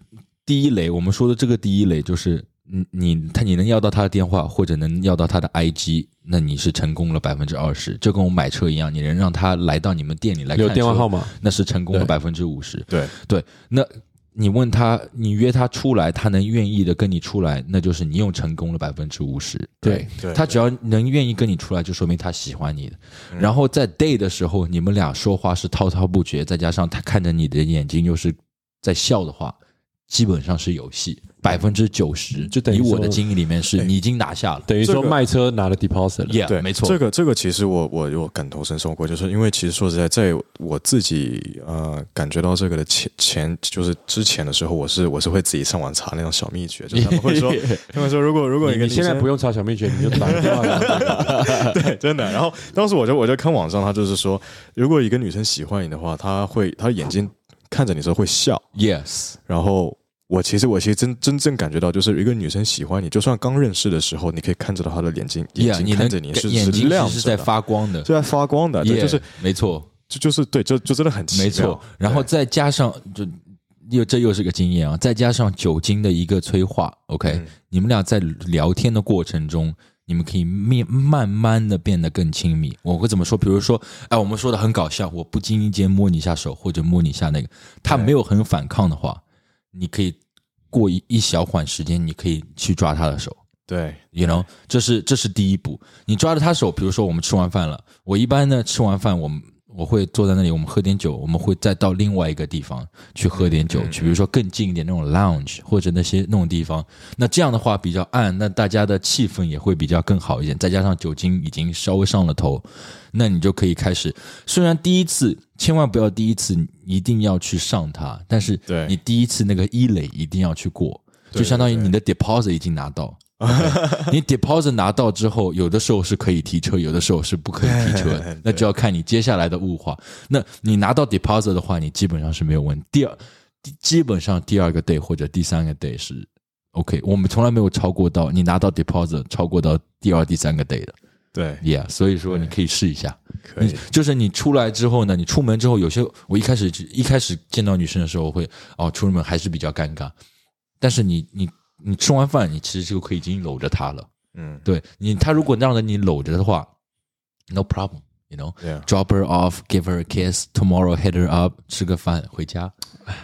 A: 第一类，我们说的这个第一类就是你你他你能要到他的电话或者能要到他的 IG，那你是成功了百分之二十，就跟我买车一样，你能让他来到你们店里来看
B: 有电话
A: 车
B: 号码，
A: 那是成功了
B: 对
A: 百分之五十。
C: 对
A: 对，那你问他，你约他出来，他能愿意的跟你出来，那就是你又成功了百分之五十。
B: 对
C: 对，
A: 他只要能愿意跟你出来，就说明他喜欢你的。
C: 嗯
A: 然后在 day 的时候，你们俩说话是滔滔不绝，再加上他看着你的眼睛又是在笑的话，基本上是有戏。百分之九十，
B: 就等于
A: 以我
B: 说
A: 的经验里面是
C: 哎
A: 你已经拿下了。
B: 等于
C: 这
B: 说
C: 个
B: 卖车拿了 deposit 了。
A: Yeah，
C: 对，
A: 没错。
C: 这个这个其实我我有感同身受过，就是因为其实说实在，在我自己呃感觉到这个的前前就是之前的时候，我是我是会自己上网查那种小秘诀，就是他们
A: <laughs>
C: 会说他们说如果如果一
B: 你
C: 个
B: 你现在
C: 女生
B: 不用查小秘诀，你就打个电话给
C: <laughs>
B: 他。
C: 对，真的。然后当时我就我就看网上，他就是说，如果一个女生喜欢你的话，她会她眼睛看着你的时候会笑，
A: Yes，
C: 然后。我其实，我其实真真正感觉到，就是一个女生喜欢你，就算刚认识的时候，你可以看着到她的眼睛，眼
A: yeah，
C: 睛
A: 你
C: 看
A: 能
C: 着你是
A: 眼睛
C: 亮
A: 是
C: 着
A: 在
C: 的
A: 发光的。
C: 就在发光的，对，
A: Yeah，
C: 就是
A: 没错。
C: 就就是对，就就真的很奇妙
A: 没错，然后
C: 对
A: 再加上就又这又是个经验啊，再加上酒精的一个催化，OK，、
C: 嗯
A: 你们俩在聊天的过程中。你们可以面慢慢的变得更亲密。我会怎么说？比如说，哎，我们说的很搞笑，我不经意间摸你一下手，或者摸你一下那个，他没有很反抗的话，你可以过一一小缓时间，你可以去抓他的手。
C: 对
A: you know，这是这是第一步。你抓着他手，比如说我们吃完饭了，我一般呢吃完饭，我们我会坐在那里，我们喝点酒，我们会再到另外一个地方去喝点
C: 嗯
A: 酒，去比如说更近一点那种 lounge 或者那些那种地方。那这样的话比较暗，那大家的气氛也会比较更好一点，再加上酒精已经稍微上了头，那你就可以开始。虽然第一次千万不要第一次一定要去上它，但是
C: 对
A: 你第一次那个一垒一定要去过。
C: 对，
A: 就相当于你的 deposit 已经拿到，你 deposit 拿到之后，有的时候是可以提车，有的时候是不可以提车的那就要看你接下来的物化。那你拿到 deposit 的话，你基本上是没有问题。第二，第基本上第二个 day 或者第三个 day 是 OK，我们从来没有超过到你拿到 deposit 超过到第二、第三个 day 的
C: 对，
A: ，Yeah，所以说你可以试一下。
C: 可
A: 你
C: 以，
A: 就是你出来之后呢，你出门之后，有些我一开始就一开始见到女生的时候会哦，出门还是比较尴尬，但是你你你吃完饭，你其实就可以已经搂着她了。
C: 嗯，
A: 对你，她如果让着你搂着的话，no problem，you know。<laughs>
C: 对啊，
A: Drop her off, give her a kiss. Tomorrow, hit her up. 吃个饭，回家。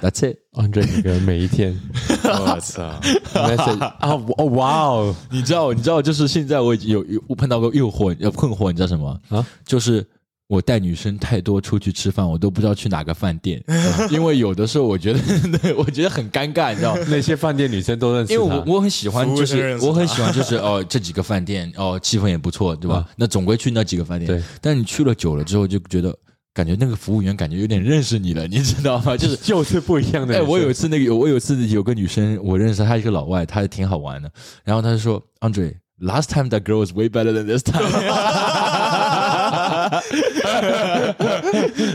A: That's it.
B: Andre 哥哥每一天
C: 我操， <laughs>
B: message 啊，我哦哇哦，
A: 你知道，你知道，就是现在我已经有有我碰到过诱惑，呃，困惑，你知道什么
B: 啊？
A: 就是我带女生太多出去吃饭，我都不知道去哪个饭店， <laughs> 因为有的时候我觉得， <laughs> 对我觉得很尴尬，你知道。
B: 那些饭店女生都认识
A: 因为我
B: 他。
A: 我很喜欢，
C: 服务
A: 就
C: 生
A: 是
C: 认识
A: 我很
C: 他
A: 喜欢，就是哦，这几个饭店哦，气氛也不错，对吧？那总归去那几个饭店。
B: 对，
A: 但你去了久了之后，就觉得感觉那个服务员感觉有点认识你了，你知道吗？就是
B: 就是不一样的
A: 哎，
B: 女生。
A: 我有一次那个，我有一次有个女生，我认识她一个老外，她挺好玩的。然后她就说，Andre，last time that girl was way better than this time。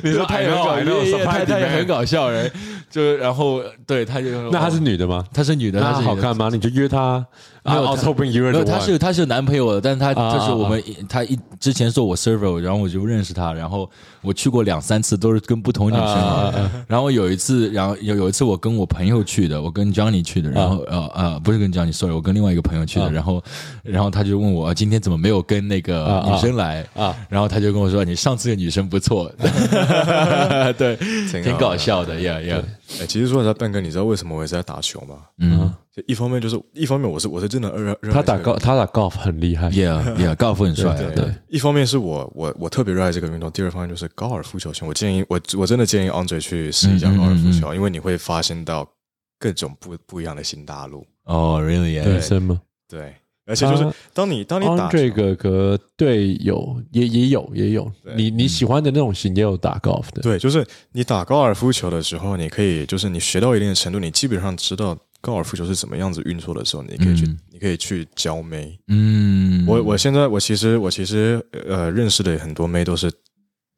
A: 你说
B: 太搞笑了
A: 夜夜太太也
B: surprise
A: 很搞笑，人就然后对他就
B: 那她是女的吗？
A: 她是女的，
B: 那
A: 哦她
B: 她
A: 是
B: 好看吗？你就约她。啊哦
A: 没
B: I
A: 有
B: was
A: 她
B: hoping you were
A: 没
B: the
A: 有，他
B: one
A: 是。他是有男朋友的，但是他
B: 啊
A: 就是我们他一之前做我 server，然后我就认识他，然后我去过两三次，都是跟不同女生
B: 啊啊
A: 嘛。然后有一次，然后有有一次我跟我朋友去的，我跟 Johnny 去的，然后呃呃不是跟 Johnny，sorry，我跟另外一个朋友去的，
B: 啊
A: 然后然后他就问我啊今天怎么没有跟那个
B: 啊啊
A: 女生来
B: 啊，
A: 然后他就跟我说你上次的女生不
B: <laughs>
A: 错，对， <laughs> 挺搞笑的，yeah yeah，
C: 哎，其实说实在，笨哥，你知道为什么我一直在打球吗？
A: 嗯
B: 啊
C: 就一方面就是，一方面我是我是真的热热爱
B: 她打
C: 这个
B: 高，她打 golf 很厉害。
A: ，yeah yeah，高尔夫很帅啊，
B: 对对
A: 对。
C: 一方面是我我我特别热爱这个运动，第二方面就是高尔夫球球。我建议我我真的建议 Andre 去试一下
A: 嗯嗯
C: 高尔夫球，因为你会发现到各种不不一样的新大陆。
A: 哦、r e a l l y
B: 人生吗？
C: 对，而且就是
B: 啊
C: 当你当你打
B: Andre
C: 球
B: 哥哥队友也也有也有，
C: 对
B: 你你喜欢的那种型也有打
A: 嗯
B: golf 的。
C: 对，就是你打高尔夫球的时候，你可以就是你学到一定的程度，你基本上知道高尔夫球是怎么样子运作的时候，你可以去、
A: 嗯
C: 你可以去教妹。
A: 嗯，
C: 我我现在我其实我其实呃认识的很多妹都是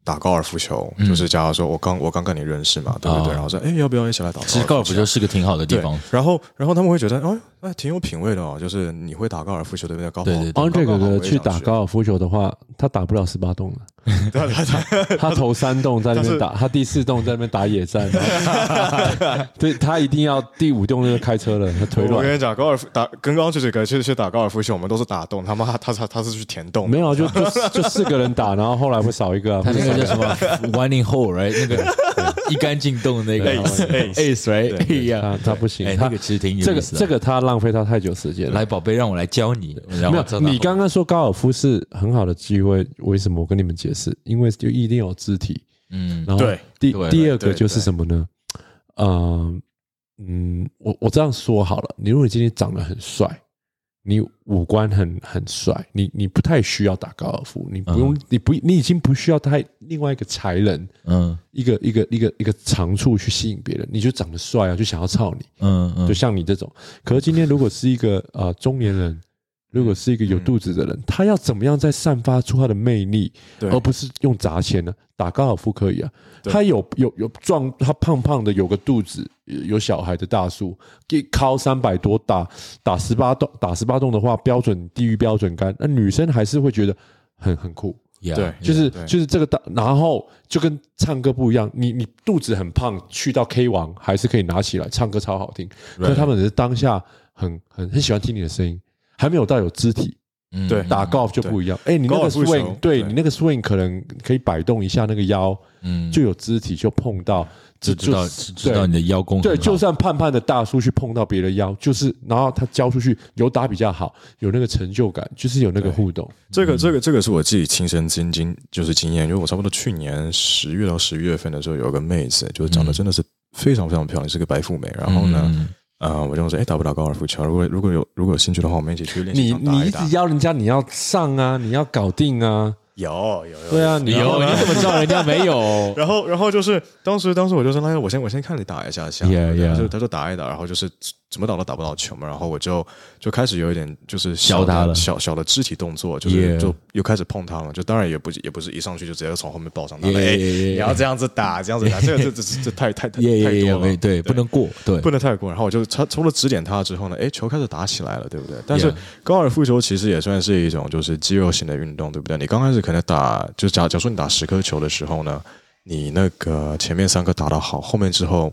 C: 打高尔夫球，
A: 嗯
C: 就是假如说我刚我刚跟你认识嘛，对不对？
A: 哦
C: 然后说哎要不要一起来打高尔夫球？
A: 其实高尔夫球是个挺好的地
C: 对
A: 方，，
C: 然后然后他们会觉得哦哎挺有品味的哦，就是你会打高尔夫球对不对？高
A: 对对对
B: Andre 哥
C: 刚好
B: 哥
C: 我也
B: 去
C: 想
B: 打
C: 学
B: 高尔夫球的话，他打不了十八洞了。
C: <laughs> 对对
A: <laughs>
C: 对，
B: 他投三洞在那边打，他第四洞在那边打野
C: <laughs>
B: 战，对他一定要第五洞就开车了，他腿
C: 我跟
B: 软。
C: 你讲，高尔夫打跟刚刚去这个去去打高尔夫球，我们都是打洞，他妈他他他是去填洞的，
B: 没有啊，就就就四个人打，然后后来会少一个啊。
A: 他那
B: 会少
A: 个
B: 一
A: 叫什么 “One in Hole” right？那个一杆进洞那个
C: Ace，
A: Ace right？哎
B: 他
A: 呀，
B: 他不行
A: 哎，，
B: 他
A: 那个其实挺
B: 这
A: 有意
B: 个
A: 思的。
B: 这个他浪费他太久时间了
A: 来，。宝贝，让我来教你。然
B: 没
A: 后
B: 有，你刚刚说高尔夫是很好的机会，为什么？我跟你们解释，因为就一定有肢体。
A: 嗯
B: 然后
C: 对
B: 第
A: 对
B: 第二个
C: 对
B: 就是
C: 对
B: 什么呢？嗯嗯，我我这样说好了，你如果你今天长得很帅，你五官很很帅，你你不太需要打高尔夫，你不用、你不你已经不需要太另外一个才能，
A: 嗯
B: 一个一个一个一个长处去吸引别人，你就长得帅啊，就想要操你。
A: 嗯嗯
B: 就像你这种。可是今天如果是一个呃中年人，如果是一个
C: 嗯
B: 有肚子的人，他要怎么样再散发出他的魅力，
C: 对
B: 而不是用砸钱呢？打高尔夫可以啊，
C: 对
B: 他有有有壮，他胖胖的，有个肚子，有有小孩的大叔，一敲三百多打打十八洞，打十八洞的话，标准低于标准杆，那女生还是会觉得很很酷。
A: Yeah，
C: 对
A: yeah，
B: 就是
C: 对
B: 就是这个大，然后就跟唱歌不一样，你你肚子很胖，去到 K 王还是可以拿起来唱歌超好听，可是他们只是当下很很很喜欢听你的声音，还没有到有肢体，
A: 嗯
C: 对
B: 打 golf 就不一样。哎，你那
C: 高
B: 个
C: 尔夫球
B: swing，对
C: 对
B: 你那个 swing 可能可以摆动一下那个腰，
A: 嗯
B: 就有肢体就碰到，
A: 就
B: 就
A: 知道
B: 就
A: 知知道你的腰功很好
B: 对，就算胖胖的大叔去碰到别的腰，就是然后他交出去有打比较好，有那个成就感，就是有那个互动。
C: 这个这个这个是我自己亲身经经就是经验，因为我差不多去年十月到十一月份的时候，有个妹子，就是长得真的是非常非常漂亮，是个白富美。然后呢，
A: 嗯
C: 呃，我就问说，哎，打不打高尔夫球？如果如果有如果有兴趣的话，我们一起去练习
B: 你
C: 场打
B: 你一
C: 一
B: 直
C: 打。
B: 邀人家，你要上啊，你要搞定啊，
C: 有有有，
B: 对啊，你
A: 有，你怎么知道人家没有
C: 然后，然后就是当时，当时我就说，那我先我先看你打一下下，
A: Yeah,
C: 对
A: yeah
C: 他就他就打一打，然后就是怎么打都打不到球嘛，然后我就就开始有一点就是小
A: 教他了
C: 的小小的肢体动作，就是
A: Yeah
C: 就又开始碰他了，就当然也不是也不是一上去就直接从后面抱上他，哎
A: Yeah, yeah, yeah,
C: 你要这样子打，这样子打，这个这这这这太太
A: <laughs>
C: 太
A: 也也
C: 太
A: 也
C: 多了
A: 没，对，不能过，对，
C: 不能太过。然后我就他除了指点他之后呢，哎，球开始打起来了，对不对？但是
A: Yeah
C: 高尔夫球其实也算是一种就是肌肉型的运动，对不对？你刚开始可能打，就假假如说你打十颗球的时候呢，你那个前面三颗打得好，后面之后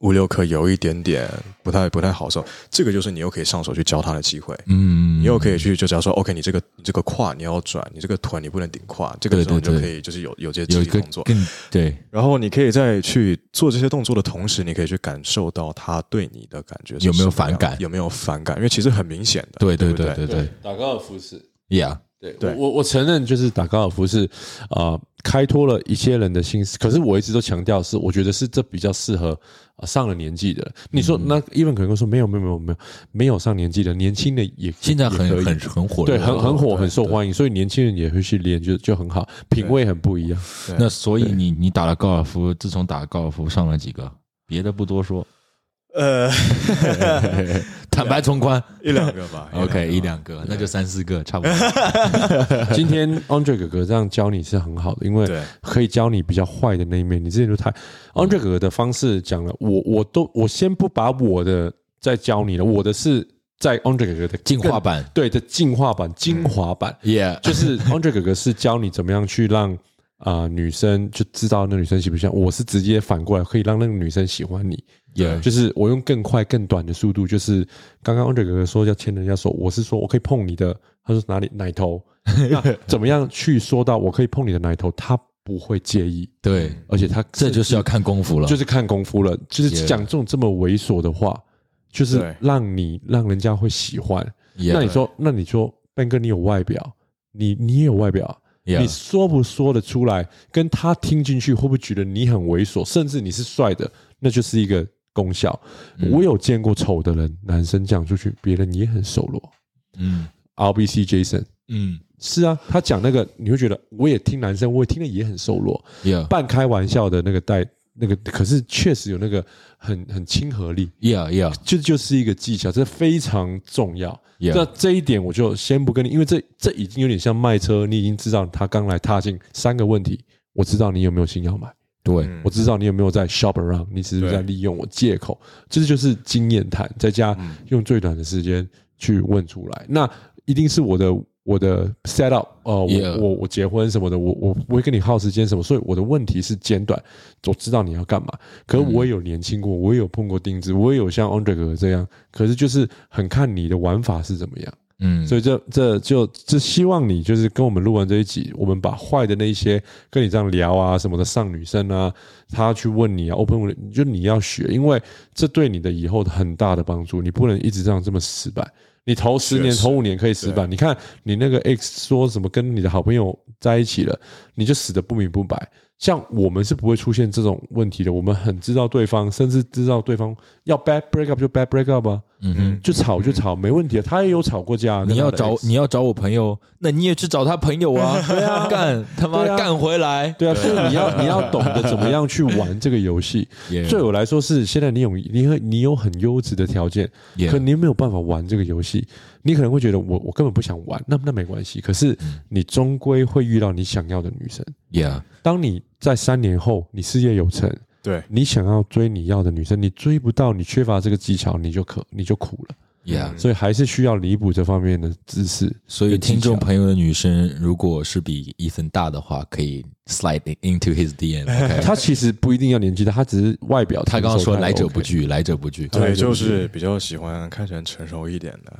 C: 五六颗有一点点不太不太好的时候，这个就是你又可以上手去教他的机会。
A: 嗯，
C: 你又可以去，就假如说，OK，你这个你这个胯你要转，你这个臀你不能顶胯，这个
A: 对
C: 时候你
A: 对对
C: 就可以就是有有这些
A: 有
C: 肢
A: 一
C: 体
A: 个
C: 动作，
A: 更对，
C: 然后你可以在去做这些动作的同时，你可以去感受到他对你的感觉是
A: 有没有
C: 什么样
A: 反感
C: 有没有反感？因为其实很明显的，
A: 对对
C: 不对
A: 对对
B: 打高尔夫是，
A: ，Yeah，
B: 对
C: 对
B: 我我我承认，就是打高尔夫是啊、呃开拓了一些人的心思。可是我一直都强调是，我觉得是这比较适合、呃上了年纪的人。你说、那 even 可能会说没有没有没有没有没有上年纪的，年轻的也
A: 现在
B: 也可
A: 很
B: 以
A: 很很火，
B: 对很很火很受欢迎，所以年轻人也会去练，就就很好，品味很不一样。
C: 对
A: 那所以你你打了高尔夫，自
B: <laughs>
A: 从打了高尔夫上了几个？别的不多说，
C: 呃，
A: 坦白从宽。
C: 一两个吧
A: <laughs> OK，一
C: 个
A: 两个，那就三四个，差不多。 <laughs>
B: 今天 Andre 哥哥这样教你是很好的，因为
C: 对
B: 可以教你比较坏的那一面。你之前就太 Andre 哥哥的方式讲了，我我都我先不把我的再教你了，我的是在 Andre 哥哥的
A: 进化
B: 更 <laughs>
A: 版嗯
B: 对的进化版、精华版，
A: ，Yeah，
B: 就是 Andre 哥哥是教你怎么样去让啊、呃女生就知道那女生喜不喜欢，我是直接反过来可以让那个女生喜欢你。
A: Yeah
B: 就是我用更快、更短的速度，就是刚刚 Andre 哥哥说要牵人家手，我是说我可以碰你的，他说哪里奶头，
A: <laughs>
B: 那怎么样去说到我可以碰你的奶头，他不会介意，
A: 对，
B: 而且他
A: 嗯这就是要看功夫了。
B: 就是看功夫了，就是
A: Yeah
B: 讲这种这么猥琐的话，就是
C: 对
B: 让你让人家会喜欢。那你说，那你说，Ben 哥，你有外表，你你也有外表，
A: Yeah
B: 你说不说得出来？跟他听进去，会不会觉得你很猥琐？甚至你是帅的，那就是一个功效。我有见过丑的人，男生讲出去，别人也很瘦弱。
A: 嗯
B: RBC Jason
A: 嗯
B: 是啊，他讲那个，你会觉得我也听男生，我也听的也很瘦弱，
A: ，Yeah
B: 半开玩笑的那个带那个，可是确实有那个很很亲和力。
A: Yeah Yeah
B: 这就是一个技巧，这非常重要。
A: Yeah
B: 那这一点我就先不跟你，因为这这已经有点像卖车，你已经知道他刚来踏进三个问题。我知道你有没有心要买，
A: 对
B: 我知道你有没有在 shop around，你只是
C: 对
B: 在利用我借口，这就是经验谈，再加
A: 嗯
B: 用最短的时间去问出来。那一定是我的我的 set up，呃，我
A: Yeah
B: 我我结婚什么的，我我不会跟你耗时间什么，所以我的问题是简短，我知道你要干嘛。可是
A: 嗯
B: 我也有年轻过，我也有碰过钉子，我也有像 Andre 哥这样，可是就是很看你的玩法是怎么样。
A: 嗯
B: 所以这这就这希望你就是跟我们录完这一集，我们把坏的那一些跟你这样聊啊什么的上女生啊，她去问你啊，open 就你要学，因为这对你的以后很大的帮助。你不能一直这样这么失败。你头十年、
C: 确实
B: 头五年可以失败，你看你那个 X 说什么跟你的好朋友在一起了，你就死的不明不白。像我们是不会出现这种问题的，我们很知道对方，甚至知道对方要 bad break up 就 bad break up 啊，
A: 嗯哼。
B: 就吵就吵，没问题啊。他也有吵过架啊，
A: 你
B: 跟他
A: 要
B: 的
A: 找
B: ex
A: 你要找我朋友，那你也去找他朋友啊！对啊，干他妈
B: 对啊
A: 干回来！
B: 对啊，所以你要你要懂得怎么样去玩这个
A: <laughs>
B: 游戏。
A: Yeah
B: 对我来说是，现在你有你很你有很优质的条件
A: Yeah
B: 可你没有办法玩这个游戏，你可能会觉得我我根本不想玩，那那没关系。可是
A: 嗯
B: 你终归会遇到你想要的女生。
A: ，Yeah，
B: 当你在三年后你事业有成，
C: 对
B: 你想要追你要的女生，你追不到，你缺乏这个技巧，你就可你就苦了。
A: Yeah，
B: 所以还是需要弥补这方面的知识。
A: 所以听众朋友的女生，如果是比 Ethan 大的话，可以 slide into his DM。OK，
B: <laughs> 他其实不一定要年纪大，他只是外表
A: 他
B: 成熟太 OK。
A: 嗯刚刚说来者不拒，来者不拒。
C: 对，就是比较喜欢看起来成熟一点的，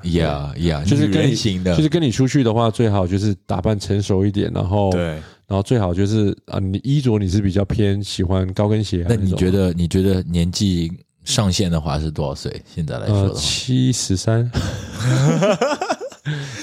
A: Yeah，Yeah，
B: 就是
A: 女
B: 跟你
A: 人型的，
B: 就是跟你出去的话，最好就是打扮成熟一点，然后，
C: 对，
B: 然后最好就是啊，你衣着你是比较偏喜欢高跟鞋啊
A: 那
B: 种，
A: 你觉得你觉得年纪上限的话是多少岁？现在来说
B: 呃
A: 的话，
B: 七十 <laughs> 三？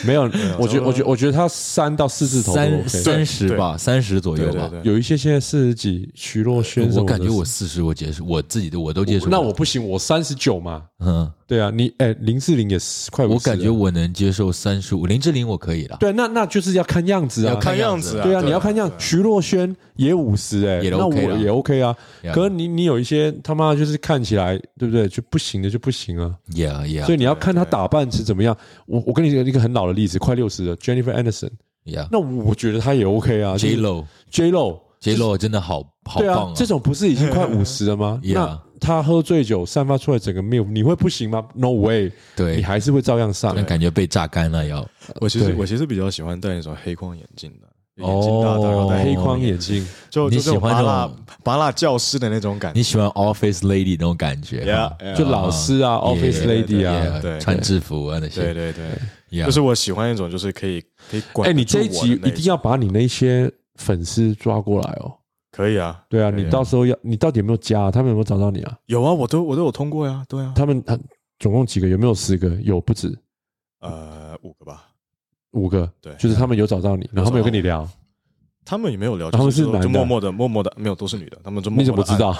B: 没有，我觉得我觉得我觉得他三到四字头都
A: 三
B: OK，
A: 三十
C: 对
A: 吧，三十左右
C: 对
A: 吧
C: 对。对，
B: 有一些现在四十几，徐若瑄什
A: 我
B: 么的
A: 感觉我四十，我接受，我自己的我都接受不了。
B: 那我不行，我三十九嘛，
A: 嗯，
B: 对啊，你哎林志玲也是快50了，
A: 我感觉我能接受三十五，林志玲我可以了。
B: 对，啊那那就是要看样子
A: 要
B: 啊，
A: 看
C: 看样子啊，
B: 对啊，你要看像
C: 对
B: 徐若瑄也五十哎，
A: 也都
B: 那
A: OK
B: 我
A: 啦
B: 也 OK 啊
A: Yeah。
B: 可是你你有一些他妈就是看起来对不对就不行的就不行啊，
A: Yeah, yeah,
B: 所以你要
A: 啊
B: 看她打扮是怎么样。我我跟你讲一个很老的例子，快六十的 Jennifer Aniston，
A: yeah.
B: 那我觉得她也 OK 啊。
A: J Lo
B: J Lo
A: J Lo 真的好好
B: 对
A: 棒
B: 啊，这种不是已经快五十了吗
A: Yeah
B: 那她喝醉酒散发出来整个 milk，你会不行吗？No way，
A: 对
B: 你还是会照样上
A: 那。感觉被榨干了要。
C: 我其实
B: 对
C: 我其实比较喜欢戴那种黑框眼镜的，眼镜大大，然后戴
B: 黑框
C: 眼镜，
B: 眼镜，
C: 就
A: 你
C: 就这种
A: 喜欢
C: 麻
A: 这
C: 辣
A: 种
C: 麻辣教师的那种感觉
A: 你喜欢 Office Lady 那种感觉哈
C: Oh ，Yeah，
B: 就老师啊，office lady 啊
A: Yeah，
C: 对
A: 穿制服啊那些。
C: 对对对，
A: Yeah
C: 就是我喜欢一种就是可以可以管
B: 哎、
C: 得
B: 你
C: 住
B: 这
C: 我
B: 一
C: 的那种。
B: 集一定要把你那些粉丝抓过来哦。
C: 可以啊，
B: 对啊，
C: 可以
B: 你到时候要，你到底有没有加啊、他们有没有找到你啊？
C: 有啊，我都我都有通过呀，对啊，
B: 他们他总共几个？有没有十个？有不止
C: 呃，五个吧，
B: 五个。
C: 对
B: 就是他们有找到你，然后他们有跟你聊，
C: 他们也没有聊，
B: 他们
C: 就是
B: 男的
C: 就默默的默默的，没有都是女的，他们就默默
B: 你
C: 地
B: 怎么知道？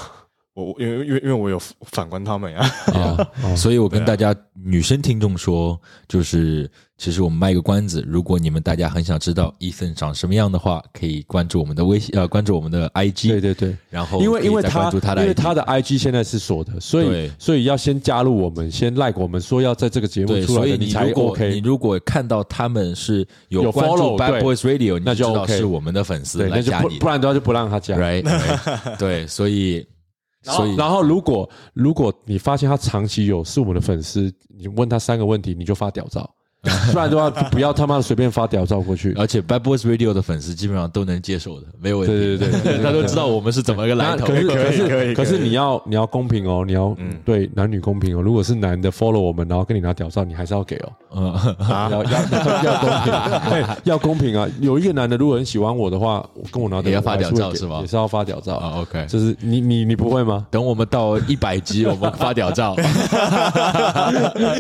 C: 我我因为因为因为我有反观他们呀，
A: 啊，
B: 哦
A: <laughs> 所以我跟大家女生听众说，就是其实我们卖一个关子，如果你们大家很想知道 Ethan 长什么样的话，可以关注我们的微信，呃，关注我们的 IG，
B: 对对对，
A: 然后
B: 因为
A: 可以
B: 因为
A: 再关
B: 他
A: 注他的 IG，
B: 因为他的 IG 现在是锁的，所以
A: 对
B: 所以要先加入我们，先 like 我们，说要在这个节目
A: 对，
B: 出
A: 所
B: 来
A: 以
B: 的，
A: 你
B: 才
A: 如果你
B: OK。
A: 如果看到他们是有
B: 有
A: 关注
B: follow，
A: Bad
B: 对
A: Boys Radio，你
B: 那就
A: 知道
B: OK
A: 是我们的粉丝
B: 对，
A: 来
B: 那就
A: 加
B: 不
A: 你的
B: 不然的话就不让他加。
A: ，right？right，对，
B: <laughs>
A: 所以
B: 然后
A: 所以
B: 然后如果如果你发现他长期有是我们的粉丝，你问他三个问题，你就发屌
A: <laughs>
B: 照，不然的话不要他妈的随便发屌照过去。
A: 而且 Bad Boys Radio 的粉丝基本上都能接受的，没有问题。
B: 对对对对对
A: 他都知道我们是怎么个来
B: 那
A: 头。
B: 可是 <laughs>
C: 可以
B: 可
C: 可以
B: 是可是
C: 可以
B: 你要你要公平哦，你要
A: 嗯
B: 对男女公平哦。如果是男的 follow 我们，然后跟你拿屌照，你还是要给哦。
A: 嗯，
B: 要要要公平，哎要公平啊！ <laughs> 有一个男的如果很喜欢我的话，我跟我拿
A: 也要
B: 要
A: 发屌照是吗
B: 也是要发屌照
A: 啊，OK？
B: 就是你你你不会吗
A: 等我们到一百集，我们发屌
B: <laughs>
A: 照。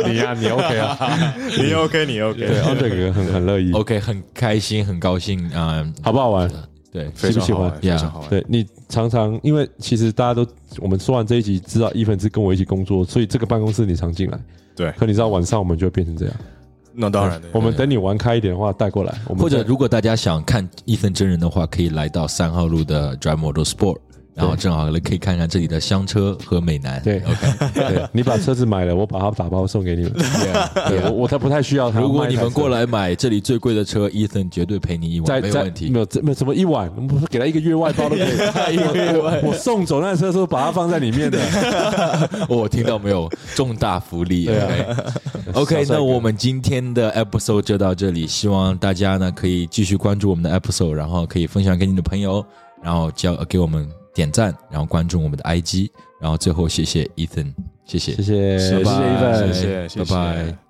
B: 你呀，你 OK 啊？
C: 你 OK 你
B: <laughs> 对
C: OK，
B: 安德哥很很乐意，
A: <laughs> 哦 OK，很开心，很高兴。嗯，
B: 好不好玩？
A: 对，
C: 非常好玩，
A: 喜
C: 非
A: 欢
C: 常好玩。啊
B: 对你常常因为其实大家都我们说完这一集，知道伊粉是跟我一起工作，所以这个办公室你常进来。
C: 对，
B: 可你知道晚上我们就会变成这样。
C: 那当
A: 啊
C: 然的，
B: 我们等你玩开一点的话带过来，我们
A: 或
B: <laughs>
A: 者
B: 再
A: 如果大家想看伊森真人的话，可以来到三号路的 Drive Motor Sport，然后正好可以看看这里的香车和美男。
B: 对
A: OK，
B: 对你把车子买了，我把它打包送给你
A: <laughs>
B: 们。对我我才不太需要它。
A: 如果你们过
B: 来。
A: 来买这里最贵的车，伊森绝对陪你一晚，
B: 在
A: 哦没有
B: 在
A: 问题
B: 没。有这没有什么一晚，我们给他一个月外包都可以。
A: <laughs>
B: 我我我送走那车的时候，把它放在里面的。
A: <laughs> 我听到没有？重大福利。哎
B: 对啊
A: OK，
B: 小
A: 那
B: 帅哥
A: 我们今天的 episode 就到这里，希望大家呢可以继续关注我们的 episode，然后可以分享给你的朋友，然后叫给我们点赞，然后关注我们的 IG，然后最后谢谢 Ethan，谢谢，
B: 谢谢，
C: 谢
A: 拜
B: 谢谢
A: 拜
B: 一份。
C: 谢谢，谢谢
A: 拜拜。